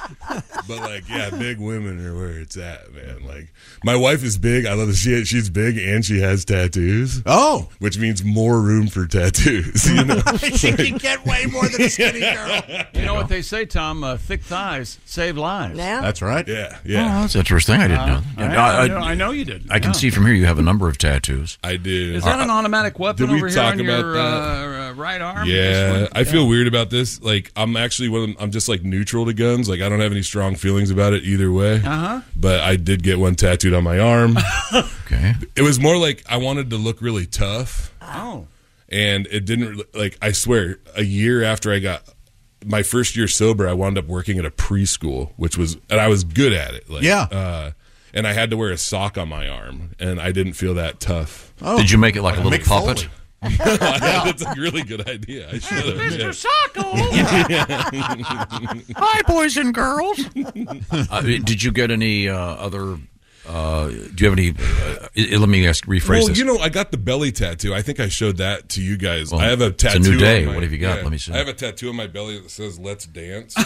N: but like, yeah, big women are where it's at, man. Like my wife is big. I love that she she's big and she has tattoos.
G: Oh,
N: which means more room for tattoos. You know,
A: she
N: can
A: get
G: way more than a skinny girl.
A: You know what they say, Tom? Uh, thick thighs save lives.
D: Yeah.
G: That's right.
N: Yeah,
E: Oh, that's interesting. I didn't
A: Uh,
E: know.
A: I,
E: that.
A: I know, I know you did.
E: I can see from here you have a number of tattoos.
N: I do.
A: Is that an automatic weapon
N: Uh, we
A: over here
N: talk
A: on
N: about
A: your uh, uh, right arm?
N: Yeah,
A: This one?
N: I feel weird about this. Like, I'm actually one. Of them, I'm just like neutral to guns. Like, I don't have any strong feelings about it either way.
A: Uh-huh.
N: But I did get one tattooed on my arm.
E: okay.
N: It was more like I wanted to look really tough,
A: Oh.
N: and it didn't. Really, like, I swear, a year after I got my first year sober, I wound up working at a preschool, which was, and I was good at it. Like,
G: Yeah.
N: Uh, and I had to wear a sock on my arm, and I didn't feel that tough.
E: Did you make it like a little
N: Mick
E: puppet?
N: Foley. That's a really good idea. I should have. yeah.
A: Mr. Socko. Hi, boys and girls.
E: Uh, did you get any uh, other? Uh, do you have any? Uh, i- let me ask. Rephrase
N: Well,
E: this.
N: you know, I got the belly tattoo. I think I showed that to you guys.
E: Well,
N: I have a
E: it's a
N: tattoo.
E: new day.
N: on my-
E: What have you got? Let me see. Oh,
N: I have a tattoo on my belly that says "Let's dance." Um,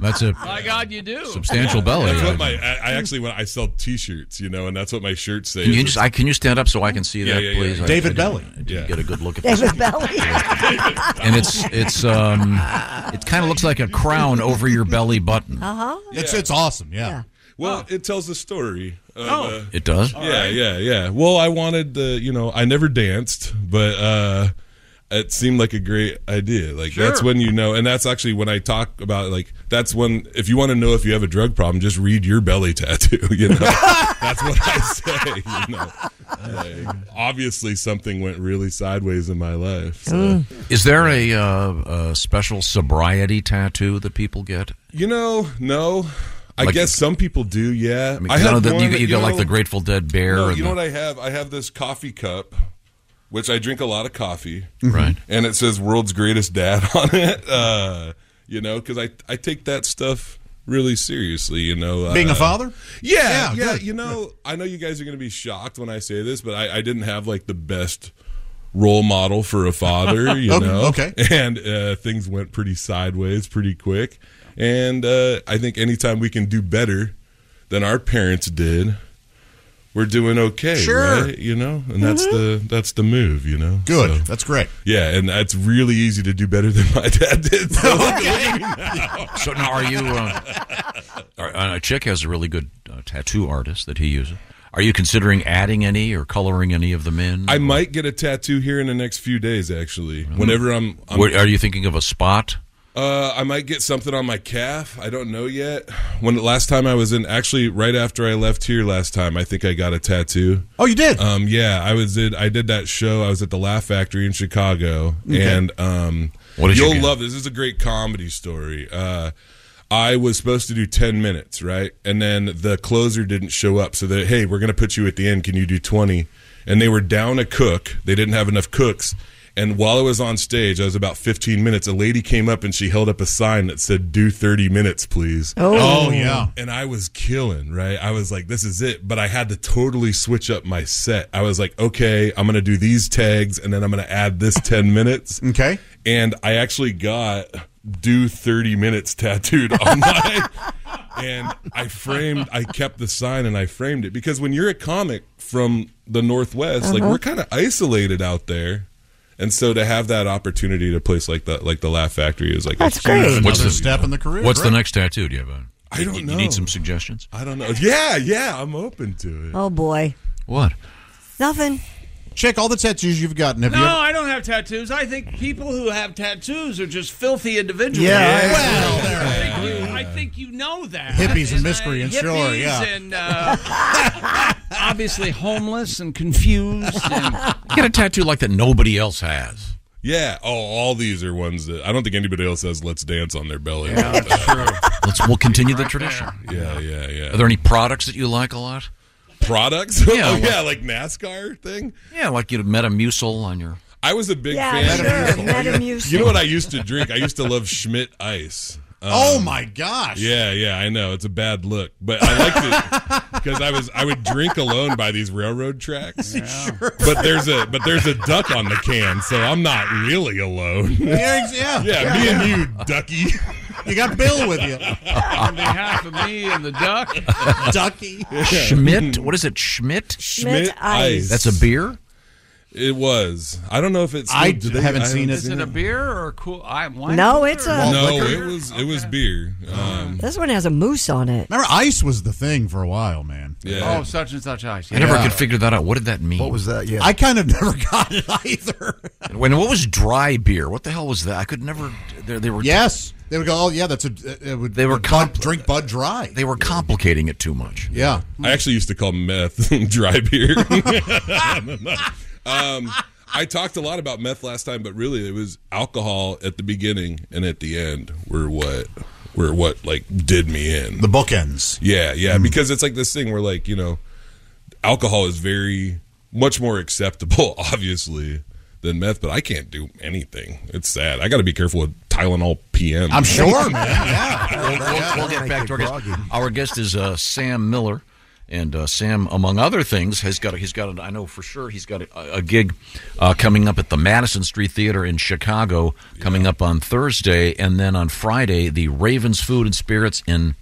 E: that's a
A: My God, you do.
E: Substantial belly.
N: That's what my. I, I actually when I sell T-shirts, you know, and that's what my shirts say.
E: Can you
N: is
E: just? I can you stand up so I can see
N: Yeah,
E: that,
N: yeah, yeah.
E: please? I-
N: David
E: I didn't-
N: Belly.
E: I didn't
N: Yeah.
E: get a good look at this.
D: David Belly.
E: And it's it's um, it kind of looks like a crown over your belly button.
D: Uh huh.
G: It's it's awesome. Yeah.
N: Well, it tells the story. Of,
G: Oh.
N: uh,
E: It does?
N: Yeah, yeah, yeah. Well, I wanted the, you know, I never danced, but uh it seemed like a great idea. Like
J: Sure.
N: that's when you know, and that's actually when I talk about like that's when if you want to know if you have a drug problem, just read your belly tattoo. You know, that's what I say. You know, Like, obviously something went really sideways in my life. So.
E: Is there a, uh, a special sobriety tattoo that people get?
N: You know, no. I
E: Like-
N: guess some people do. Yeah, I,
E: mean, 'cause I know that you-
N: that,
E: you got, like, the Grateful Dead bear
N: No,
E: and
N: you know
E: the-
N: what I have? I have this coffee cup, which I drink a lot of coffee,
A: Mm-hmm.
E: Right.
N: And it says "World's Greatest Dad" on it. Uh, you know, because I I take that stuff really seriously. You know, uh,
A: Being a father?
N: Yeah, yeah.
A: Yeah, good.
N: You know, I know you guys are going to be shocked when I say this, but I, I didn't have like the best role model for a father. You
A: Okay,
N: know,
A: okay.
N: and uh, things went pretty sideways pretty quick. And uh, I think anytime we can do better than our parents did, we're doing okay.
A: Sure. Mm-hmm.
N: right? you know, and that's the that's the move. You know,
A: Good. That's great.
N: Yeah, and that's really easy to do better than my dad did. So
E: so now are you? Uh, are, uh, Chick has a really good uh, tattoo artist that he uses. Are you considering adding any or coloring any of them in?
N: I might get a tattoo here in the next few days. Actually, whenever I'm, I'm
E: Where- Hmm? are you thinking of a spot?
N: Uh, I might get something on my calf. I don't know yet. When last time I was in, actually, right after I left here last time, I think I got a tattoo.
A: Oh, you did?
N: Um, yeah, I was in. I did that show. I was at the Laugh Factory in Chicago,
A: Okay.
N: and um,
A: What did you
N: you'll
A: get?
N: love this. This is a great comedy story. Uh, I was supposed to do ten minutes, right? And then the closer didn't show up, so they hey, we're gonna put you at the end. Can you do twenty? And they were down a cook. They didn't have enough cooks. And while I was on stage, I was about 15 minutes. A lady came up and she held up a sign that said, "Do 30 minutes, please."
A: Oh. Oh, yeah.
N: And I was killing, right? I was like, "This is it." But I had to totally switch up my set. I was like, "Okay, I'm going to do these tags, and then I'm going to add this 10 minutes."
G: Okay.
N: And I actually got "Do 30 minutes" tattooed on my. and I framed. I kept the sign and I framed it because when you're a comic from the Northwest, like
A: Uh-huh.
N: we're kind of isolated out there. And so to have that opportunity to place like that, like the Laugh Factory, is like a huge-
E: What's the What's the
N: Right.
E: next tattoo? Do you have? A,
N: I don't
E: you,
N: know.
E: You need some suggestions.
N: I don't know. Oh, Yeah, yeah, I'm open to it.
D: Oh boy,
E: What?
D: nothing.
G: Check all the tattoos you've gotten. Have
A: no,
G: you? Ever-
A: I don't have tattoos. I think people who have tattoos are just filthy individuals.
G: Yeah, I-
A: well,
G: Yeah.
A: there I, think you, I think you know that.
G: Hippies and miscreants,
A: uh,
G: sure,
A: hippies
G: yeah.
A: and uh, obviously homeless and confused. And,
E: Get a tattoo like that nobody else has.
N: Yeah. Oh, all these are ones that I don't think anybody else has. Let's dance on their belly.
E: Yeah, that's Let's we'll continue the tradition.
N: Yeah, yeah, yeah.
E: Are there any products that you like a lot?
N: Products?
E: Yeah,
N: oh,
E: like-
N: yeah, like NASCAR thing.
E: Yeah, like you Metamucil on your.
N: I was a big
E: Yeah,
N: fan.
E: sure, Metamucil.
N: You know what I used to drink? I used to love Schmidt Ice. Um,
G: oh my gosh!
N: Yeah, yeah, I know it's a bad look, but I liked it because I was I would drink alone by these railroad tracks. But there's a but there's a duck on the can, so I'm not really alone.
A: Yeah, ex- yeah.
N: yeah, me and you, ducky.
G: You got Bill with you.
A: on behalf of me and the duck,
G: ducky.
E: Schmidt? What is it? Schmidt?
A: Schmidt Ice.
E: That's a beer?
N: It was. I don't know if it's.
G: I
N: do they-
G: haven't
N: I
G: seen
A: Is it a beer or a cool? I wine.
D: No,
A: cooler?
D: it's a- Malt
N: no,
D: liquor?
N: it was it was beer. Um,
D: This one has a moose on it.
G: Remember, ice was the thing for a while, man.
N: Yeah.
A: Oh, such and such ice.
E: I never
G: Yeah.
E: could figure that out. What did that mean?
G: What was that? Yeah. I kind of never got it
E: either. When what was dry beer? What the hell was that? I could never. They, they were
G: Yes, they would go. Oh yeah, that's a. It would,
E: They were
G: Bud-
E: comp-
G: drink Bud Dry.
E: They were complicating it too much.
G: Yeah.
N: I actually used to call meth dry beer. um, I talked a lot about meth last time, but really it was alcohol at the beginning and at the end were what were what like did me in.
G: The bookends. Hmm.
N: Yeah, yeah, because it's like this thing where like you know, alcohol is very much more acceptable, obviously, than meth. But I can't do anything. It's sad. I got to be careful with Tylenol PM.
G: I'm sure, man.
E: We'll, we'll- we'll get back to our guest. Our guest is uh, Sam Miller, and uh, Sam, among other things, has got a, he's got an, I know for sure he's got a, a gig uh, coming up at the Madison Street Theater in Chicago coming up on Thursday, and then on Friday the Ravens Food and Spirits in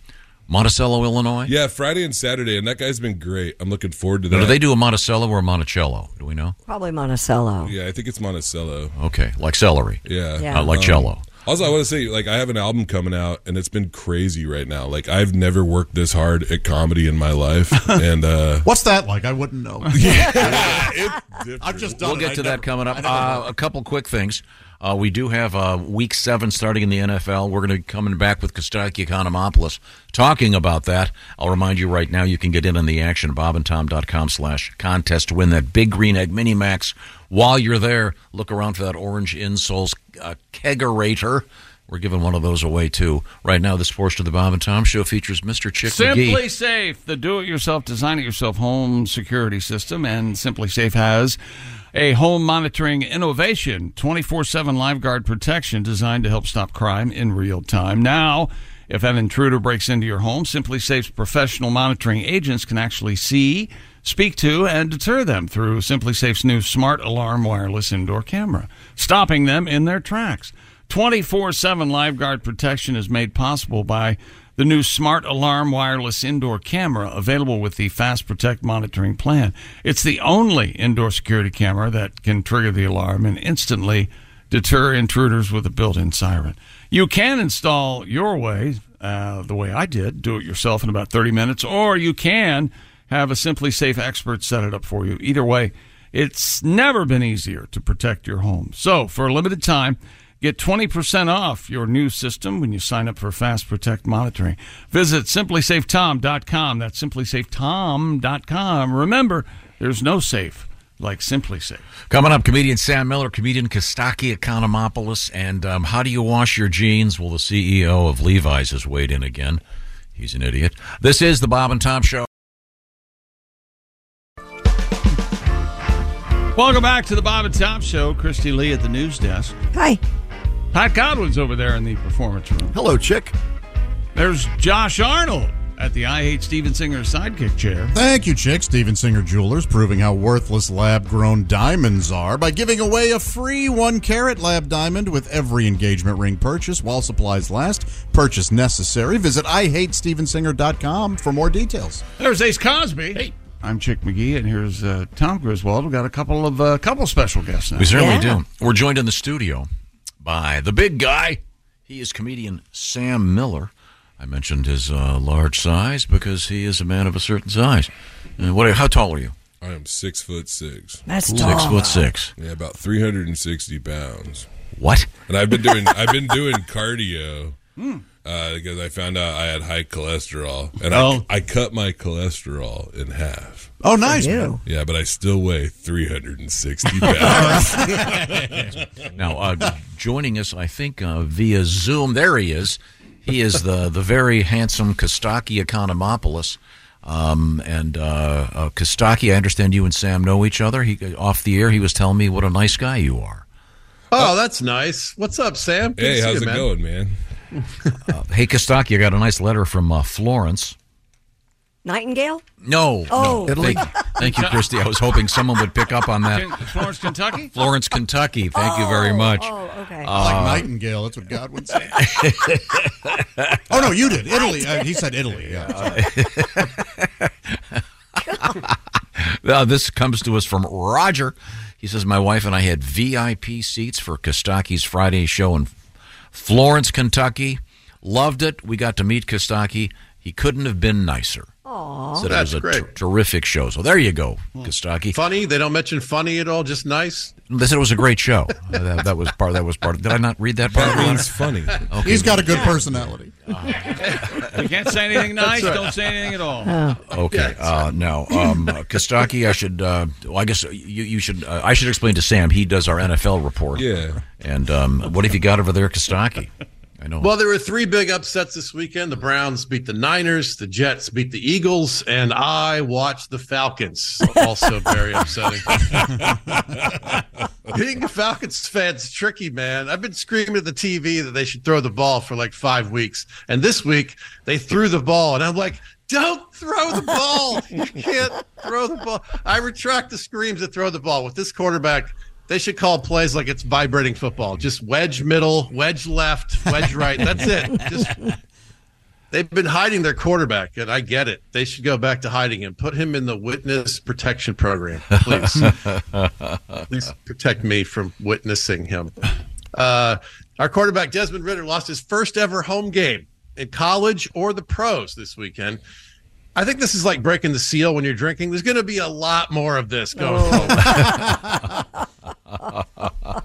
E: Monticello, Illinois.
N: Yeah, Friday and Saturday, and that guy's been great. I'm looking forward to that.
E: Now, do they do a Monticello or a Monticello? Do we know?
D: Probably Monticello.
N: Yeah, I think it's Monticello.
E: Okay, like celery.
N: Yeah,
D: Yeah.
E: Not like
N: Um,
E: cello.
N: Also, I want to say, like, I have an album coming out, and it's been crazy right now. Like, I've never worked this hard at comedy in my life, and uh,
G: What's that like? I wouldn't know.
E: I've
G: just done
E: We'll
G: it.
E: get
G: I never-
E: to that coming
G: I
E: up.
G: never
E: Uh,
G: know.
E: a couple quick things. Uh, we do have uh, week seven starting in the NFL. We're going to be coming back with Kostaki Economopoulos talking about that. I'll remind you right now, you can get in on the action, bobandtom.com slash contest to win that big green egg mini max. While you're there, look around for that orange insoles uh, kegerator. We're giving one of those away, too. Right now, this portion of the Bob and Tom Show features Mr. Chick McGee.
A: Simply Safe, the do it yourself, design it yourself home security system. And Simply Safe has a home monitoring innovation 24 7 lifeguard protection designed to help stop crime in real time. Now, if an intruder breaks into your home, Simply Safe's professional monitoring agents can actually see, speak to, and deter them through Simply Safe's new smart alarm wireless indoor camera, stopping them in their tracks. 24 7 lifeguard protection is made possible by the new smart alarm wireless indoor camera available with the Fast Protect monitoring plan. It's the only indoor security camera that can trigger the alarm and instantly deter intruders with a built in siren. You can install your way, uh, the way I did, do it yourself in about 30 minutes, or you can have a Simply Safe expert set it up for you. Either way, it's never been easier to protect your home. So, for a limited time, get 20% off your new system when you sign up for Fast Protect monitoring. Visit simplysafetom.com. That's simplysafetom.com. Remember, there's no safe like Simply Safe.
E: Coming up, comedian Sam Miller, comedian Kostaki Economopoulos, and um, how do you wash your jeans? Well, the CEO of Levi's has weighed in again. He's an idiot. This is the Bob and Tom Show.
A: Welcome back to the Bob and Tom Show. Christy Lee at the news desk.
D: Hi.
A: Pat Godwin's over there in the performance room. Hello, chick. There's Josh Arnold at the I Hate Steven Singer sidekick chair.
G: Thank you, Chick. Steven Singer Jewelers proving how worthless lab grown diamonds are by giving away a free one carat lab diamond with every engagement ring purchase while supplies last. Purchase necessary. Visit IHateStevenSinger.com for more details.
A: There's Ace Cosby. Hey. I'm Chick McGee, and here's uh, Tom Griswold. We've got a couple of uh, couple special guests now.
E: We certainly do. We're joined in the studio by the big guy. He is comedian Sam Miller. I mentioned his uh, large size because he is a man of a certain size. Uh, what? How tall are you?
N: I am six foot six.
E: That's Six tall. foot six.
N: Yeah, about three hundred and sixty pounds.
E: What?
N: And I've been doing I've been doing cardio
G: Hmm.
N: uh, because I found out I had high cholesterol, and
G: Oh.
N: I I cut my cholesterol in half.
G: Oh, nice, man.
N: Yeah, but I still weigh three hundred and sixty pounds.
E: now, uh, joining us, I think, uh, via Zoom. There he is. He is the, the very handsome Kostaki Economopoulos. Um, and uh, uh, Kostaki, I understand you and Sam know each other. He uh, Off the air, he was telling me what a nice guy you are.
J: Oh, that's nice. What's up, Sam? Good to
N: hey,
J: see
N: how's
J: you,
N: it
J: man.
N: going, man?
E: Uh, hey, Kostaki, I got a nice letter from uh, Florence.
D: Nightingale?
E: No.
D: Oh.
E: no.
D: Italy?
E: Thank, thank you, Christy. I was hoping someone would pick up on that.
A: Florence, Kentucky?
E: Florence, Kentucky. Thank you very much. Oh,
D: okay.
G: like Nightingale. That's what Godwin said. oh, no, you did. Italy. Uh, he said Italy. Yeah.
E: Uh, this comes to us from Roger. He says, My wife and I had VIP seats for Kostaki's Friday show in Florence, Kentucky. Loved it. We got to meet Kostaki. He couldn't have been nicer.
J: Aww.
E: Said it
J: That's
E: was a
J: great. Hmm.
E: ter- terrific show. So there you go, Kostaki.
J: Funny? They don't mention funny at all. Just nice.
E: They said it was a great show. Uh, that, that was part. That was part. Did I not read that part?
J: That means
E: funny.
G: He's got a good personality.
A: You can't say anything
G: That's
A: nice.
G: right.
A: Don't say anything at all.
E: Okay. Uh, no, um, uh, Kostaki. I should. Uh, well, I guess you, you should. Uh, I should explain to Sam. He does our NFL report.
J: Yeah.
E: And um, what have you got over there, Kostaki? I know.
J: Well, there were three big upsets this weekend. The Browns beat the Niners, the Jets beat the Eagles, and I watched the Falcons. Also very upsetting. Being a Falcons fan's tricky, man. I've been screaming at the TV that they should throw the ball for like five weeks. And this week they threw the ball, and I'm like, don't throw the ball. You can't throw the ball. I retract the screams that throw the ball. With this quarterback, they should call plays like it's vibrating football. Just wedge middle, wedge left, wedge right. That's it. Just They've been hiding their quarterback, and I get it. They should go back to hiding him. Put him in the witness protection program, please. please protect me from witnessing him. Uh, Our quarterback Desmond Ritter lost his first ever home game in college or the pros this weekend. I think this is like breaking the seal when you're drinking. There's going to be a lot more of this going forward.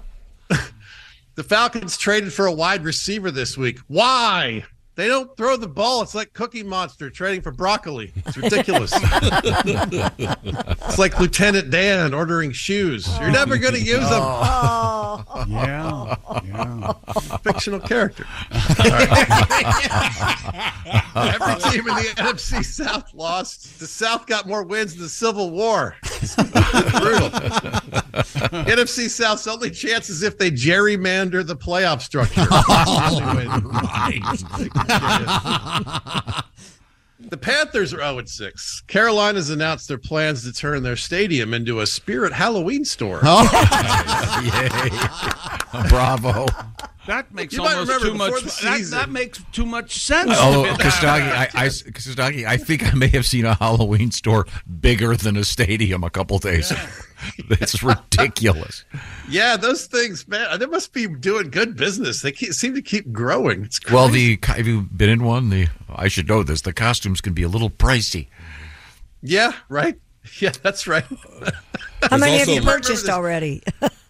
J: the Falcons traded for a wide receiver this week. Why? They don't throw the ball. It's like Cookie Monster trading for broccoli. It's ridiculous. it's like Lieutenant Dan ordering shoes. You're never going to use them.
A: yeah, yeah.
J: Fictional character. All right. Every team in the NFC South lost. The South got more wins than the Civil War. It's brutal. NFC South's only chance is if they gerrymander the playoff structure. The Panthers are oh, 0 6. Carolina's announced their plans to turn their stadium into a spirit Halloween store.
E: Oh, Bravo.
A: That makes
J: You might
A: almost
J: remember before
A: too much.
J: the
A: That,
J: season.
A: that makes too much sense.
E: Oh, Kostaki, I, I, Kostaki, I think I may have seen a Halloween store bigger than a stadium a couple days. ago. It's ridiculous.
J: Yeah, those things, man, they must be doing good business. They keep, seem to keep growing. It's crazy.
E: Well, the have you been in one? The I should know this. The costumes can be a little pricey.
J: yeah, right. Yeah, that's right.
D: How many have you
J: Remember
D: purchased
J: this-
D: already?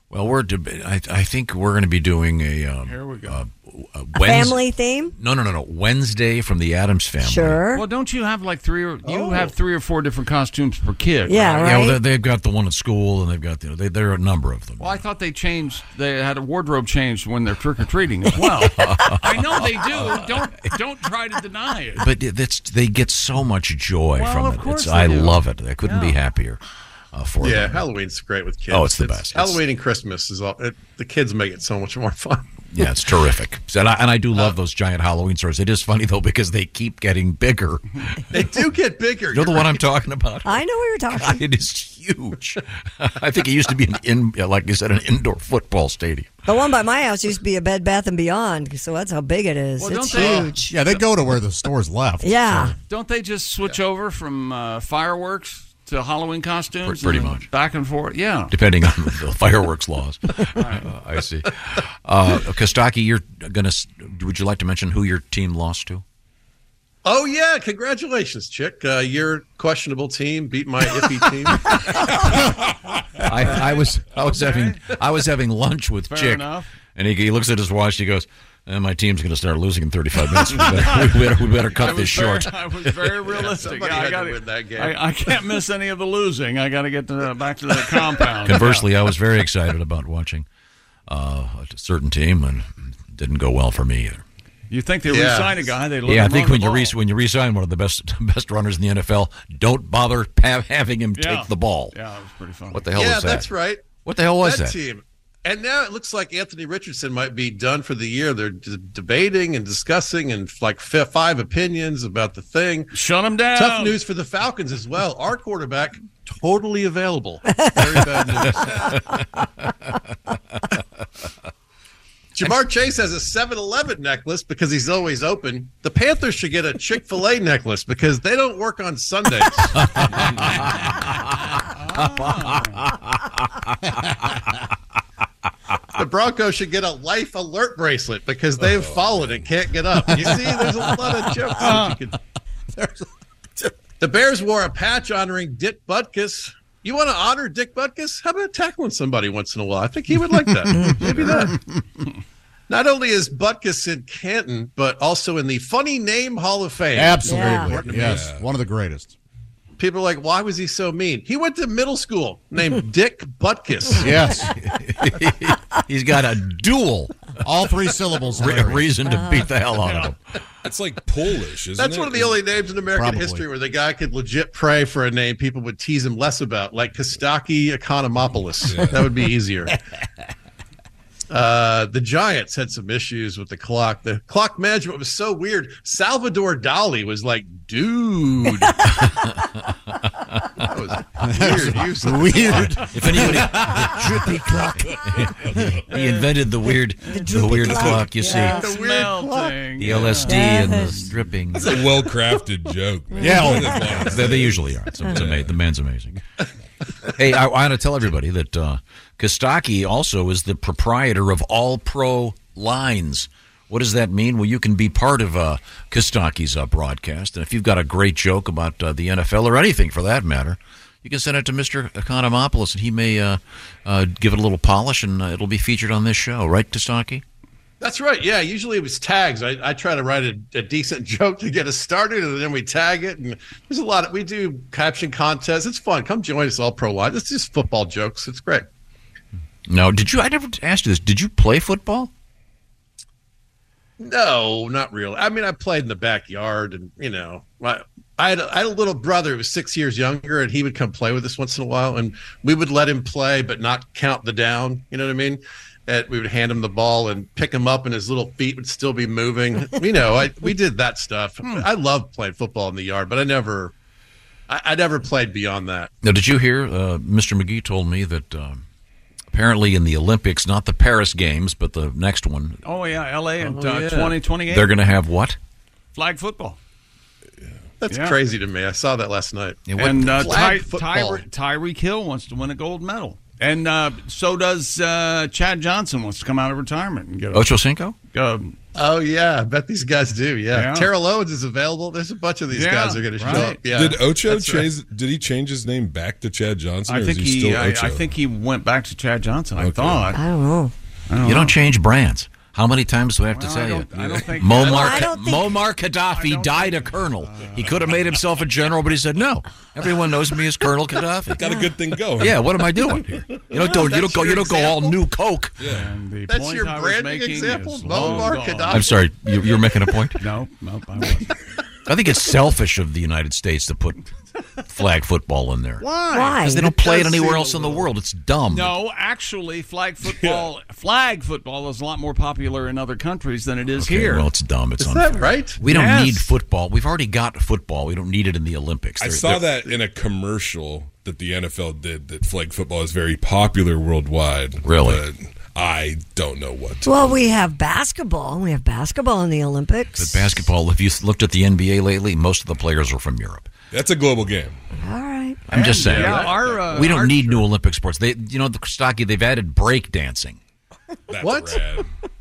E: Well, we're deb- I, I think we're going to be doing a um,
A: Here we go.
E: a
D: A
E: Wednes-
D: family theme?
E: No, no, no, no. Wednesday from the Adams family.
A: Well, don't you have like three or you
J: Oh.
A: have three or four different costumes per kid?
E: Yeah, well, they- they've got the one at school, and they've got the they, there are a number of them.
A: Well, I thought they changed. They had a wardrobe change when they're trick or treating as well. I know they do. Don't don't try to deny it.
E: But it- that's they get so much joy
A: Well,
E: from
A: of
E: it.
A: course
E: It's, I
A: they do.
E: love it. I couldn't be
J: Yeah.
E: happier uh, for
J: Yeah,
E: them.
J: Halloween's great with kids.
E: Oh, it's the best. It's-
J: Halloween and Christmas is all. It, the kids make it so much more fun.
E: Yeah, it's terrific. So, And I, and I do
J: Uh,
E: love those giant Halloween stores. It is funny though because they keep getting bigger.
J: They do get bigger.
E: You know the
J: you're
E: one I'm
J: right.
E: talking about.
D: I know what you're talking about.
E: It is huge. I think it used to be an in, like you said, an indoor football stadium.
D: The one by my house used to be a Bed Bath and Beyond, so that's how big it is. it's huge.
G: Yeah, they go to where the store's left.
D: Yeah.
A: Don't they just switch over from uh, fireworks to Halloween costumes?
E: Pretty
A: and Back and forth.
J: Oh.
A: Yeah.
E: depending on the fireworks laws. Uh, I see. Uh, Kostaki, you're gonna. s- Would you like to mention who your team lost to?
J: Oh yeah, congratulations, chick. Uh, your questionable team beat my iffy team.
E: I, I was I was having I was having lunch with
J: Fair
E: Chick,
J: enough.
E: and he, he looks at his watch. He goes, "Eh, "My team's going to start losing in 35 minutes. We better, we better, we better
A: I
E: cut
A: was
E: this
A: very-
E: short."
A: I was very realistic.
J: somebody
A: I
J: had to
A: gotta-
J: win that game.
A: I, I can't miss any of the losing. I got to get to, back to the compound.
E: Conversely, I was very excited about watching uh, a certain team, and it didn't go well for me either.
A: You think they
J: Yeah.
A: resign a guy? They let
E: yeah, I
A: him
E: think
A: run
E: when
A: the
E: you re-
A: ball.
E: when you resign one of the best best runners in the NFL, don't bother pa- having him
A: Yeah.
E: take the ball.
A: Yeah, it was pretty funny.
E: What the hell
J: yeah,
E: is that?
J: that's right.
E: What the hell was that?
J: team? And now it looks like Anthony Richardson might be done for the year. They're d- debating and discussing and like fi- five opinions about the thing.
A: Shut him down.
J: Tough news for the Falcons as well. Our quarterback totally available. Very bad news. Jamar Chase has a 7-Eleven necklace because he's always open. The Panthers should get a Chick-fil-A necklace because they don't work on Sundays. the Broncos should get a life alert bracelet because they've fallen and can't get up. You see, there's a lot of jokes. that you could- the Bears wore a patch honoring Dick Butkus. You want to honor Dick Butkus? How about tackling somebody once in a while? I think he would like that. Maybe that. Not only is Butkus in Canton, but also in the Funny Name Hall of Fame.
G: Absolutely.
J: Important to me.
G: Yes. One of the greatest.
J: People are like, why was he so mean? He went to middle school named Dick Butkus.
G: Yes.
E: He's got a dual
G: All three syllables.
E: re-
G: hilarious.
E: reason to beat the hell out of him.
N: That's like Polish, isn't
J: That's
N: it?
J: one of the only names in American
G: Probably.
J: history where the guy could legit pray for a name people would tease him less about, like Kostaki Economopoulos. That would be easier. Uh, the Giants had some issues with the clock. The clock management was so weird. Salvador Dali was like, dude. that was weird. use of the
G: Weird.
J: clock.
E: If anybody, drippy clock. he invented the weird, the, weird clock. you
A: Yeah.
E: see,
J: The weird
A: Smell
J: clock.
A: thing.
E: the
A: Yeah.
E: LSD and the dripping.
N: It's a well crafted joke. man.
G: Yeah.
N: Look at that.
E: they, they usually are. It's, it's ama- The man's amazing. hey, I, I want to tell everybody that uh, Kostaki also is the proprietor of All Pro lines. What does that mean? Well, you can be part of uh, Kostaki's uh, broadcast, and if you've got a great joke about uh, the NFL or anything for that matter, you can send it to Mr. Economopoulos, and he may uh, uh, give it a little polish, and uh, it'll be featured on this show, right, Kostaki?
J: That's right. Yeah, usually it was tags. I, I try to write a, a decent joke to get us started, and then we tag it. And there's a lot of we do caption contests. It's fun. Come join us, all pro line. It's just football jokes. It's great.
E: No, did you? I never asked you this. Did you play football?
J: No, not really. I mean, I played in the backyard, and you know, my I had, a, I had a little brother who was six years younger, and he would come play with us once in a while, and we would let him play, but not count the down. You know what I mean? That we would hand him the ball and pick him up, and his little feet would still be moving. You know, I we did that stuff.
A: Hmm.
J: I love playing football in the yard, but I never, I, I never played beyond that.
E: Now, did you hear? Uh, Mr. McGee told me that um, apparently in the Olympics, not the Paris Games, but the next one,
A: Oh yeah, L.A. and
E: Oh, yeah.
A: uh, twenty twenty eight.
E: they're going to have what?
A: flag football.
J: That's
A: Yeah.
J: crazy to me. I saw that last night.
A: and uh, Ty,
J: Flag football.
A: Tyre, Tyreek Hill wants to win a gold medal, and uh, so does uh, Chad Johnson wants to come out of retirement and get a,
E: Ocho Cinco.
A: Um,
J: oh yeah, I bet these guys do. Yeah,
A: Yeah.
J: Terrell Owens is available. There's a bunch of these guys are going to show up. Yeah,
N: Did Ocho
J: That's right.
N: change? Did he change his name back to Chad Johnson?
A: I
N: or
A: think
N: is he,
A: he.
N: still
A: I,
N: Ocho?
A: I think he went back to Chad Johnson. I thought.
E: I
D: don't know.
E: you don't change brands. How many times do I have to say it?
A: I don't think-
E: Muammar,
A: Well, I don't think-
E: Muammar Gaddafi died a colonel.
A: Uh,
E: he could have made himself a general, but he said no. Everyone knows me as Colonel Gaddafi.
N: Got a good thing going.
E: Yeah, what am I doing here? You don't, don't you don't go you don't go all new Coke.
A: And the
J: That's
A: point
J: your
A: I was
J: branding
A: making
J: example?
A: is
J: Muammar
A: long gone.
J: Gaddafi?
E: I'm sorry, you, you're making a point.
A: No, no, I wasn't.
E: I think it's selfish of the United States to put flag football in there.
A: Why?
E: Because they don't play it anywhere else in the world. It's dumb.
A: No, actually, flag football flag football is a lot more popular in other countries than it is
E: Okay,
A: here.
E: Well, it's dumb. It's
A: Is
E: unfair.
A: that right?
E: We
A: Yes.
E: don't need football. We've already got football. We don't need it in the Olympics.
N: I
E: They're-
N: saw
E: they're-
N: that in a commercial that the NFL did that flag football is very popular worldwide. Really? I don't know what. To
D: Well, we have basketball. We have basketball in the Olympics.
E: But basketball, if you looked at the NBA lately, most of the players are from Europe.
N: That's a global game.
D: All right.
E: I'm just saying.
A: Yeah, our, uh,
E: we don't
A: our-
E: need new Olympic sports. They, you know, the Kostaki, they've added break dancing.
J: what?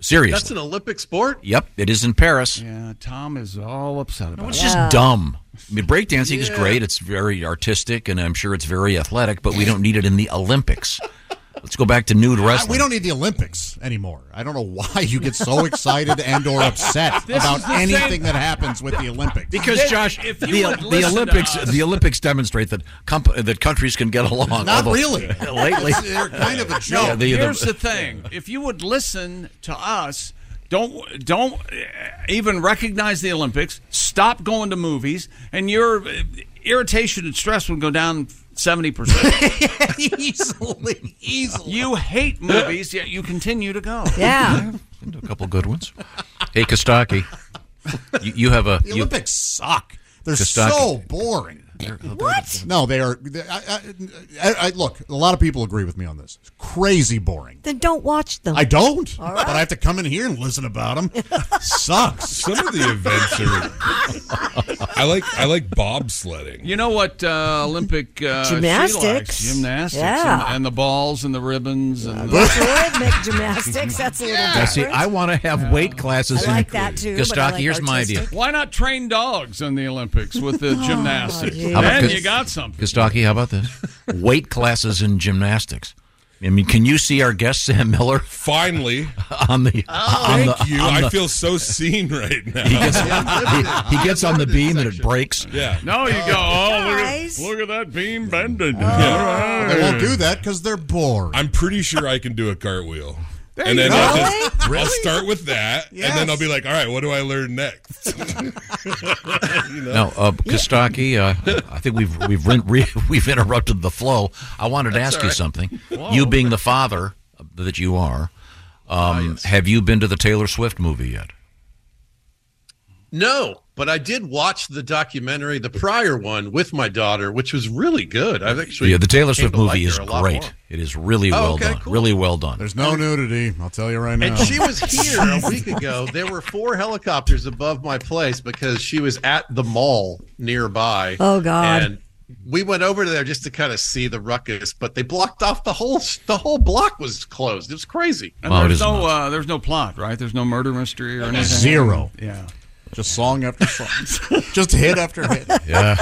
E: Seriously.
J: That's an Olympic sport.
E: yep, it is in Paris.
A: Yeah, Tom is all upset about.
E: It's
A: it.
E: just dumb. I mean, break dancing is
A: Yeah.
E: great. It's very artistic, and I'm sure it's very athletic, but we don't need it in the Olympics. Let's go back to nude wrestling.
G: We don't need the Olympics anymore. I don't know why you get so excited and or upset
E: This
G: about
E: is the same-
G: anything that happens with the Olympics.
E: Because Josh,
G: if
E: the, the Olympics, the Olympics demonstrate that comp- that countries can get along.
G: Not
E: although-
G: really.
E: lately,
G: It's- they're kind of a joke.
E: Yeah, the- the-
A: Here's the thing: if you would listen to us, don't don't uh, even recognize the Olympics. Stop going to movies, and your uh, irritation and stress would go down seventy percent.
G: easily, easily.
A: You hate movies, yet you continue to go.
D: Yeah.
E: a couple good ones. Hey, Kostaki, you, you have a
G: The Olympics suck. They're
E: Kostaki.
G: so boring.
D: What?
G: No, they are. they- I, I, I, I, look, a lot of people agree with me on this. Crazy boring.
D: Then don't watch them.
G: I don't,
D: All
G: but I have to come in here and listen about them. Sucks.
N: Some of the events are. I like I like bobsledding.
A: You know what uh, Olympic uh, she
D: Gymnastics.
A: likes? gymnastics,
D: Yeah.
A: and, and the balls and the ribbons and the,
D: Rhythmic gymnastics. That's a little
E: Now,
G: Uh,
E: see,
D: different.
E: I want to have weight classes.
D: I like
E: in,
D: that too, but
E: Kostaki,
D: I like
E: here's my idea.
A: Why not train dogs in the Olympics with the gymnastics?
E: How about
A: Then
E: Kos-
A: you got something.
E: Kostaki, how about this? weight classes in gymnastics. I mean, can you see our guest Sam Miller
N: Finally,
E: on the on
N: Oh,
E: the,
N: thank you.
E: on
N: I
E: the-
N: feel so seen right now.
E: he gets, he, he gets on the beam and it breaks.
N: yeah.
A: No, you go. Oh, look at,
D: Guys.
A: look at that beam bending.
G: Oh. They won't do that because they're bored.
N: I'm pretty sure I can do a cartwheel. and
G: you
N: then
G: go.
N: I'll,
G: Really?
N: just, I'll start with that, and
G: Yes.
N: then I'll be like, "All right, what do I learn next?" You know?
E: No, uh, Kostaki, uh, I think we've we've re- re- we've interrupted the flow. I wanted to ask you something. You being the father that you are,
N: Ah,
E: um, have you been to the Taylor Swift movie yet?
J: No, but I did watch the documentary, the prior one, with my daughter, which was really good. I've actually
E: yeah, the Taylor
J: came
E: Swift
J: to like
E: movie
J: her
E: is
J: a lot
E: great.
J: more.
E: It is really
J: Oh,
E: well
J: okay,
E: done.
J: cool.
E: Really well done.
G: There's no nudity. I'll tell you right now.
J: And she was here a week ago. There were four helicopters above my place because she was at the mall nearby.
D: Oh, God.
J: And we went over there just to kind of see the ruckus, but they blocked off the whole the whole block was closed. It was crazy.
A: And there's no uh, there's no plot, right? There's no murder mystery or anything.
E: Zero.
A: Yeah.
G: Just song after song, just hit after hit.
E: Yeah.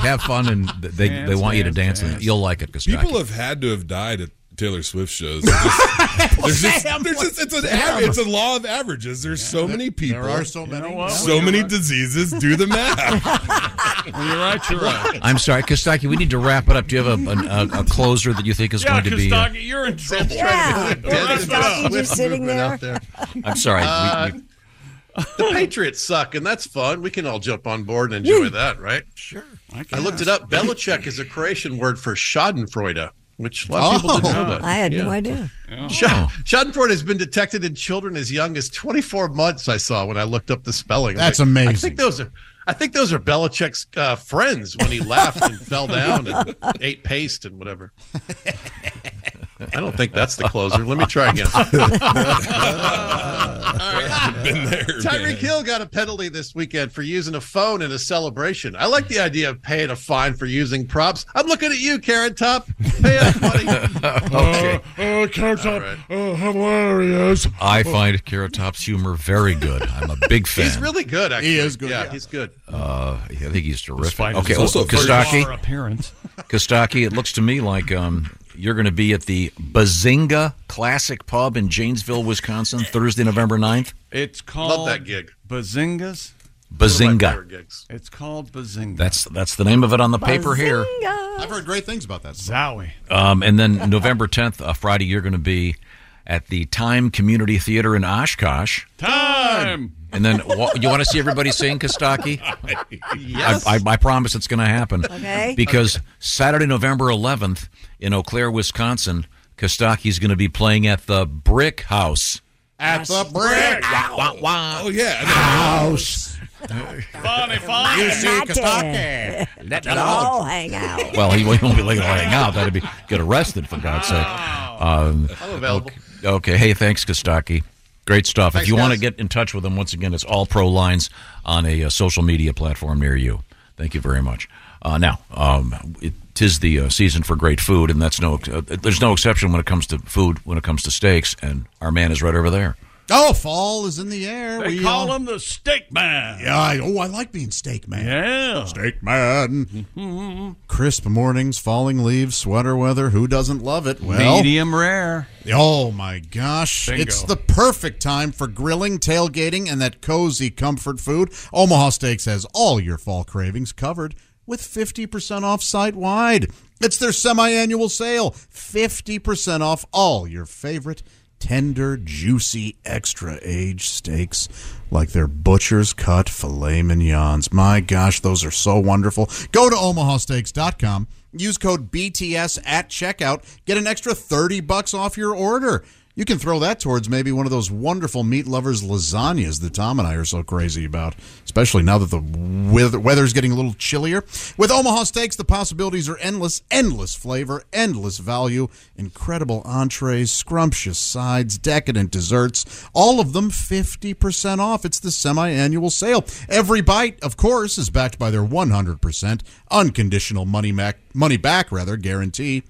E: Have fun, and they
N: Dance,
E: they want you to
N: dance,
E: dance,
N: dance.
E: and you'll like it because
N: People have had to have died at Taylor Swift shows. There's just- there's just-
L: Damn,
N: there's just- it's, an
L: damn.
N: av- it's a law of averages. There's so many people.
L: are so You know many. what?
N: So
L: When
N: many
L: you're-
N: diseases. Do the math.
A: you're right. You're right.
E: I'm sorry, Kostaki. We need to wrap it up. Do you have a, a, a, a closer that you think is
A: Yeah,
E: going to be? uh,
A: Kostaki, you're in trouble.
J: Yeah. Dennis
A: Kostaki
J: Swift
A: just sitting
J: movement
A: there.
J: out
E: I'm sorry. we-
J: Uh,
E: we-
J: the Patriots suck, and that's fun. We can all jump on board and enjoy that, right? Sure. I, looked it up. Belichick is a Croatian word for Schadenfreude, which a lot of people didn't know that.
D: I had
J: Yeah.
D: no idea.
J: Scha- Schadenfreude has been detected in children as young as 24 months. I saw when I looked up the spelling. I'm
G: That's
J: like, I
G: amazing.
J: think those are. I think those are Belichick's uh, friends when he laughed and fell down and ate paste and whatever. I don't think that's the closer. Let me try again.
N: Been there.
J: Tyreek Hill got a penalty this weekend for using a phone in a celebration. I like the idea of paying a fine for using props. I'm looking at you, Karen Top. Pay up, buddy.
E: Okay.
N: Oh, Carrot Top. Oh, hilarious. Uh,
E: I find Carrot Top's humor very good. I'm a big fan.
J: He's really good, actually. He is good. Yeah, he's good.
E: Uh, I think he's terrific.
A: Despite his
E: Okay, well,
A: also first
E: Kostaki.
A: bar appearance.
E: Kostaki, it looks to me like um, you're going to be at the Bazinga Classic Pub in Janesville, Wisconsin, Thursday, November 9th.
A: It's called
J: Love that gig.
A: Bazingas.
E: Bazinga.
A: It's called Bazinga.
E: That's that's the name of it on the paper here.
G: I've heard great things about that.
A: Zowie.
E: Um, and then November 10th, uh, Friday, you're going to be at the Time Community Theater in Oshkosh.
A: Time.
E: And then wa- you want to see everybody sing Kostaki?
J: Yes.
E: I, I, I promise it's going to happen.
J: Okay.
E: Because Saturday, November 11th, in Eau Claire, Wisconsin, Kostaki's going to be playing at the Brick House.
G: At the brick
E: Wah, wah.
N: Oh, yeah.
G: house.
A: Bonnie, Bonnie.
G: You see Kostaki.
E: Let
G: it all hang out.
E: Well, he won't be letting it hang out. That'd be get arrested for God's sake. Um,
J: I'm available.
E: Okay. okay. Hey, thanks, Kostaki. Great stuff.
J: Thanks,
E: if you want to
J: guys.
E: get in touch with him, once again, it's all pro lines on a uh, social media platform near you. Thank you very much. Uh, now, um, it tis the uh, season for great food, and that's no uh, there's no exception when it comes to food, when it comes to steaks, and our man is right over there.
G: Oh, fall is in the air.
A: They
G: We
A: call
G: all-
A: him the steak man.
G: Yeah. I, oh, I like being steak man.
A: Yeah.
G: Steak man. Crisp mornings, falling leaves, sweater weather. Who doesn't love it? Well,
A: Medium rare.
G: Oh my gosh.
A: Bingo.
G: It's the perfect time for grilling, tailgating, and that cozy comfort food. Omaha Steaks has all your fall cravings covered with 50% off site wide. It's their semi annual sale 50% off all your favorite tender, juicy, extra aged steaks like their butcher's cut filet mignons. My gosh, those are so wonderful. Go to omahasteaks.com, use code BTS at checkout, get an extra 30 bucks off your order. You can throw that towards maybe one of those wonderful meat lovers lasagnas that Tom and I are so crazy about, especially now that the weather, weather's getting a little chillier. With Omaha Steaks, the possibilities are endless, endless flavor, endless value, incredible entrees, scrumptious sides, decadent desserts, all of them 50% off. It's the semi-annual sale. Every bite, of course, is backed by their 100% unconditional money, mac- money back rather guarantee.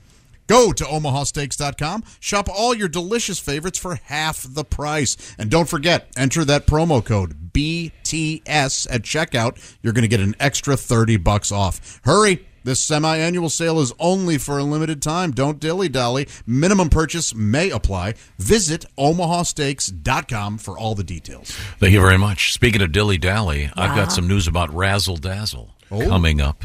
G: Go to omahasteaks.com, shop all your delicious favorites for half the price. And don't forget, enter that promo code BTS at checkout. You're going to get an extra 30 bucks off. Hurry! This semi annual sale is only for a limited time. Don't dilly dally. Minimum purchase may apply. Visit omahasteaks.com for all the details.
E: Thank you very much. Speaking of dilly dally, I've got some news about Razzle Dazzle
A: Oh.
E: coming up.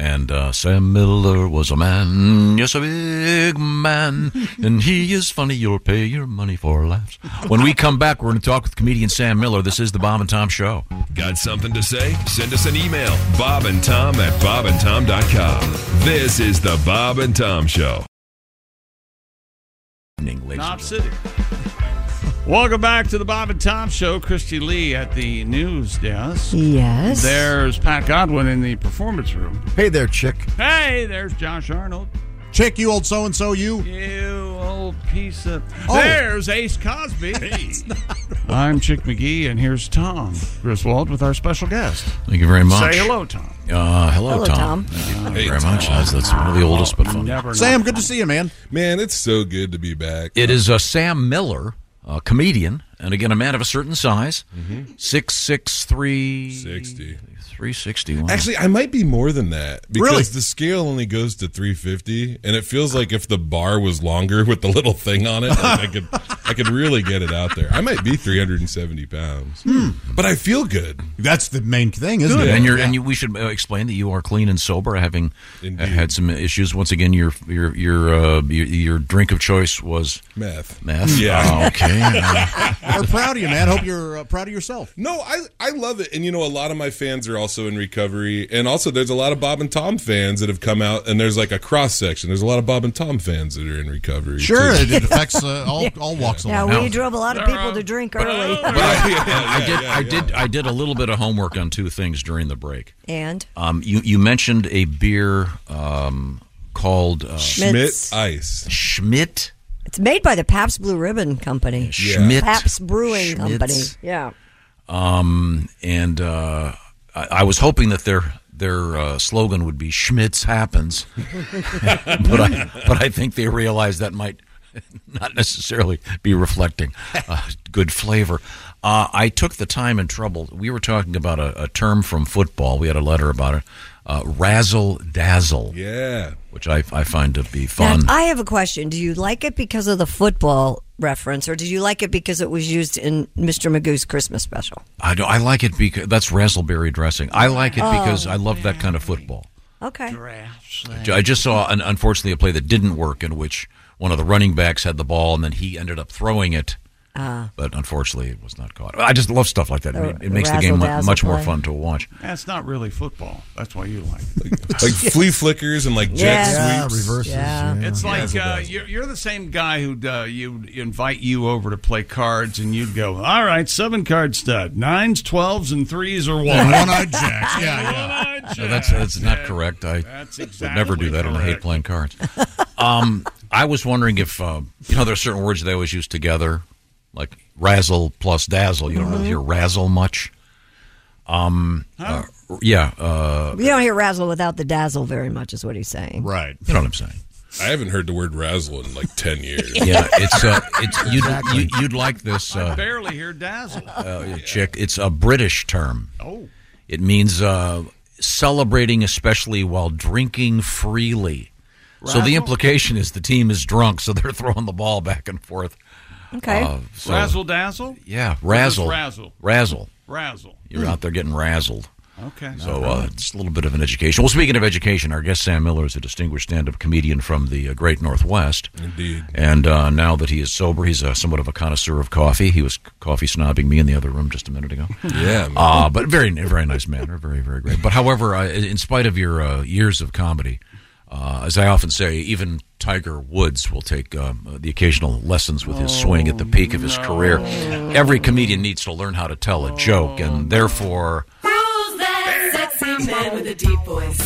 E: And uh, Sam Miller was a man, yes, a big man, and he is funny. You'll pay your money for laughs. When we come back, we're going to talk with comedian Sam Miller. This is the Bob and Tom Show.
K: Got something to say? Send us an email, Bob and Tom at bobandtom.com. This is the Bob and Tom Show.
A: Knob City. Welcome back to the Bob and Tom Show. Christy Lee at the news desk.
D: Yes.
A: There's Pat Godwin in the performance room.
F: Hey there, chick.
A: Hey, there's Josh Arnold.
G: Chick, you old so and so, you.
A: You old piece of.
G: Oh.
A: There's Ace Cosby. I'm Chick McGee, and here's Tom Griswold with our special guest.
E: Thank you very much.
A: Say hello, Tom.
E: Uh, hello,
A: Hello, Tom.
E: Tom. Thank you very much. That's, that's one of the oldest, but fun.
G: Sam, good to see you, man.
N: Man, it's so good to be back.
E: It is uh, Sam Miller, a comedian, and again, a man of a certain size.
N: Mhm.
E: Six six three
N: 60.
E: 360. wow.
N: Actually, I might be more than that because
E: Really?
N: the scale only goes to 350, and it feels like if the bar was longer with the little thing on it, like I could, I could really get it out there. I might be 370 pounds,
E: Hmm.
N: but I feel good.
G: That's the main thing, isn't it?
E: And you're
G: Yeah.
E: and you, we should uh, explain that you are clean and sober, having uh, had some issues. Once again, your your your uh, your, your drink of choice was
N: Meth.
E: Meth.
N: Yeah.
E: Oh, okay.
G: We're proud of you, man. Hope you're uh, proud of yourself.
N: No, I I love it, and you know, a lot of my fans are also in recovery, and also there's a lot of Bob and Tom fans that have come out, and there's like a cross section. There's a lot of Bob and Tom fans that are in recovery.
G: Sure,
N: too.
G: it, it affects uh, all, all walks of
D: Yeah,
G: life.
D: we drove a lot of people to drink early.
E: I did. I did. I did a little bit of homework on two things during the break.
D: And?
E: um, you you mentioned a beer um, called uh,
D: Schmitz.
N: Ice.
E: Schmidt.
D: It's made by the Pabst Blue Ribbon Company.
E: Schmidt.
D: Pabst Brewing
E: Schmitz.
D: Company. Yeah.
E: Um, and uh, I, I was hoping that their their uh, slogan would be Schmitz happens, but I but I think they realized that might not necessarily be reflecting uh, good flavor. Uh, I took the time and trouble. We were talking about a, a term from football. We had a letter about it. Uh, razzle dazzle.
N: Yeah,
E: which I, I find to be
D: Now,
E: fun.
D: I have a question. Do you like it because of the football reference, or did you like it because it was used in Mr. Magoo's Christmas special?
E: I don't, I like it because that's razzleberry dressing. I like it
D: Oh.
E: because I love that kind of football.
D: Okay.
E: I just saw, an, unfortunately, a play that didn't work in which one of the running backs had the ball and then he ended up throwing it.
D: Ah.
E: But unfortunately, it was not caught. I just love stuff like that. It, it makes the game mu- much more fun to watch.
A: That's not really football. That's why you like. it.
N: like flea flickers and like jet
A: Yes. Yeah,
N: sweeps,
A: reverses,
D: Yeah.
A: It's like
N: Razzle
A: uh,
N: dazzle.
A: you're, you're the same guy who'd uh, you'd invite you over to play cards, and you'd go, "All right, seven card stud, nines, twelves, and threes are one,
E: And one-eyed
A: jacks, yeah,
E: No, that's that's not correct. I
A: That's
E: would never do that, and I hate playing cards. Um, I was wondering if uh, you know there are certain words they always use together, like razzle plus dazzle. You don't really hear razzle much. Um, uh, yeah, uh,
D: You don't hear razzle without the dazzle very much, is what he's saying.
E: right. You know what I'm saying.
N: I haven't heard the word razzle in like ten years.
E: Yeah, it's uh, it's you'd you, you'd like this uh,
A: barely hear dazzle.
E: uh, chick. It's a British term.
A: Oh.
E: It means uh, celebrating, especially while drinking freely. So the
A: Razzle?
E: implication is the team is drunk, so they're throwing the ball back and forth.
D: Okay.
E: Uh, so-
A: razzle dazzle. Or
E: Yeah,
A: just
E: razzle,
A: razzle,
E: razzle,
A: razzle.
E: You're out there getting razzled.
A: Okay.
E: So uh, it's a little bit of an education. Well, speaking of education, our guest Sam Miller is a distinguished stand-up comedian from the uh, Great Northwest.
N: Indeed.
E: And uh, now that he is sober, he's uh, somewhat of a connoisseur of coffee. He was c- coffee snobbing me in the other room just a minute ago.
N: Yeah, man.
E: Uh, but very, very nice manner. Very, very great. But however, uh, in spite of your uh, years of comedy, uh, as I often say, even Tiger Woods will take um, uh, the occasional lessons with his swing at the peak of his career. Every comedian needs to learn how to tell a joke, and therefore.
O: Who's that sexy man with a deep voice?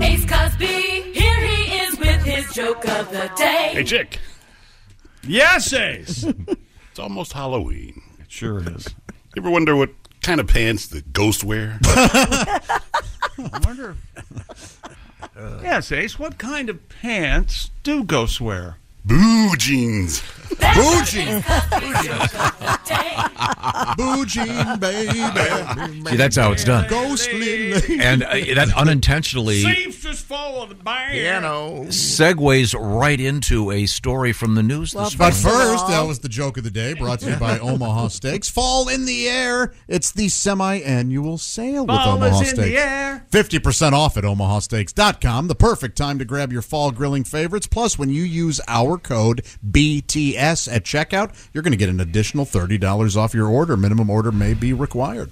O: Ace Cosby, here he is with his joke of the day.
H: Hey, Chick.
A: Yes, Ace.
H: it's almost Halloween. It
A: sure is.
H: You ever wonder what kind of pants the ghosts wear?
A: I wonder. yes, Ace. What kind of pants do ghosts wear?
H: Boo jeans.
A: Boo jeans.
G: Boo jean, baby.
E: See, that's how it's done.
G: Ghostly.
E: And uh, that unintentionally
A: Seems to fall on the bar. Piano.
E: segues right into a story from the news
G: But
E: this morning.
G: first, that was the joke of the day brought to you by Omaha Steaks. Fall in the air. It's the semi annual sale with
A: Fall
G: Omaha
A: is in the
G: Steaks.
A: air.
G: 50% off at omahasteaks.com. The perfect time to grab your fall grilling favorites. Plus, when you use our code BTS at checkout, you're going to get an additional $30 off your order. Minimum order may be required.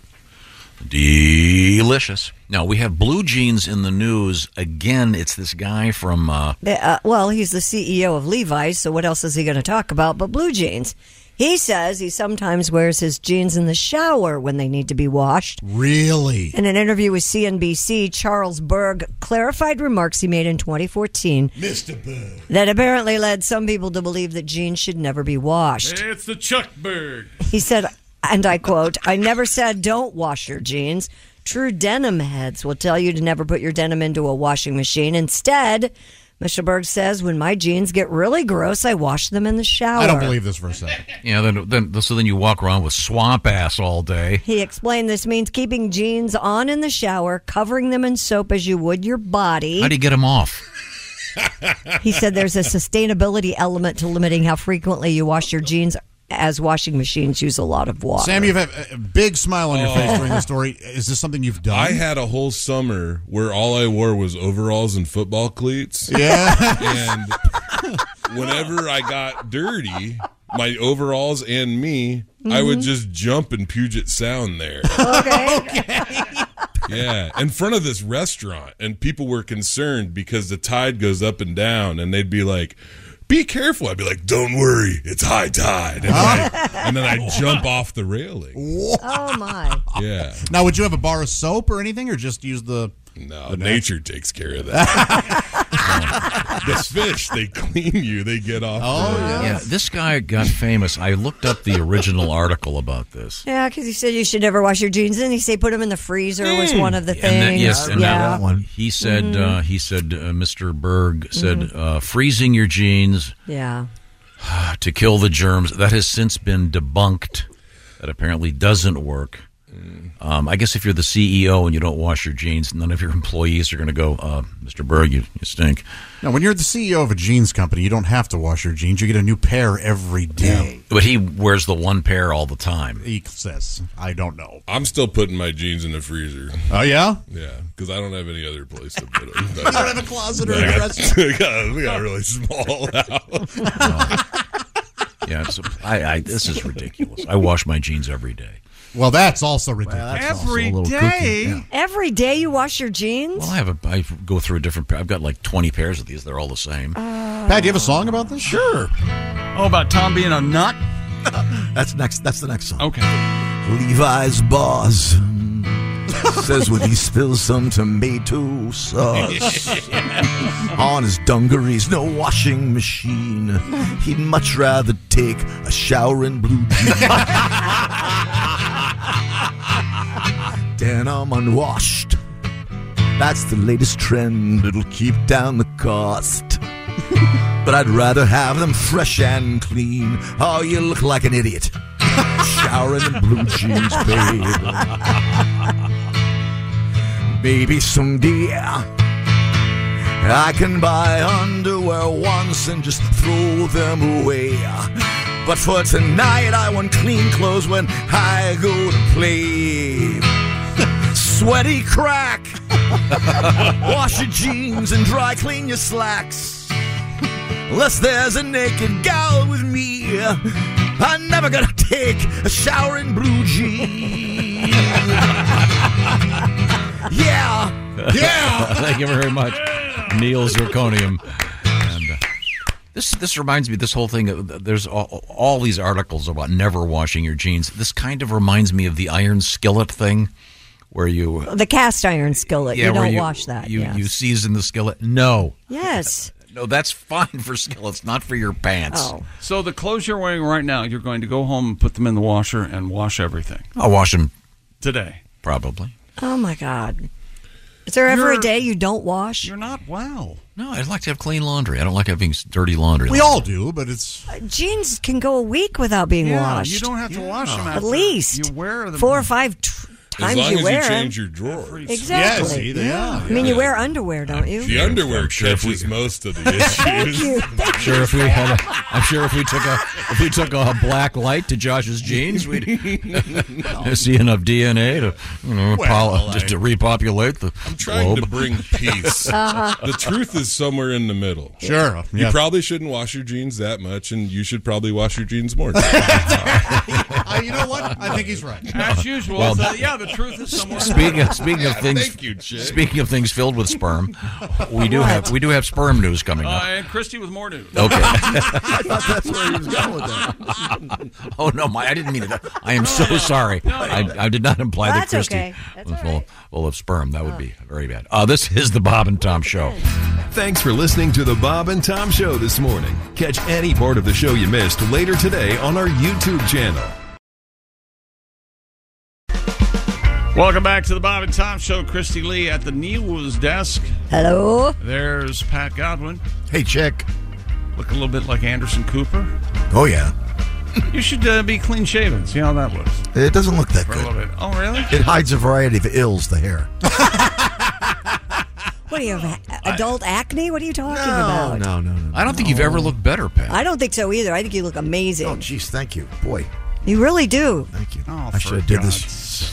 E: Delicious. Now, we have blue jeans in the news. Again, it's this guy from. Uh,
D: The- uh, well, he's the CEO of Levi's, so what else is he going to talk about but blue jeans? He says he sometimes wears his jeans in the shower when they need to be washed.
G: Really?
D: In an interview with CNBC, Charles Berg clarified remarks he made in 2014
A: Mr. Bird.
D: that apparently led some people to believe that jeans should never be washed.
A: It's the Chuck Bird.
D: He said, and I quote, I never said don't wash your jeans. True denim heads will tell you to never put your denim into a washing machine. Instead, Michelberg says, when my jeans get really gross, I wash them in the shower.
E: I don't believe this for a second. Yeah, then, then so then you walk around with swamp ass all day.
D: He explained this means keeping jeans on in the shower, covering them in soap as you would your body.
E: How do you get them off?
D: He said there's a sustainability element to limiting how frequently you wash your jeans, as washing machines use a lot of water.
G: Sam, you have a big smile on your
N: Oh.
G: face during the story. Is this something you've done?
N: I had a whole summer where all I wore was overalls and football cleats.
G: Yeah.
N: and whenever I got dirty, my overalls and me, I would
I: Mhm.
N: just jump in Puget Sound there.
I: Okay.
N: Yeah, in front of this restaurant, and people were concerned because the tide goes up and down, and they'd be like, "Be careful!" I'd be like, "Don't worry, it's high tide," and, I, and then I jump off the railing.
D: Oh my!
N: Yeah,
G: Now, would you have a bar of soap or anything, or just use the?
N: No, nature takes care of that. the fish, they clean you. They get off. the-
E: yeah. This guy got famous. I looked up the original article about this.
D: Yeah, because he said you should never wash your jeans. Then he said put them in the freezer was
A: Mm.
D: one of the things.
E: And then, yes, and
D: yeah. Mm-hmm.
E: then He said, uh, he said, uh, Mr. Berg said,
D: Mhm.
E: uh, freezing your jeans
D: yeah.
E: to kill the germs. That has since been debunked. That apparently doesn't work.
D: Mm.
E: Um, I guess if you're the CEO and you don't wash your jeans, none of your employees are going to go, uh, Mr. Berg, you, you stink.
G: Now, when you're the CEO of a jeans company, you don't have to wash your jeans. You get a new pair every day.
E: But he wears the one pair all the time.
G: He says, I don't know.
N: I'm still putting my jeans in the freezer.
G: Oh, yeah?
N: Yeah, because I don't have any other place to put them.
G: You don't have a closet or
N: I
G: a
N: got-
G: dresser?
N: I got- we got a really small house.
E: Yeah, it's a, I, I, this is ridiculous. I wash my jeans every day.
G: Well, that's also ridiculous.
D: Every
E: little
D: day,
E: cookie, yeah.
D: Every day you wash your jeans?
E: Well, I have a, I go through a different pair. I've got like 20 pairs of these. They're all the same.
D: Oh.
G: Pat, do you have a song about this?
A: Sure. Oh, about Tom being a nut?
F: that's next. That's the next song.
A: Okay.
F: Levi's boss says when he spills some tomato Uh, sauce on his dungarees, no washing machine. He'd much rather take a shower in blue jeans. Denim unwashed. That's the latest trend. It'll keep down the cost. but I'd rather have them fresh and clean. Oh, you look like an idiot. Showering in blue jeans, babe. Maybe someday I can buy underwear once and just throw them away. But for tonight, I want clean clothes when I go to play. Sweaty crack. Wash your jeans and dry clean your slacks. Unless there's a naked gal with me, I'm never gonna take a shower in blue jeans. yeah. Yeah.
E: Thank you very much, Neil Zirconium. And uh, this this reminds me. This whole thing. uh, There's all, all these articles about never washing your jeans. This kind of reminds me of the iron skillet thing, where you
D: The cast iron skillet.
E: yeah,
D: you
E: where
D: don't wash that.
E: You
D: yeah.
E: you season the skillet. No,
D: yes.
E: no, that's fine for skillets, not for your pants.
A: So the clothes you're wearing right now, you're going to go home and put them in the washer and wash everything.
E: I'll wash them
A: today.
E: Probably.
D: Oh my God. Is there ever a day you don't wash? You're
A: not wow.
E: No, I'd like to have clean laundry. I don't like having s- dirty laundry.
D: We all
G: do, but it's
D: Uh, Jeans can go a week without being
A: Yeah,
D: washed.
A: you don't have to wash them
D: At
A: after.
D: least
A: You wear them-
D: four or five t- times
N: as long
D: you
N: as
D: wear
N: you
D: 'em.
N: change your drawers.
D: Exactly. I mean, you wear underwear, don't you?
N: The underwear catches most of the issues.
E: I'm sure if we had a, I'm sure if we took a if we took a black light to Josh's jeans, we'd see enough DNA to you know
N: Well,
E: pol-
N: I-
E: just to repopulate the
N: I'm trying
E: globe.
N: to bring peace.
E: Uh-huh.
N: The truth is somewhere in the middle.
E: Sure,
N: You
E: yeah.
N: probably shouldn't wash your jeans that much, and you should probably wash your jeans more.
G: Uh, you know what? I think he's right.
A: As usual.
E: Well,
A: so, yeah, the truth is somewhere.
E: Speaking of, speaking of
A: Yeah,
E: things,
A: thank you, Jay.
E: speaking of things filled with sperm, we do have we do have sperm news coming
A: Uh,
E: up.
A: and Christy with more news.
E: Okay.
A: I
F: thought that's where he was going with
A: that.
E: oh no, my, I didn't mean it. I am so sorry. I, I did not imply
A: That's
E: that Christy
A: okay.
E: was full, full of sperm. That would be very bad. Uh, this is the Bob and Tom Show.
K: Thanks for listening to the Bob and Tom Show this morning. Catch any part of the show you missed later today on our YouTube channel.
A: Welcome back to the Bob and Tom Show. Christy Lee at the news desk.
D: Hello.
A: There's Pat Godwin.
F: Hey, chick.
A: Look a little bit like Anderson Cooper.
F: Oh, yeah.
A: You should uh, be clean shaven. See how that looks.
F: It doesn't look that
A: For a
F: good.
A: little bit. Oh, really?
F: It hides a variety of ills, the hair.
D: What do you have? a- Adult acne? What are you talking about?
F: no, no.
E: I don't think you've ever looked better, Pat.
D: I don't think so either. I think you look amazing. Oh,
F: jeez, thank you. Boy.
D: You really do.
F: Thank you.
A: Oh,
F: I should have did this.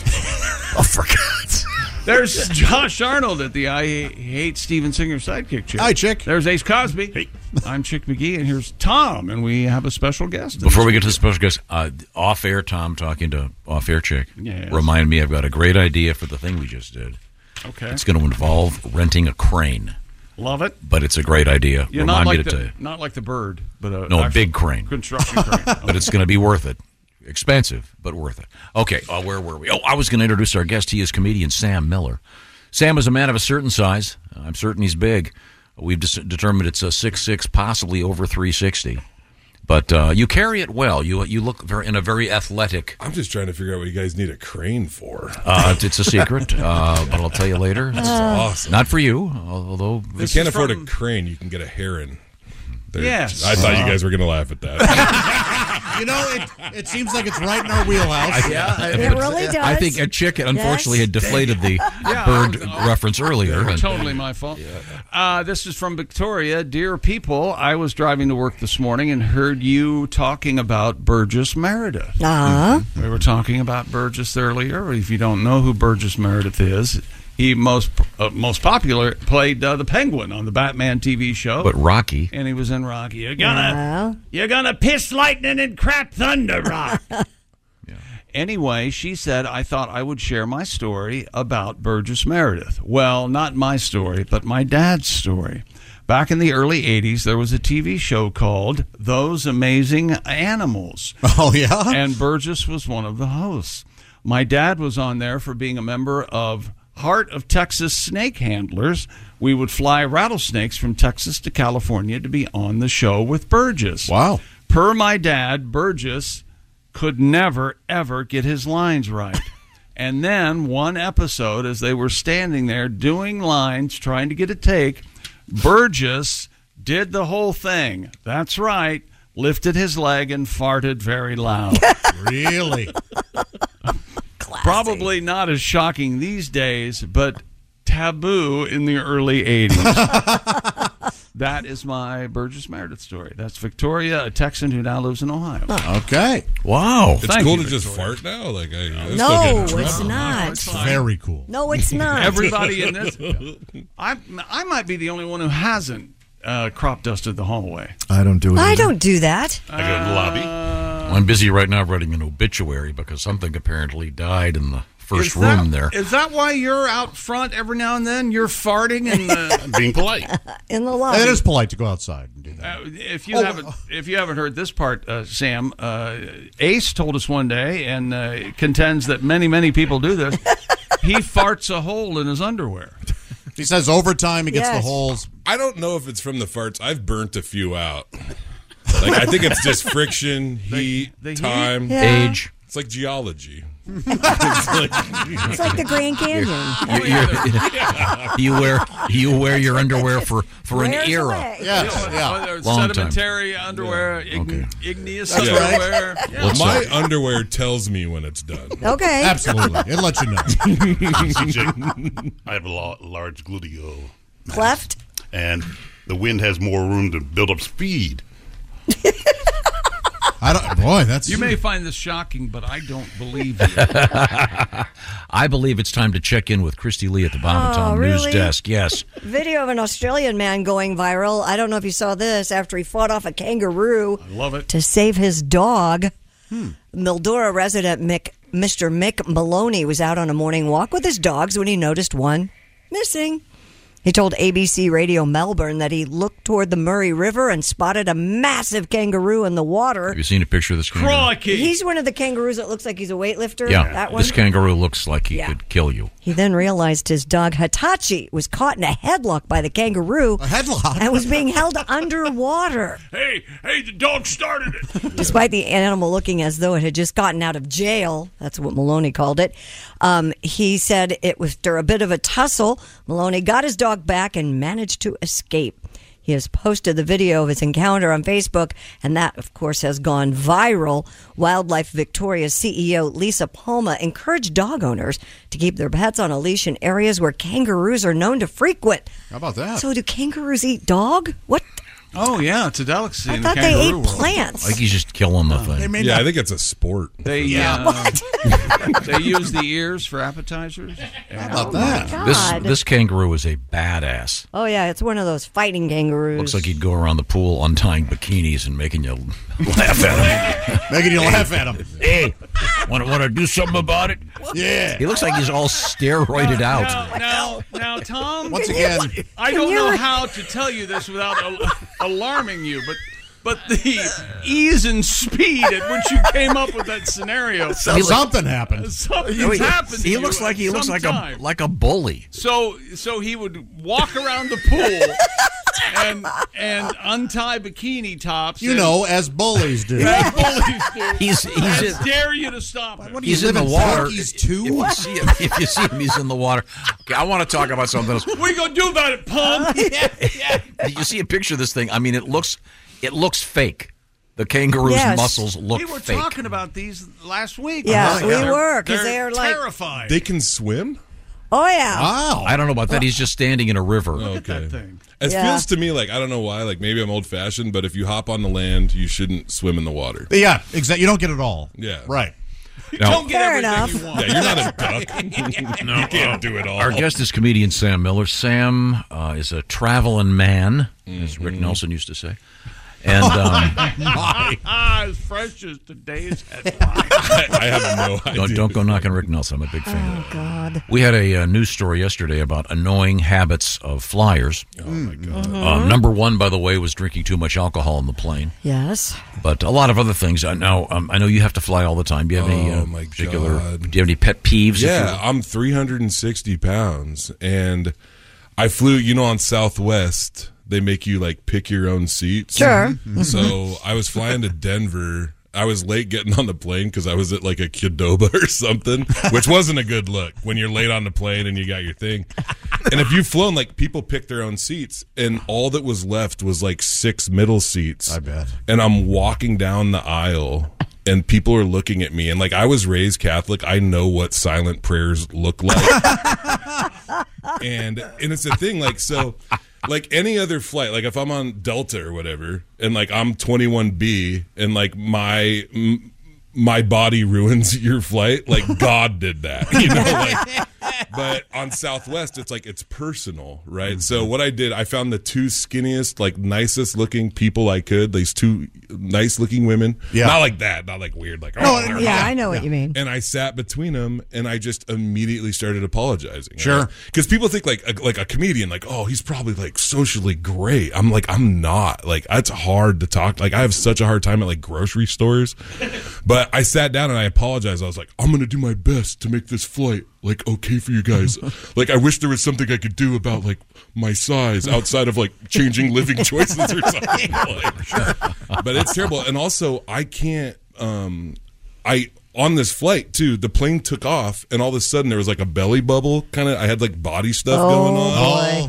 F: oh, for God's
A: There's Josh Arnold at the I Hate Steven Singer sidekick chick.
E: Hi,
A: Chick. There's Ace Cosby. Hey. I'm Chick McGee, and here's Tom, and we have a special guest.
E: Before we get to the special guest, uh, off air, Tom talking to off air chick.
A: Yes.
E: Remind me, I've got a great idea for the thing we just did.
A: Okay.
E: It's going to involve renting a crane,
A: Love it.
E: but it's a great idea.
A: You're
E: Remind
A: not like
E: me to tell
A: the,
E: you.
A: not like the bird, but a
E: No, a
A: Uh, actual
E: big crane.
A: construction crane.
E: But it's going to be worth it. Expensive, but worth it. Okay, uh, where were we? Oh, I was going to introduce our guest. He is comedian Sam Miller. Sam is a man of a certain size. I'm certain he's big. We've dis- determined it's a six six, possibly over 360. But uh, you carry it well. You you look very, in a very athletic.
N: I'm just trying to figure out what you guys need a crane for.
E: Uh, it's a secret, uh, but I'll tell you later.
N: That's awesome.
E: Not for you, although
N: If you can't afford a crane, you can get a heron. There-
E: Yes.
N: I thought you
E: Uh-huh.
N: guys were going to laugh at that.
G: You know, it, it seems like it's right in our wheelhouse.
E: I- but I think a chicken, unfortunately, had deflated the
A: Yeah.
E: bird reference earlier. and-
A: Totally my fault. Uh, this is from Victoria. Dear people, I was driving to work this morning and heard you talking about Burgess Meredith.
D: Uh-huh.
A: We were talking about Burgess earlier. If you don't know who Burgess Meredith is, he most uh, most popular played uh, the Penguin on the Batman TV show.
E: But Rocky.
A: and he was in Rocky. You're gonna you're gonna piss lightning and crap thunder, Rock. Anyway, she said, I thought I would share my story about Burgess Meredith. Well, not my story, but my dad's story. Back in the early 80s, there was a TV show called Those Amazing Animals.
G: Oh, yeah?
A: And Burgess was one of the hosts. My dad was on there for being a member of Heart of Texas Snake Handlers. We would fly rattlesnakes from Texas to California to be on the show with Burgess. Wow. Per my dad, Burgess could never ever get his lines right. And then one episode, as they were standing there doing lines, trying to get a take, Burgess did the whole thing. That's right. Lifted his leg and farted very loud.
G: really?
A: Probably not as shocking these days, but taboo in the early 80s. that is my Burgess Meredith story. That's Victoria, a Texan who now lives in Ohio.
G: Okay.
E: Wow.
N: It's
A: Thank
N: cool
A: you,
N: to just fart now. Like I, I still get in
D: No, it's
N: trouble.
D: not.
G: Very cool.
D: No, it's not.
A: Everybody in this, I I might be the only one who hasn't uh, crop dusted the hallway.
F: I don't do it.
D: I
F: either.
D: don't do that.
E: I go to the lobby. I'm busy right now writing an obituary because something apparently died in the first
A: Is
E: room
A: that,
E: there.
A: Is that why you're out front every now and then? You're farting and uh,
E: Being polite.
D: in the lobby.
G: It is polite to go outside. and do that.
A: Uh, if
D: Oh.
A: you haven't, if you haven't heard this part, uh, Sam, uh, Ace told us one day, and uh, contends that many, many people do this. he farts a hole in his underwear.
G: He says overtime, he gets the holes.
N: I don't know if it's from the farts. I've burnt a few out. Like I think it's just friction, heat,
A: heat?
N: time,
D: Yeah.
E: Age.
N: It's like geology.
D: It's like the Grand Canyon.
E: You- you- you wear you wear your underwear for, for an
D: Wears
E: era.
D: away.
A: Whether it's
E: Long time.
A: sedimentary underwear, ign- igneous
N: That's right.
A: underwear. Yeah.
E: Looks
N: My
E: like-
N: underwear tells me when it's done.
D: Okay.
G: Absolutely. It lets you know.
H: I have a lo- large gluteal,
D: Cleft.
H: and the wind has more room to build up speed.
G: I don't, boy, that's.
A: You may find this shocking, but I don't believe you.
E: I believe it's time to check in with Christy Lee at the Bob and
D: Oh,
E: Tom
D: really?
E: News Desk. Yes.
D: Video of an Australian man going viral. I don't know if you saw this after he fought off a kangaroo
A: Love it.
D: to save his dog.
N: Hmm.
D: Mildura resident Mick, Mr. Mick Maloney was out on a morning walk with his dogs when he noticed one missing. He told ABC Radio Melbourne that he looked toward the Murray River and spotted a massive kangaroo in the water.
E: Have you seen a picture of this kangaroo?
D: He's one of the kangaroos that looks like he's a weightlifter.
E: Yeah,
D: that one.
E: this kangaroo looks like he
D: Yeah.
E: could kill you.
D: He then realized his dog Hitachi was caught in a headlock by the kangaroo. A
G: headlock?
D: And was being held underwater,
A: Hey, hey, the dog started it.
D: despite the animal looking as though it had just gotten out of jail. That's what Maloney called it. Um, he said it was after a bit of a tussle. Maloney got his dog back and managed to escape. He has posted the video of his encounter on Facebook, and that, of course, has gone viral. Wildlife Victoria CEO Lisa Palma encouraged dog owners to keep their pets on a leash in areas where kangaroos are known to frequent.
G: How about that?
D: So, do kangaroos eat dog? What?
A: Oh yeah, it's a delicacy.
D: I
A: in
D: thought
A: the
D: they
A: kangaroo
D: ate
A: world.
D: plants.
E: Like he's just killing the
A: they
E: thing.
A: may Yeah, not- I think
E: it's a sport.
A: They
E: Yeah.
A: uh, they use the ears for appetizers. How
D: about
E: Oh
D: that? God.
E: Ah. This this kangaroo is a badass.
D: Oh, yeah, it's one of those fighting kangaroos.
E: Looks like he'd go around the pool untying bikinis and making you laugh at him.
G: making you laugh at him.
E: Hey, want to want to do something about it?
G: Yeah.
E: He looks like he's all steroided out.
A: Now, now, Tom.
E: Once Can again- you-
A: I
E: can
A: don't
E: you-
A: know how to tell you this without al- alarming you, but but the ease and speed at which you came up with that scenario,
G: So- something happened.
A: Something
E: No, Oh, he-
A: happened. to
E: He
A: you
E: looks like he
A: at
E: looks
A: some
E: like a
A: time.
E: like a bully.
A: So so he would walk around the pool. And, and untie bikini tops.
G: You
A: and-
G: know, as bullies do.
A: As bullies do.
E: He's- he's
A: I
E: in-
A: dare you to stop. Him.
G: do you
E: He's in the
G: live in
E: water.
G: Porky's
E: If you see him, if you see him, he's in the water. Okay, I want to talk about something else.
A: We gonna do about it, punk.
E: Did you see a picture of this thing? I mean, it looks it looks fake. The kangaroo's muscles look
A: We were
E: fake.
A: talking about these last week.
D: Yeah,
A: Uh-huh.
D: we
A: They're-
D: were, 'cause
A: they're
D: they are like-
A: terrified.
N: They can swim?
D: Oh, yeah.
E: I don't know about that. He's just standing in a river.
N: okay. It
D: Yeah.
N: feels to me like I don't know why. Like maybe I'm old fashioned, but if you hop on the land, you shouldn't swim in the water.
G: Yeah, exactly. You don't get it all.
N: Yeah.
G: Right.
E: No.
D: Fair enough.
N: Yeah, you're not a duck. you can't do it all.
E: Our guest is comedian Sam Miller. Sam uh, is a traveling man, as Rick
N: Mm-hmm.
E: Nelson used to say.
A: Oh,
E: And um,
A: as fresh as today's headline.
N: I have no idea.
E: don't, don't go knocking Rick Nelson. I'm a big fan.
D: Oh, God.
E: We had a, uh news story yesterday about annoying habits of flyers. Oh my
N: Hmm.
E: god!
N: Uh-huh. Mm-hmm.
E: Uh, number one, by the way, was drinking too much alcohol on the plane,
D: Yes.
E: but a lot of other things. I know. Um, I know you have to fly all the time. Do you have any uh,
N: Oh, my
E: particular?
N: God.
E: Do you have any pet peeves? if
N: Yeah,
E: you-
N: I'm 360 pounds, and I flew. You know, on Southwest, they make you like pick your own seats.
D: Sure. Mhm.
N: So I was flying to Denver. I was late getting on the plane because I was at like a Qdoba or something, which wasn't a good look when you're late on the plane and you got your thing. And if you've flown, like people pick their own seats, and all that was left was like six middle seats. I
G: bet.
N: And I'm walking down the aisle, and people are looking at me. And like I was raised Catholic, I know what silent prayers look like. and and it's a thing like so like any other flight like if i'm on delta or whatever and like i'm 21b and like my m- my body ruins your flight like god did that you know like but on southwest it's like it's personal right
K: Mm.
N: so what i did i found the two skinniest like nicest looking people i could these two nice looking women
G: Yeah.
N: not like that not like weird like oh
D: yeah,
N: they're
D: I know what you mean.
N: and I sat between them, and I just immediately started apologizing.
G: Sure.
N: because people think like a, like a comedian, like oh, he's probably like socially great. I'm like I'm not. Like it's hard to talk. Like I have such a hard time at like grocery stores. but I sat down and I apologized. I was like, I'm gonna do my best to make this flight like okay for you guys. like I wish there was something I could do about like my size outside of like changing living choices or something. Like, but it's terrible. And also, I can't. Um, I on this flight too. The plane took off, and all of a sudden there was like a belly bubble kind of. I had like body stuff
G: Oh,
N: going on.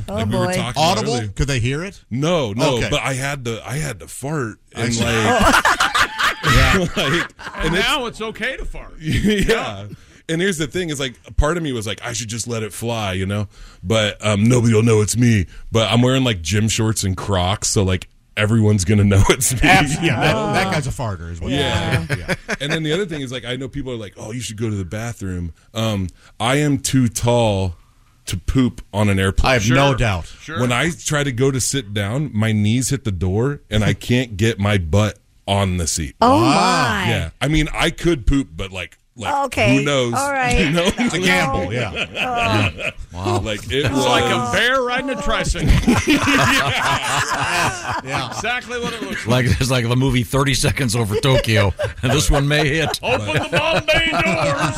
G: boy.
N: Like
G: Oh,
N: we were
G: boy.
N: talking about
G: Audible?
N: earlier.
G: Could they hear it?
N: No, no.
G: Okay.
N: But I had to. I had to fart
G: I
N: and
G: see.
N: like. like-
A: and now it's okay to fart.
N: yeah. And here's the thing: is like part of me was like, I should just let it fly, you know. But um, nobody will know it's me. But I'm wearing like gym shorts and Crocs, so like everyone's gonna know it's me.
G: Abs-
N: you
G: yeah, that,
N: know?
G: that guy's a farter as
N: uh,
G: well.
N: Yeah. and then the other thing is like I know people are like, "Oh, you should go to the bathroom." Um, I am too tall to poop on an airplane.
G: I have no Sure. doubt. Sure.
N: When I try to go to sit down, my knees hit the door and I can't get my butt on the seat.
D: Oh, Wow. my.
N: Yeah. I mean, I could poop, but like Like,
D: Okay,
N: Who knows?
D: all right.
N: You know?
D: It's a gamble,
N: yeah.
A: Wow.
N: Like it
A: It's
N: was
A: like a bear riding a tricycle. yeah. Exactly what it looks
E: Like it's like the movie Thirty Seconds Over Tokyo. and this one may hit.
A: Open the Bombay doors.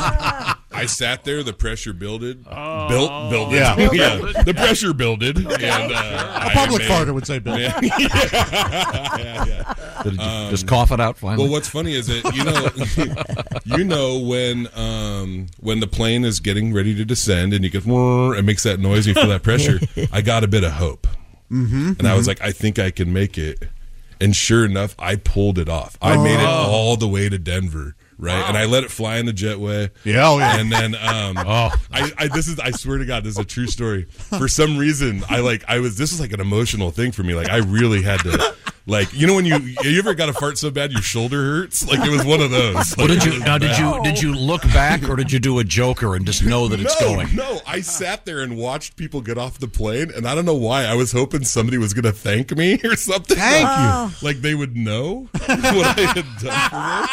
N: I sat there. The pressure builded, built, builded.
I: Yeah.
N: yeah. The pressure builded.
I: Okay.
N: And, uh,
I: A
N: I
I: public
N: made-
I: farter would say built.
N: Yeah. yeah, yeah.
E: Did it ju- just cough it out finally?
N: Um, Well, what's funny is that you know, you know when um, when the plane is getting ready to descend and you get "Whirr," it makes that noise, and you feel that pressure. I got a bit of hope,
I: Mm-hmm.
N: and I was like, I think I can make it. And sure enough, I pulled it off. I made it
I: Oh.
N: all the way to Denver. Right, and I let it fly in the jetway.
I: Yeah, oh, yeah.
N: and then um,
E: Oh.
N: I, I this is I swear to God, this is a true story. For some reason, I like I was this is like an emotional thing for me. Like I really had to, like you know when you you ever got a fart so bad your shoulder hurts. Like it was one of those.
E: Well,
N: Like,
E: did
N: it
E: you
N: was
E: now? Did
N: bad.
E: you did you look back, or did you do a Joker and just know that it's
N: no,
E: going?
N: No, I sat there and watched people get off the plane, and I don't know why. I was hoping somebody was going to thank me or something.
I: Thank
N: like,
I: you.
N: Like they would know what I had done.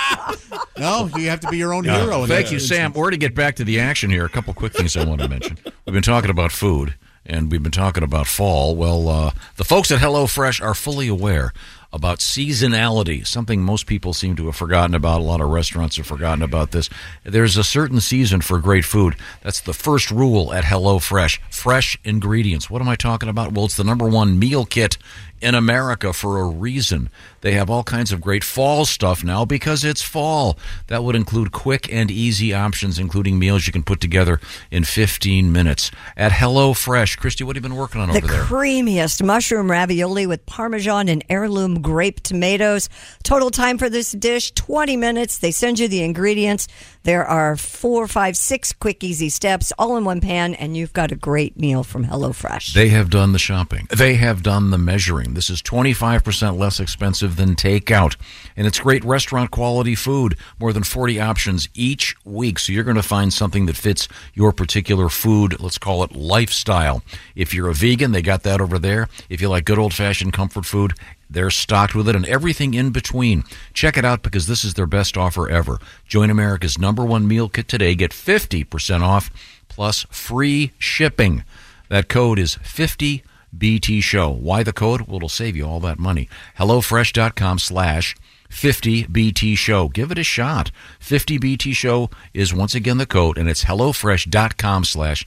G: No, you have to be your own
E: Yeah.
G: hero. in
E: Thank
G: that
E: you,
G: instance.
E: Sam. We're to get back to the action here. A couple quick things I want to mention. We've been talking about food, and we've been talking about fall. Well, uh, the folks at HelloFresh are fully aware about seasonality, something most people seem to have forgotten about. A lot of restaurants have forgotten about this. There's a certain season for great food. That's the first rule at HelloFresh. Fresh ingredients. What am I talking about? Well, it's the number one meal kit in America for a reason. They have all kinds of great fall stuff now because it's fall. That would include quick and easy options, including meals you can put together in 15 minutes. At HelloFresh, Christy, what have you been working on
D: the
E: over there?
D: creamiest mushroom ravioli with parmesan and heirloom grape tomatoes. Total time for this dish 20 minutes. They send you the ingredients. There are four, five, six quick, easy steps all in one pan, and you've got a great meal from HelloFresh.
E: They have done the shopping. They have done the measuring. This is 25% less expensive than takeout. And it's great restaurant quality food, more than 40 options each week. So you're going to find something that fits your particular food, let's call it lifestyle. If you're a vegan, they got that over there. If you like good old fashioned comfort food, they're stocked with it and everything in between. Check it out because this is their best offer ever. Join America's number one meal kit today. Get 50% off plus free shipping. That code is 50BT Show. Why the code? Well, it'll save you all that money. HelloFresh.com slash 50BT Show. Give it a shot. 50BT Show is once again the code, and it's HelloFresh.com slash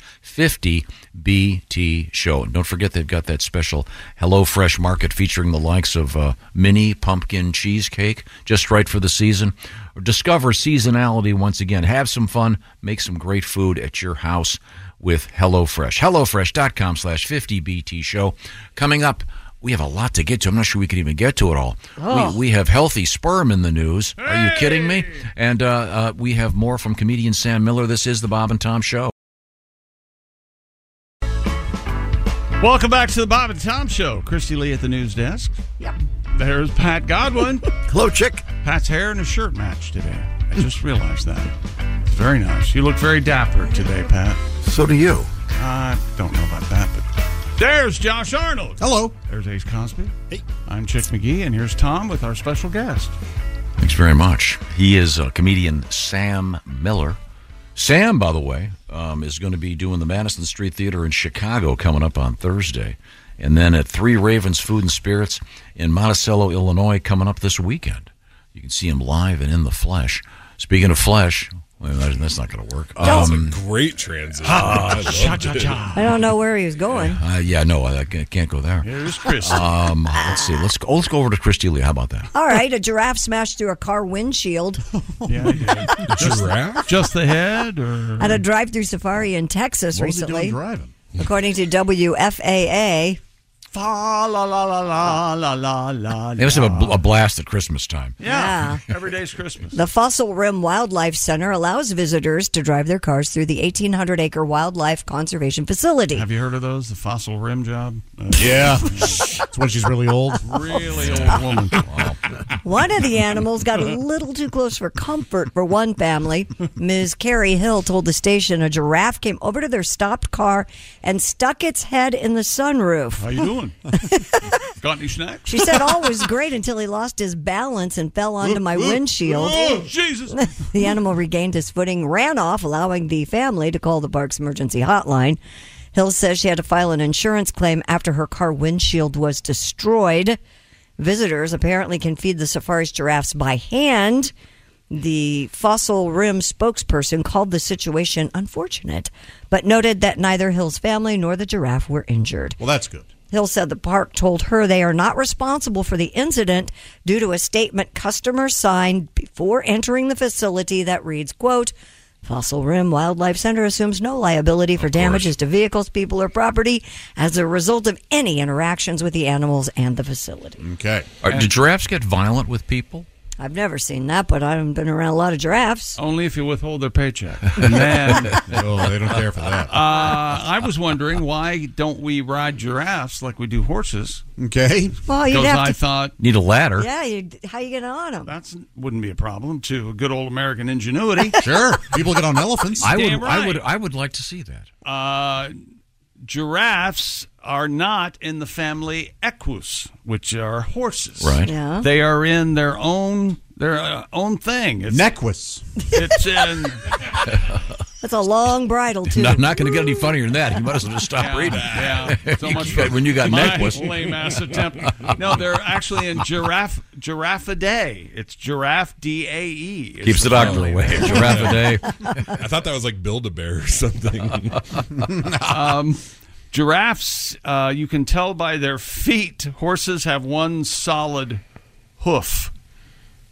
E: 50BT Show. And don't forget they've got that special HelloFresh market featuring the likes of uh, mini pumpkin cheesecake, just right for the season. Discover seasonality once again. Have some fun. Make some great food at your house with HelloFresh. HelloFresh.com slash 50BT show. Coming up, we have a lot to get to. I'm not sure we can even get to it all.
P: Oh.
E: We, we have healthy sperm in the news. Are you kidding me? And uh, uh, we have more from comedian Sam Miller. This is the Bob and Tom Show.
A: Welcome back to the Bob and Tom Show. Christy Lee at the news desk. Yep. There's Pat Godwin.
F: Hello, chick.
A: Pat's hair and a shirt match today. I just realized that. It's very nice. You look very dapper today, Pat.
F: So do you.
A: I don't know about that, but there's Josh Arnold.
G: Hello.
A: There's Ace Cosby. Hey. I'm Chick McGee, and here's Tom with our special guest.
E: Thanks very much. He is uh, comedian Sam Miller. Sam, by the way, um, is going to be doing the Madison Street Theater in Chicago coming up on Thursday. And then at Three Ravens Food and Spirits in Monticello, Illinois, coming up this weekend. You can see him live and in the flesh. Speaking of flesh, well, that- that's not going to work. Um,
N: That's a great transition.
E: Ah,
N: I loved it.
D: I don't know where he was going.
E: Uh, yeah, no, I I can't can't go there.
A: Here's
D: Christy.
E: Um, let's see. Let's go, let's go over to Christy Lee. How about that?
D: All right, a giraffe smashed through a car windshield.
E: Giraffe?
A: Just the head, or
D: at a drive-through safari in Texas
A: What was he
D: recently.
A: doing driving?
D: According to WFAA,
A: fa la la la la la la la.
E: They must have a, bl- a blast at Christmas time.
A: Yeah. Every day's Christmas.
D: the Fossil Rim Wildlife Center allows visitors to drive their cars through the 1,800-acre wildlife conservation facility.
A: Have you heard of those? The fossil rim job? Uh,
I: Yeah. It's when she's really old.
A: Really old woman.
D: One of the animals got a little too close for comfort for one family. Ms. Carrie Hill told the station a giraffe came over to their stopped car and stuck its head in the sunroof.
A: How you doing? Got any snacks?
D: She said all was great until he lost his balance and fell onto my windshield.
A: Oh, Jesus.
D: the animal regained his footing, ran off, allowing the family to call the park's emergency hotline. Hill says she had to file an insurance claim after her car windshield was destroyed. Visitors apparently can feed the safari's giraffes by hand. The fossil rim spokesperson called the situation unfortunate, but noted that neither Hill's family nor the giraffe were injured.
I: Well, that's good.
D: Hill said the park told her they are not responsible for the incident due to a statement customers signed before entering the facility that reads, quote, Fossil Rim Wildlife Center assumes no liability for damages to vehicles, people, or property as a result of any interactions with the animals and the facility.
E: Okay. Are, do giraffes get violent with people?
D: I've never seen that, but I've been around a lot of giraffes.
A: Only if you withhold their paycheck. And then,
I: No, they don't care for that.
A: Uh, I was wondering why don't we ride giraffes like we do horses?
I: Okay.
D: Well, you'd
A: because
D: have
A: I
D: to-
A: thought
E: need a ladder.
D: Yeah, you, how you getting on them?
A: That's wouldn't be a problem to good old American ingenuity.
I: Sure. People get on elephants.
E: I would,
A: Damn
E: I
A: right.
E: would, I would like to see that.
A: Uh, giraffes are not in the family Equus, which are horses.
E: Right.
D: Yeah.
A: They are in their own their uh, own thing. It's,
I: Nequus.
A: It's in.
D: That's a long bridle too.
E: Not, not going to get any funnier than that. You might as well just stop
A: Yeah,
E: reading.
A: yeah. So
E: You
A: much
E: got-
A: for
E: when you got
A: my
E: necklace.
A: lame ass attempt. No, they're actually in giraffe giraffe a day. It's giraffe D A E. It's
E: Keeps the doctor
A: family
E: away.
A: name.
E: Giraffe a day.
N: I thought that was like Build a Bear or something.
A: um, giraffes, uh, you can tell by their feet. Horses have one solid hoof.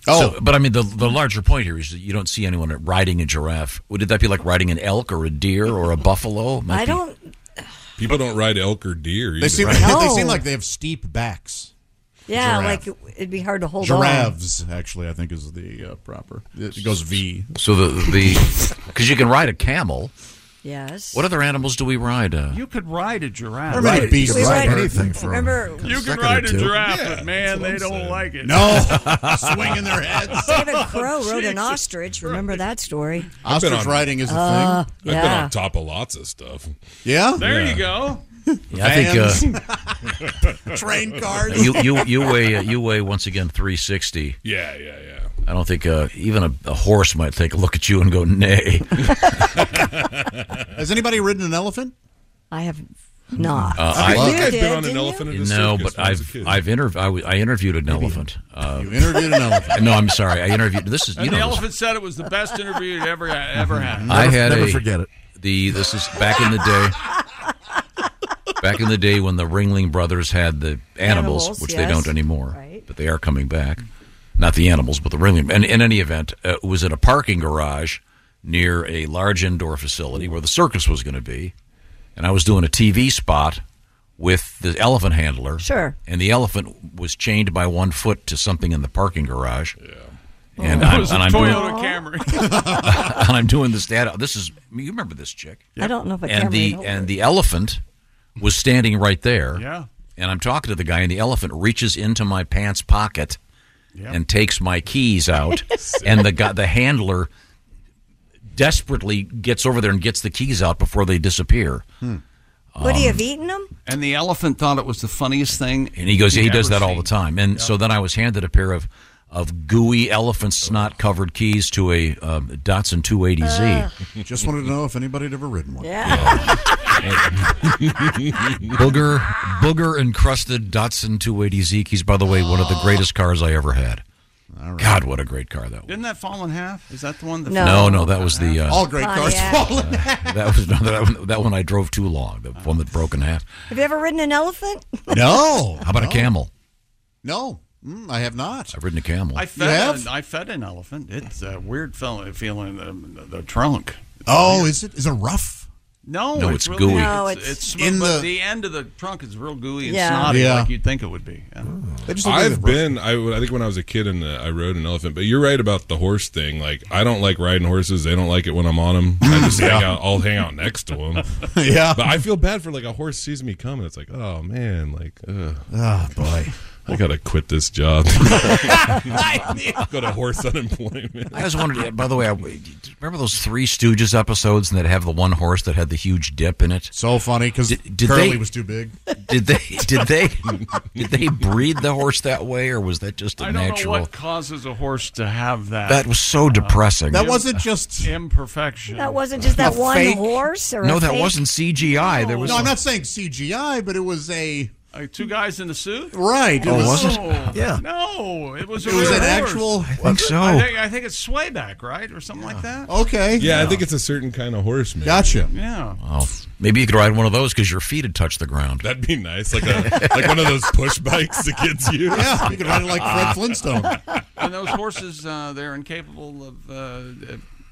E: Oh, but I mean, the the larger point here is that you don't see anyone riding a giraffe. Would that be like riding an elk or a deer or a buffalo?
D: I
E: Might be-
D: don't.
N: People don't ride elk or deer.
I: They
N: either.
I: seem,
D: No.
I: they seem like they have steep backs.
D: Yeah,
I: Giraffe.
D: like it'd be hard to hold on.
I: Giraffes, actually, I think is the uh, proper. It goes V.
E: So the the because you can ride a camel.
D: Yes.
E: What other animals do we ride? Uh,
A: You could ride a giraffe.
I: Or many Right. beasts.
D: We ride-
I: anything
D: for remember-
A: You can
I: Second
A: ride
I: or
A: a
I: two.
A: giraffe,
I: Yeah,
A: but man, they don't like it.
I: No, swinging their heads.
D: David Crow rode an ostrich. Remember that story?
N: I've
I: Ostrich
N: been on-
I: riding is a
D: Uh,
I: thing.
N: I've been
D: yeah.
N: on top of lots of stuff.
I: Yeah.
A: There you go.
E: yeah, I think
I: uh, train
E: uh,
I: cars.
E: you you you weigh uh, you weigh once again three sixty.
N: Yeah, yeah, yeah.
E: I don't think uh, even a, a horse might take a look at you and go nay.
I: Has anybody ridden an elephant?
D: I have not.
E: Uh, I-
D: You
E: I think
N: I've
D: did,
N: been on an
D: didn't you?
N: elephant. At a
E: No,
N: circus
E: but
N: when I was a
E: I've
N: kid.
E: I've interviewed I, w- I interviewed an elephant. Uh,
I: You interviewed an elephant.
E: no, I'm sorry. I interviewed this is you
A: And the
E: know this-
A: elephant said it was the best interview it ever ever had.
E: I had
I: never
E: a,
I: forget it.
E: The this is back in the day. back in the day when the Ringling Brothers had the animals,
D: Animals,
E: which they
D: yes.
E: don't anymore,
D: Right.
E: but they are coming back. Not the animals, but the Ringling. And in any event, uh, it was in a parking garage near a large indoor facility where the circus was going to be, and I was doing a TV spot with the elephant handler.
D: Sure.
E: And the elephant was chained by one foot to something in the parking garage. Yeah. And
A: It
E: I'm,
A: was Oh,
E: and
A: a
E: I'm doing
A: Toyota Camry.
E: and I'm doing this data. This is you remember this chick?
D: I don't know if I can
E: And the
D: read.
E: and the elephant was standing right there.
A: Yeah.
E: And I'm talking to the guy, and the elephant reaches into my pants pocket and takes my keys out, and the guy, the handler desperately gets over there and gets the keys out before they disappear.
D: Would he have eaten them?
A: Um, And the elephant thought it was the funniest thing.
E: And he goes, he
A: he'd
E: does
A: ever
E: that all
A: seen.
E: the time. And so then I was handed a pair of of gooey elephant snot covered keys to a uh, Datsun
D: Uh.
E: 280Z.
I: Uh, Just wanted to know if anybody had ever ridden one.
E: booger booger encrusted Datsun 280Z keys. By the way, one of the greatest cars I ever had. God, what a great car that was!
A: Didn't that fall in half? Is that the one that
D: No.
E: No, no, that was the uh,
I: All great
D: Oh,
I: cars
D: yeah.
I: fall in half.
E: that was no, that, one, that one I drove too long. The one that broke in half.
D: Have you ever ridden an elephant?
I: No.
E: How about a camel?
I: No, mm, I have not.
E: I've ridden a camel.
A: I
I: You
A: fed
I: have?
A: an, I fed an elephant. It's a weird feeling feeling um, the, the trunk.
I: Oh, is it? Is it rough?
A: No,
E: No, it's
A: really,
E: gooey.
D: No,
A: it's,
D: it's-
A: it's smooth,
I: In
A: but
I: the-
A: the, end of the trunk is real gooey and
D: Yeah.
A: snotty,
I: Yeah.
A: like you'd think it would be. Yeah.
I: They just look like they're
N: I've
I: rough.
N: been. I, would- I think when I was a kid and uh, I rode an elephant. But you're right about the horse thing. Like I don't like riding horses. They don't like it when I'm on them. I just hang out. I'll hang out next to them.
I: yeah.
K: Ah,
N: But I feel bad for like a horse sees me coming. It's like, oh man, like, ugh.
I: Oh boy.
N: I gotta quit this job. Go to horse unemployment.
E: I always wondered. yeah, By the way, I, remember those Three Stooges episodes that have the one horse that had the huge dip in it?
G: So funny because Curly was too big.
E: Did they? Did they? did they breed the horse that way, or was that just a
A: I don't
E: natural?
A: know what causes a horse to have that. uh,
E: That was so depressing. That wasn't
G: just
A: imperfection.
D: That wasn't just that
E: A
D: one
E: fake-
D: horse, or
E: no,
D: a
E: that
D: fake-
E: wasn't CGI. there was
G: no, I'm
E: some-
G: not saying CGI, but it was a
A: two guys in a suit.
G: Right.
E: Oh, was it?
A: No.
E: Yeah.
A: No, it was. A
G: It was
A: real
G: an
A: horse.
G: actual- I
N: think so.
A: I think, I think it's swayback, right, or something like that.
G: Okay.
N: Yeah, I think it's a certain kind of horse, man.
G: Gotcha.
A: Yeah.
E: Oh, maybe you could ride one of those because your feet would touch the ground.
N: That'd be nice, like a like one of those push bikes the kids use.
G: Yeah, you could ride it like Fred Flintstone.
A: and those horses, uh, they're incapable of uh,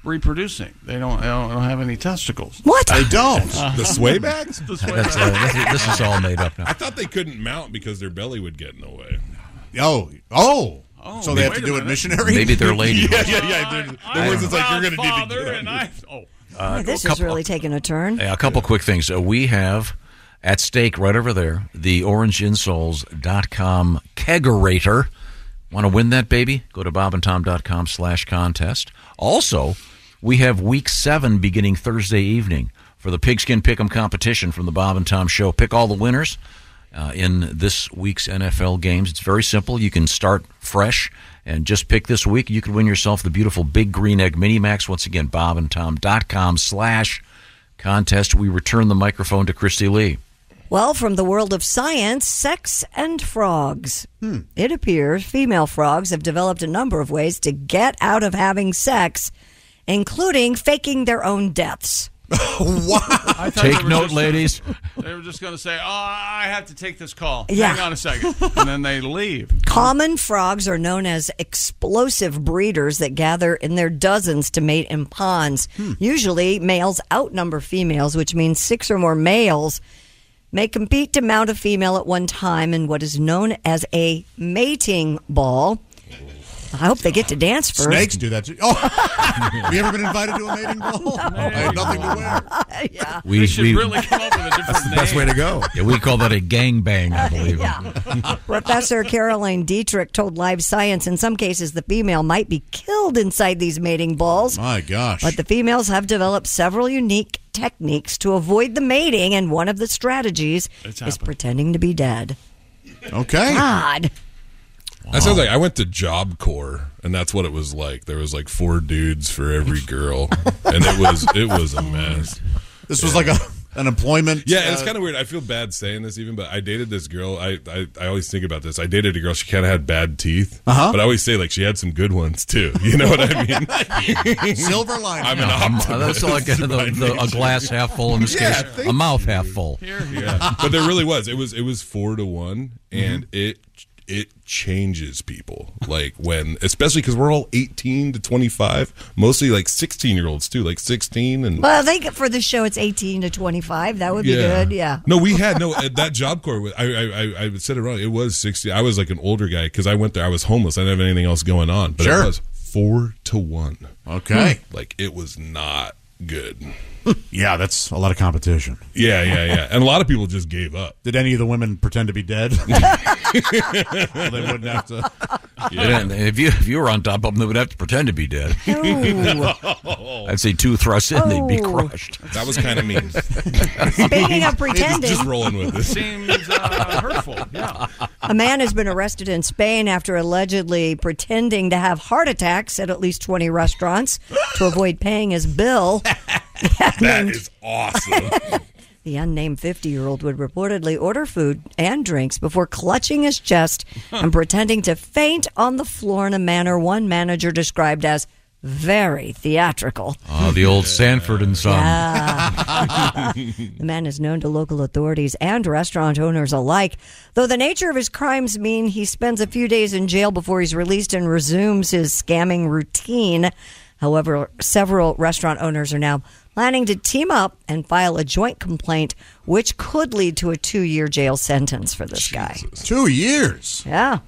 A: reproducing. They don't. They don't have any testicles.
D: What?
N: They don't. The
A: swaybacks?
N: swaybacks?
A: The swaybacks.
N: I thought they couldn't mount because their belly would get in the way.
G: Oh, oh.
A: Oh,
G: so they have
N: wait
G: to
N: a
G: do it
N: minute.
G: missionary.
E: Maybe they're ladies.
N: Yeah, yeah, yeah. They're, they're ones that's like you're gonna need to.
A: Father and I. Oh.
E: Uh,
D: Boy, this
E: a
D: is
E: couple-
D: really taking a turn.
E: Yeah, a couple quick things. Uh, we have at stake right over there the orangeinsoles.com kegerator. Want to win that baby? Go to bobandtom.com slash contest. Also, we have week seven beginning Thursday evening for the Pigskin Pick'em competition from the Bob and Tom Show. Pick all the winners uh, in this week's NFL games. It's very simple. You can start fresh and just pick this week. You could win yourself the beautiful Big Green Egg Mini Max. Once again, bobandtom.com slash contest. We return the microphone to Christy Lee.
D: Well, from the world of science, sex and frogs.
I: Hmm.
D: It appears female frogs have developed a number of ways to get out of having sex, including faking their own deaths.
A: I thought
E: Take
A: they were
E: note,
A: just-
E: ladies.
A: They were just going to say, "Oh, I have to take this call.
D: Yeah.
A: Hang on a second. and then they leave.
D: Common frogs are known as explosive breeders that gather in their dozens to mate in ponds.
G: Hmm.
D: Usually, males outnumber females, which means six or more males may compete to mount a female at one time in what is known as a mating ball. I hope they get to dance first.
G: Snakes do that. Too. Oh, have you ever been invited to a mating ball? I had nothing to wear.
D: yeah.
E: We,
A: should really come up with a different
E: that's the
A: best name. way to
E: go. Yeah, we call that a gangbang, I believe.
D: Professor Caroline Dietrich told Live Science in some cases the female might be killed inside these mating balls.
N: Oh,
G: My gosh.
D: But the females have developed several unique techniques to avoid the mating, and one of the strategies
N: It's
D: is
N: happened.
D: pretending to be dead.
G: Okay.
D: God.
N: That sounds like I went to Job Corps, and that's what it was like. There was like four dudes for every girl, and it was it was a mess.
G: This was like a an employment.
N: Yeah, and it's
G: uh,
N: kind of weird. I feel bad saying this even, but I dated this girl. I, I, I always think about this. I dated a girl. She kind of had bad teeth,
G: Uh-huh.
N: but I always say like she had some good ones too. You know what I mean?
G: Silver lining.
N: I'm an optimist.
E: uh, That's like a, the, the, a glass half full in this
N: Yeah,
E: case,
N: thank
E: a mouth half full.
N: Yeah. but there really was. It was it was four to one,
E: Mm-hmm.
N: and it it changes people. Like when, especially because we're all eighteen to twenty five, mostly like sixteen year olds too, like sixteen and.
D: Well, I think for the show it's 18 to 25. That would be good. Yeah.
N: No, we had no at that job corps. was- I I I- I said it wrong. It was sixty. I was like an older guy because I went there. I was homeless. I didn't have anything else going on. But
G: Sure.
N: it was four to one. Hmm.
G: Okay.
N: Like it was not good.
G: Yeah, that's a lot of competition.
N: Yeah, yeah, yeah. And a lot of people just gave up.
G: Did any of the women pretend to be dead? So they wouldn't have to.
E: And if you if you were on top of them, they would have to pretend to be dead. I'd say two thrusts in, they'd be
D: Oh.
E: crushed.
N: That was kind of mean.
D: Speaking of pretending.
N: just rolling with this.
A: Seems uh, hurtful. Yeah.
D: A man has been arrested in Spain after allegedly pretending to have heart attacks at at least 20 restaurants to avoid paying his bill.
N: That is awesome.
D: The unnamed 50 year old would reportedly order food and drinks before clutching his chest and pretending to faint on the floor in a manner one manager described as very theatrical.
E: Oh, the old Sanford and Son.
D: Ah. the man is known to local authorities and restaurant owners alike, though the nature of his crimes mean he spends a few days in jail before he's released and resumes his scamming routine. However, several restaurant owners are now planning to team up and file a joint complaint, which could lead to a two-year jail sentence for this guy.
G: Two years.
D: Yeah.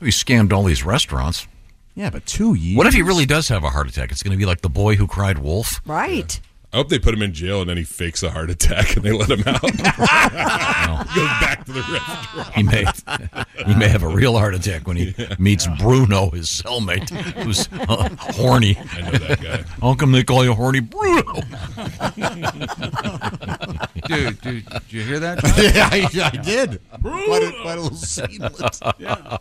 E: We scammed all these restaurants.
G: Yeah, but two years.
E: What if he really does have a heart attack? It's going to be like the boy who cried wolf.
D: Right.
N: I hope they put him in jail and then he fakes a heart attack and they let him out. Goes back to the restaurant.
E: He may he may have a real heart attack when he meets Bruno, his cellmate, who's uh, horny.
N: I know that guy.
E: How come they call you horny Bruno?
A: dude, dude, did you hear that?
G: yeah, I, I did.
A: Bruno.
G: Quite a, quite a little seamless.
A: Yeah.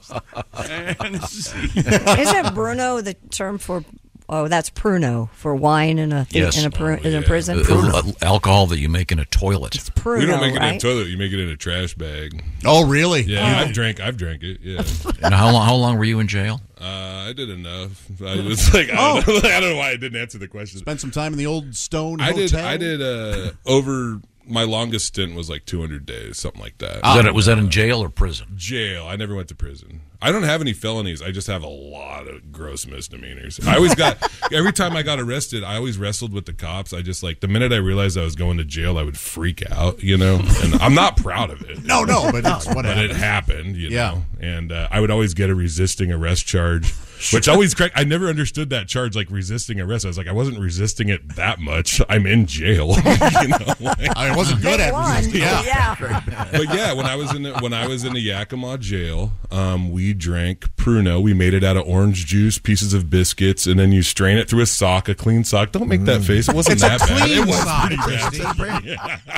A: And
D: Isn't Bruno the term for? Oh, that's pruno for wine in a
E: Yes.
D: in a, pru-
N: Oh,
D: in a prison.
E: Uh, uh, alcohol that you make in a toilet. It's
D: pruno,
N: we don't make it in a
D: right?
N: toilet. You make it in a trash bag.
E: Oh, really?
N: Yeah,
E: Oh.
N: I've drank. I've drank it. Yeah.
E: And how long? How long were you in jail?
N: Uh, I did enough. I was like, I don't, know, I don't know why I didn't answer the question.
G: Oh. Spent some time in the old stone
N: I did.
G: hotel.
N: I did. Uh, over my longest stint was like 200 days, something like that.
E: was, that, was that in jail or prison?
N: Jail. I never went to prison. I don't have any felonies. I just have a lot of gross misdemeanors. I always got every time I got arrested, I always wrestled with the cops. I just like the minute I realized I was going to jail, I would freak out, you know. And I'm not proud of it.
G: No, no, but it's what
N: but it
G: happened.
N: happened, you
G: Yeah.
N: know. And uh, I would always get a resisting arrest charge, which always crack. I never understood that charge, like resisting arrest. I was like, I wasn't resisting it that much. I'm in jail. you know, like-
G: I wasn't good at resisting.
D: Yeah.
N: but yeah, when I was in the, when I was in the Yakima jail, um, we drank Pruno. We made it out of orange juice, pieces of biscuits, and then you strain it through a sock, a clean sock. Don't make
E: Mm.
N: that face. It wasn't
G: It's a
N: that bad.
G: clean
N: It was
G: sock,
N: pretty bad.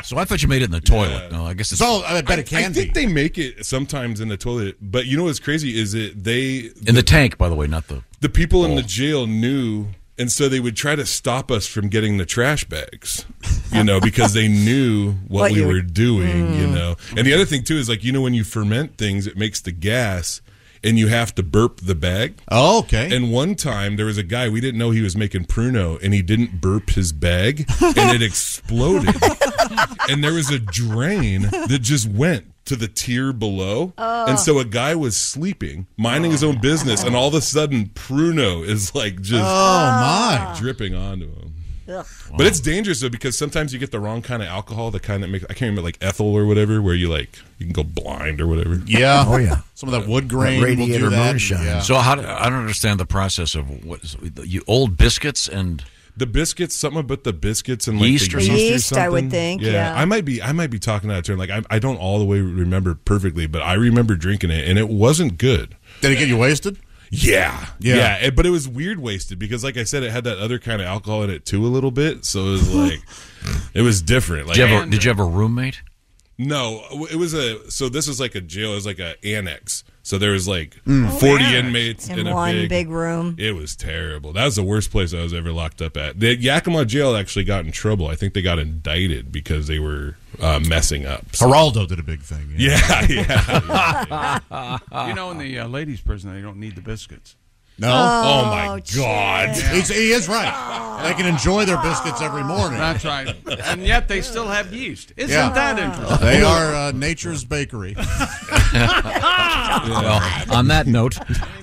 E: So I thought you made it in the toilet. No, I guess it's
G: So I bet it
N: I
G: can be.
N: think they make it sometimes in the toilet, but you know what's crazy is it they
E: in the tank, by the way, not the.
N: the people in the
E: Oh.
N: jail knew and so they would try to stop us from getting the trash bags you know because they knew what,
D: What
N: we
D: you
N: were
D: were-
N: doing you
G: Mm.
N: know and the other thing too is like you know when you ferment things it makes the gas and you have to burp the bag
G: Oh, okay.
N: and one time there was a guy we didn't know he was making pruno and he didn't burp his bag and it exploded and there was a drain that just went to the tier below.
G: Oh.
N: And so a guy was sleeping, minding his own business, and all of a sudden Pruno is like just
G: Oh, my.
N: dripping onto him. But it's dangerous though because sometimes you get the wrong kind of alcohol, the kind that makes I can't remember like ethyl or whatever, where you like you can go blind or whatever.
G: Yeah.
L: Oh, yeah.
G: Some of that wood grain
L: radiator
G: will do that.
L: moonshine.
G: Yeah.
E: So how? do- I don't understand the process of what you old biscuits and
N: The biscuits, something about the biscuits and like
E: Yeast
N: the
E: or
N: yeast,
E: something?
D: Yeast, I would think, yeah.
N: I might be, I might be talking out of turn. Like I, I don't all the way remember perfectly, but I remember drinking it, and it wasn't good.
G: Did it get you wasted?
N: Yeah,
G: Yeah.
N: yeah, it- but it was weird wasted because, like I said, it had that other kind of alcohol in it too, a little bit. So it was like, it was different. Like,
E: did you, have a, did you have a roommate?
N: no, w- it was a. So this was like a jail. It was like a annex. So there was like
G: Mm.
N: forty
E: Oh,
N: inmates
D: In
N: in, a
D: one
N: big,
D: big room.
N: It was terrible. That was the worst place I was ever locked up at. The Yakima jail actually got in trouble. I think they got indicted because they were uh, messing up. So-
G: Geraldo did a big thing.
N: yeah, yeah.
A: you know, in the uh, ladies' prison, they don't need the biscuits.
G: No.
N: oh my god.
G: He's, he is right. They can enjoy their biscuits every morning.
A: That's right. And yet they still have yeast. Isn't
G: Yeah.
A: that interesting?
G: They are uh, nature's bakery.
E: Well, on that note,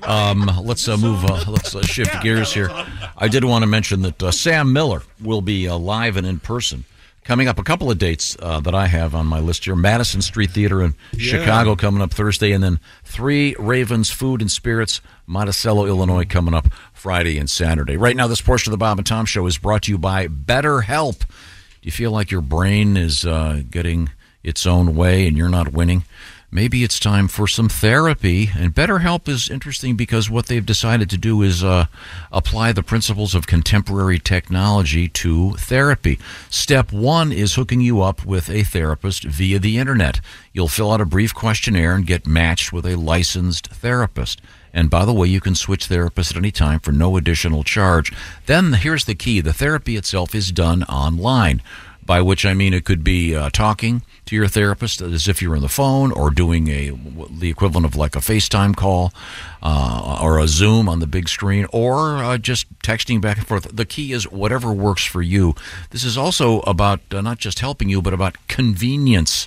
E: um, let's uh, move. Uh, let's uh, shift gears here. I did want to mention that uh, Sam Miller will be uh, live and in person. Coming up, a couple of dates uh, that I have on my list here: Madison Street Theater in Chicago coming up Thursday, and then three Ravens Food and Spirits, Monticello, Illinois, coming up Friday and Saturday. Right now, this portion of the Bob and Tom Show is brought to you by BetterHelp. Do you feel like your brain is uh, getting its own way and you're not winning? maybe it's time for some therapy. And BetterHelp is interesting because what they've decided to do is uh, apply the principles of contemporary technology to therapy. Step one is hooking you up with a therapist via the internet. You'll fill out a brief questionnaire and get matched with a licensed therapist. And by the way, you can switch therapists at any time for no additional charge. Then here's the key the therapy itself is done online by which I mean it could be uh, talking to your therapist as if you're on the phone or doing a the equivalent of like a FaceTime call uh, or a Zoom on the big screen or uh, just texting back and forth. The key is whatever works for you. This is also about uh, not just helping you but about convenience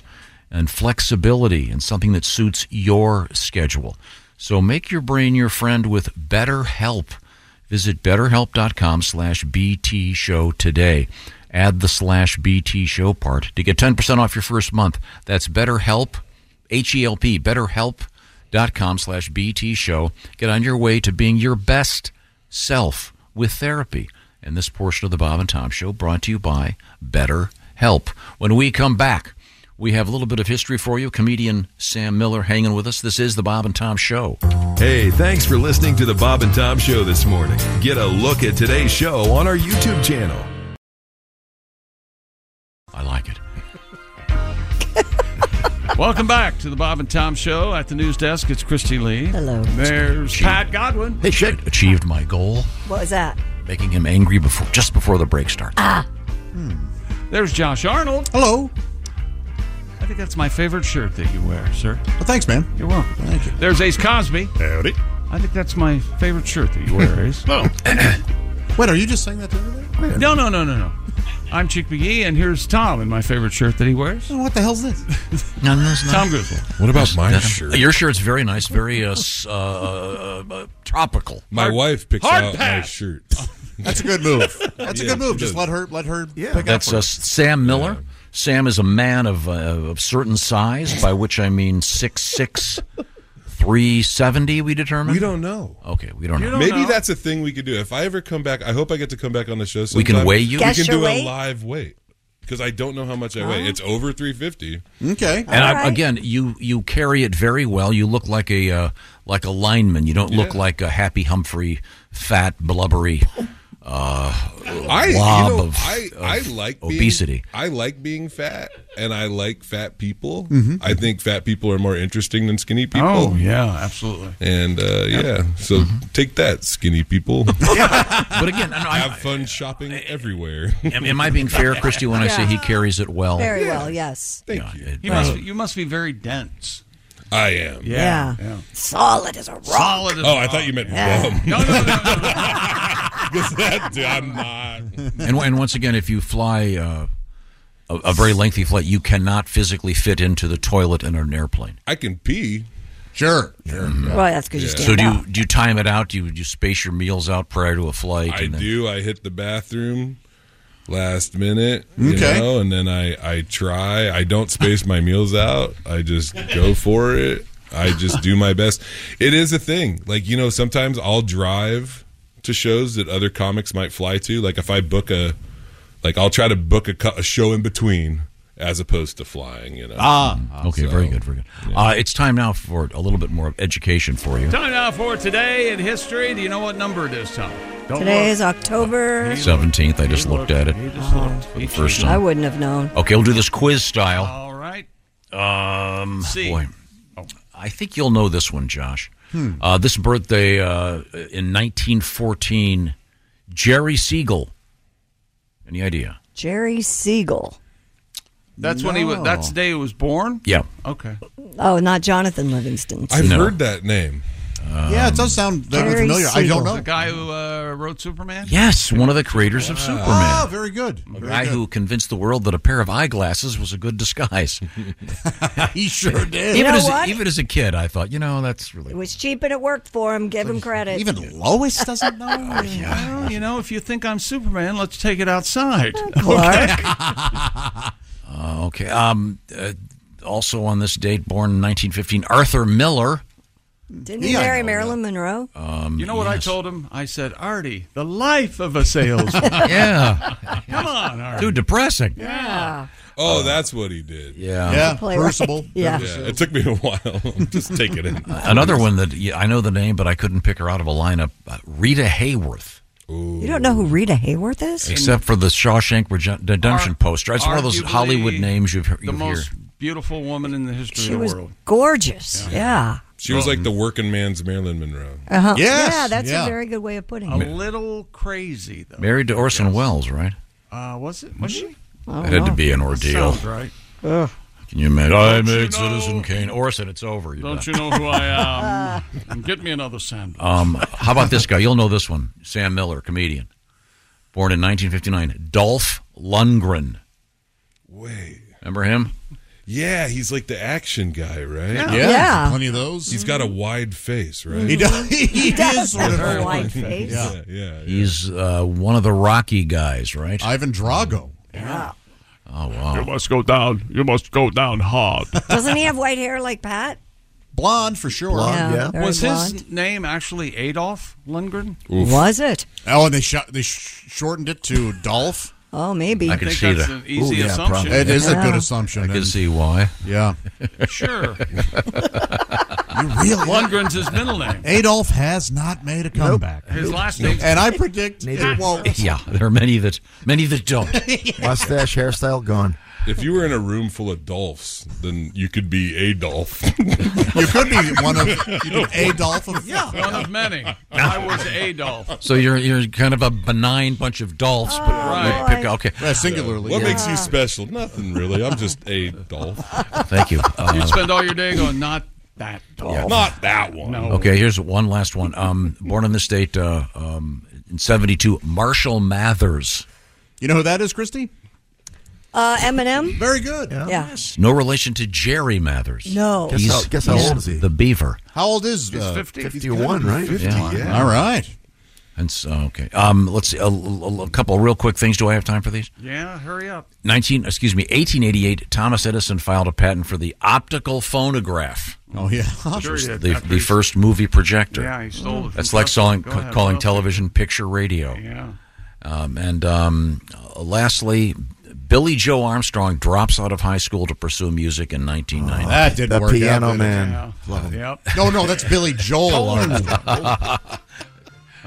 E: and flexibility and something that suits your schedule. So make your brain your friend with BetterHelp. Visit betterhelp.com slash BT show today. Add the slash BT show part to get 10% off your first month. That's betterhelp, H E L P, betterhelp.com slash BT show. Get on your way to being your best self with therapy. And this portion of the Bob and Tom Show brought to you by Better Help. When we come back, we have a little bit of history for you. Comedian Sam Miller hanging with us. This is the Bob and Tom Show.
K: Hey, thanks for listening to the Bob and Tom Show this morning. Get a look at today's show on our YouTube channel.
E: I like it.
A: Welcome back to the Bob and Tom Show. At the news desk, it's Christy Lee.
D: Hello.
A: There's Pat Godwin.
E: Hey, shit. Achieved my goal,
D: What was that?
E: making him angry before just before the break starts.
D: Ah.
A: Hmm. There's Josh Arnold.
G: Hello.
A: I think that's my favorite shirt that you wear, sir.
G: Well, thanks, man.
A: You're welcome. Thank you. There's Ace Cosby.
H: Howdy.
A: I think that's my favorite shirt that you wear, Ace.
H: oh.
G: Wait, are you just saying that to everybody?
A: No, no, no, no, no. I'm Chick McGee, and here's Tom in my favorite shirt that he wears.
G: What the hell's this?
E: No, no, it's not.
A: Tom Griswold.
N: What about my
E: That-
N: shirt?
E: Your shirt's very nice, very uh, s- uh, uh, uh, tropical.
N: My wife picks
E: hard
N: out my
E: pass.
N: shirt.
G: That's a good move. That's a
N: Yeah,
G: good move.
N: she
G: Just
N: does.
G: let her let her
N: Yeah.
G: pick
E: That's
G: up. for
E: uh, Sam Miller. Sam is a man of uh, of certain size, by which I mean six six, three seventy. We determined.
N: We don't know.
E: Okay, we don't know.
N: Maybe that's a thing we could do. If I ever come back, I hope I get to come back on the show.
E: We can
N: sometime.
E: weigh you?
N: We
E: Guess
N: can
E: your
N: do
E: weight?
N: a live weight because I don't know how much I weigh. It's over three fifty.
G: Okay.
E: And I, again, you you carry it very well. You look like a uh, like a lineman. You don't look
N: Yeah.
E: like a happy Humphrey, fat blubbery. Uh,
N: I
E: blob
N: you know,
E: of,
N: I, I
E: of
N: like being,
E: obesity.
N: I like being fat, and I like fat people.
G: Mm-hmm.
A: Mhm.
N: I think fat people are more interesting than skinny people.
A: Oh, yeah, absolutely.
N: And uh, yeah, so
K: Mm-hmm.
N: take that, skinny people.
E: but again, I know, I-
N: have fun shopping everywhere.
E: am, am I being fair, Christy, when I say he carries it well?
D: Very well, yes.
N: Thank you. Uh,
A: You must, you must be very dense.
N: I am.
A: Yeah. Yeah.
D: Solid as a rock.
A: Solid as
N: Oh,
A: a
N: I
A: rock.
N: thought you meant
A: Yeah.
N: bum.
A: No, no, no, no.
N: Because that, dude, I'm not.
E: and, and once again, if you fly uh, a, a very lengthy flight, you cannot physically fit into the toilet in an airplane.
N: I can pee.
G: Sure. Sure.
D: Well, that's because you
E: So
D: stand
E: do you
D: up.
E: do you time it out? Do you, do you space your meals out prior to a flight?
N: I
E: and then-
N: do. I hit the bathroom last minute, you
E: Okay.
N: know, and then I I try. I don't space my meals out. I just go for it. I just do my best. It is a thing. Like you know, sometimes I'll drive to shows that other comics might fly to. Like if I book a, like I'll try to book a, co- a show in between as opposed to flying. You know.
E: Ah, okay,
N: So-
E: very good, very good. Uh, it's time now for a little bit more of education for you.
A: Time now for today in history. Do you know what number it is, Tom? Don't
D: Today is
A: look.
D: October.
E: Seventeenth. I just looked at it for the first
D: I
E: time.
D: wouldn't have known.
E: Okay, we'll do this quiz style.
A: All right.
E: Um, boy, I think you'll know this one, Josh.
A: Hmm.
E: Uh, this birthday uh, in 1914, Jerry Siegel. Any idea?
D: Jerry Siegel.
A: That's when he was. That's the day he was born.
E: Yeah.
A: Okay.
D: Oh, not Jonathan Livingston.
N: I've
E: No. Um,
N: heard that name.
G: Yeah, it does sound vaguely
D: Jerry
G: familiar. I
D: Siegel.
G: don't know.
A: The guy who uh, wrote Superman. Uh,
E: Yes, one of the creators of Superman.
A: Oh,
G: Ah, very good.
E: A
G: Very
E: guy
G: good.
E: who convinced the world that a pair of eyeglasses was a good disguise.
G: he sure did.
D: You
E: even,
D: know
E: as,
D: what?
E: even as a kid, I thought, you know, that's really.
D: It was cheap and it worked for him. Give him credit.
G: Even Lois doesn't know.
A: Well, you know, if you think I'm Superman, let's take it outside.
E: Uh, okay. Um, uh, also on this date, born in 1915, Arthur Miller.
D: Didn't he
E: Yeah, I
D: marry Marilyn Monroe?
E: Um,
A: You know what
E: yes.
A: I told him? I said, Artie, the life of a salesman.
E: Yeah.
A: Come on, Artie.
E: Too depressing.
D: Yeah.
N: Oh, that's what he did.
E: Yeah.
G: Ah. Yeah,
D: Playwright.
G: Percival.
D: Yeah.
N: Yeah, it took me a while. I'm just taking it in.
E: Uh, Another one that yeah, I know the name, but I couldn't pick her out of a lineup. Uh, Rita Hayworth,
D: You don't know who Rita Hayworth is?
E: except for the Shawshank Rege- Redemption poster. It's one of those
A: Arguably
E: Hollywood names you've heard.
A: The most beautiful woman in the history
D: She
A: of the
D: was
A: world.
D: gorgeous. Yeah.
N: She was like the working man's Marilyn Monroe.
D: Uh-huh.
G: Yes.
D: Yeah, that's
G: Yeah.
D: a very good way of putting
A: A
D: it.
A: little crazy, though.
E: Married to Orson Welles, right?
A: Uh, was it? Was she?
D: I
E: That
D: don't
E: had to
D: know.
E: be an ordeal.
A: Sounds right.
E: Can you imagine? I
A: Don't you
E: make
A: know-
D: Oh.
E: Citizen Kane. Orson, it's over. You
A: Don't
E: bet.
A: you know who I
D: Uh.
A: am? And Get me another sandwich.
E: Um, how about this guy? You'll know this one. Sam Miller, comedian, born in 1959. Dolph Lundgren.
N: Wait.
E: Remember him?
N: Yeah, he's like the action guy, right?
G: Yeah,
D: Yeah.
G: plenty of those.
N: He's got a wide face, right?
G: He does. He is sort of
D: Her
G: a-
D: white face.
N: Yeah, yeah. yeah.
E: He's uh, one of the Rocky guys, right?
G: Ivan Drago.
E: Oh wow!
A: must go down. You must go down hard.
D: Doesn't he have white hair like Pat?
G: Blonde for sure.
D: Blonde, Yeah, yeah. very
A: Was his name actually Adolf Lundgren?
D: Was it?
G: Oh, and they shot. They sh- shortened it to Dolph.
D: Oh, maybe.
A: I can think see that's that. an easy Ooh, yeah, assumption. probably.
G: It is a good
A: Yeah.
G: assumption.
E: I can
G: and-
E: see why.
G: Yeah.
A: Sure.
G: You really
A: Lundgren's his middle name.
G: Adolf has not made a comeback.
A: His last name.
G: And I predict
A: Neither.
G: it won't.
E: Yeah, there are many that many that don't.
N: Mustache,
L: hairstyle gone.
N: If you were in a room full of Dolphs, then you could be Adolf.
G: you could be one of you Adolf of
A: yeah, one of many. I was Adolf.
E: So you're you're kind of a benign bunch of dolls, but
A: Right.
E: you pick okay.
N: Oh, What makes you special? Nothing really. I'm just Adolf.
E: Thank you.
A: You'd
E: Uh,
A: spend all your day going, not that Dolph.
E: Yeah.
N: Not that one.
A: No.
E: Okay, here's one last one. Um, born in the state uh, um, in '72, Marshall Mathers.
G: You know who that is, Christy?
D: Uh, Eminem.
G: Very good.
D: Yeah.
E: No relation to Jerry Mathers.
D: No.
G: Guess how- guess how
E: he's
G: old is he?
E: The Beaver.
G: How old is
E: He's
G: uh,
E: 50.
G: right? All right.
E: And so, okay. Um, let's see. A, a- a couple real quick things. Do I have time for these?
A: Yeah, hurry up.
E: 19 excuse me 1888 thomas edison filed a patent for the optical phonograph
G: oh yeah
A: Sure he did.
E: the,
A: After
E: the
A: he-
E: first movie projector
A: Yeah, he stole it from
E: that's like
A: Tesla.
E: calling,
A: Go ahead,
E: calling
A: Bill.
E: television picture radio
A: Yeah.
E: um, and um, lastly billy joe armstrong drops out of high school to pursue music in 1990
G: Oh, that didn't The work out, Piano did it? Man.
E: Love him.
G: No, no, that's Billy Joel.
E: Armstrong.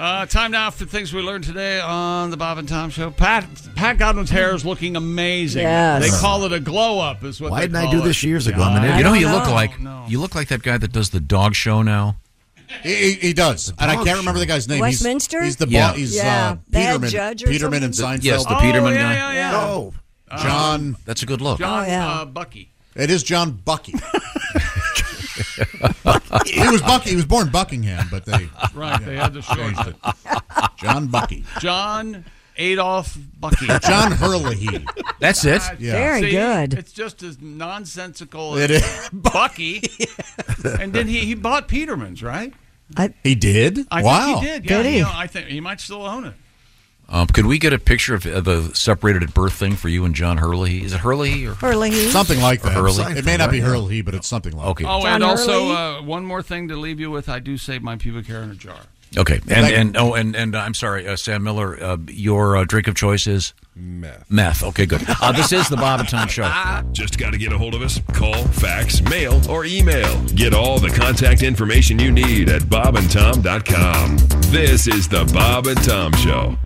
A: Uh, time now for things we learned today on the Bob and Tom Show. Pat Pat Godwin's hair is looking amazing.
L: Yes.
A: They call it a glow up. Is what
L: Why
A: they
L: didn't I
A: call
L: do
A: it.
L: this years ago? I'm an
E: you
L: idiot.
E: know who you look like you look like that guy that does the dog show now
G: He, he- he does, and I
E: dog
G: can't remember the guy's name. He's-
D: Westminster?
G: He's, the bo-
E: Yeah.
G: he's
D: Yeah,
G: uh,
D: the head
G: Peterman.
D: judge or
G: Peterman and
D: something?
G: Seinfeld.
E: The- yes, the Peterman guy.
A: Oh, yeah. Uh,
G: No, John.
E: that's a good look
A: John
D: Oh, yeah.
A: uh, Bucky.
G: It is John Bucky. he was Bucky. He was born Buckingham, but they
A: Right, they had to shorten
G: changed it. John Bucky.
A: John Adolf Bucky. Uh,
G: John Hurley.
E: That's it.
G: Yeah.
A: See, It's just as nonsensical
G: It
A: as
G: is.
A: Bucky. and then he, he bought Peterman's, right?
G: he did.
A: I
G: wow.
A: think he did. Yeah, You know, I think he might still own it.
E: Um, could we get a picture of uh, the separated at birth thing for you and John Hurley? Is it Hurley or
D: Hurley.
G: Something like
E: Or
G: that.
E: Hurley.
G: It may not be Hurley, but it's something like
E: Okay.
G: that.
A: Oh,
E: John
A: and also
E: Hurley?
A: uh, one more thing to leave you with: I do save my pubic hair in a jar.
E: Okay, and
A: Like-
E: and oh, and and uh, I'm sorry, uh, Sam Miller. Uh, your uh, drink of choice is meth. Meth. Okay, good. Uh, this is the Bob and Tom Show.
K: Just got to get a hold of us. Call, fax, mail, or email. Get all the contact information you need at bobandtom.com. This is the Bob and Tom Show.
D: Mm-hmm.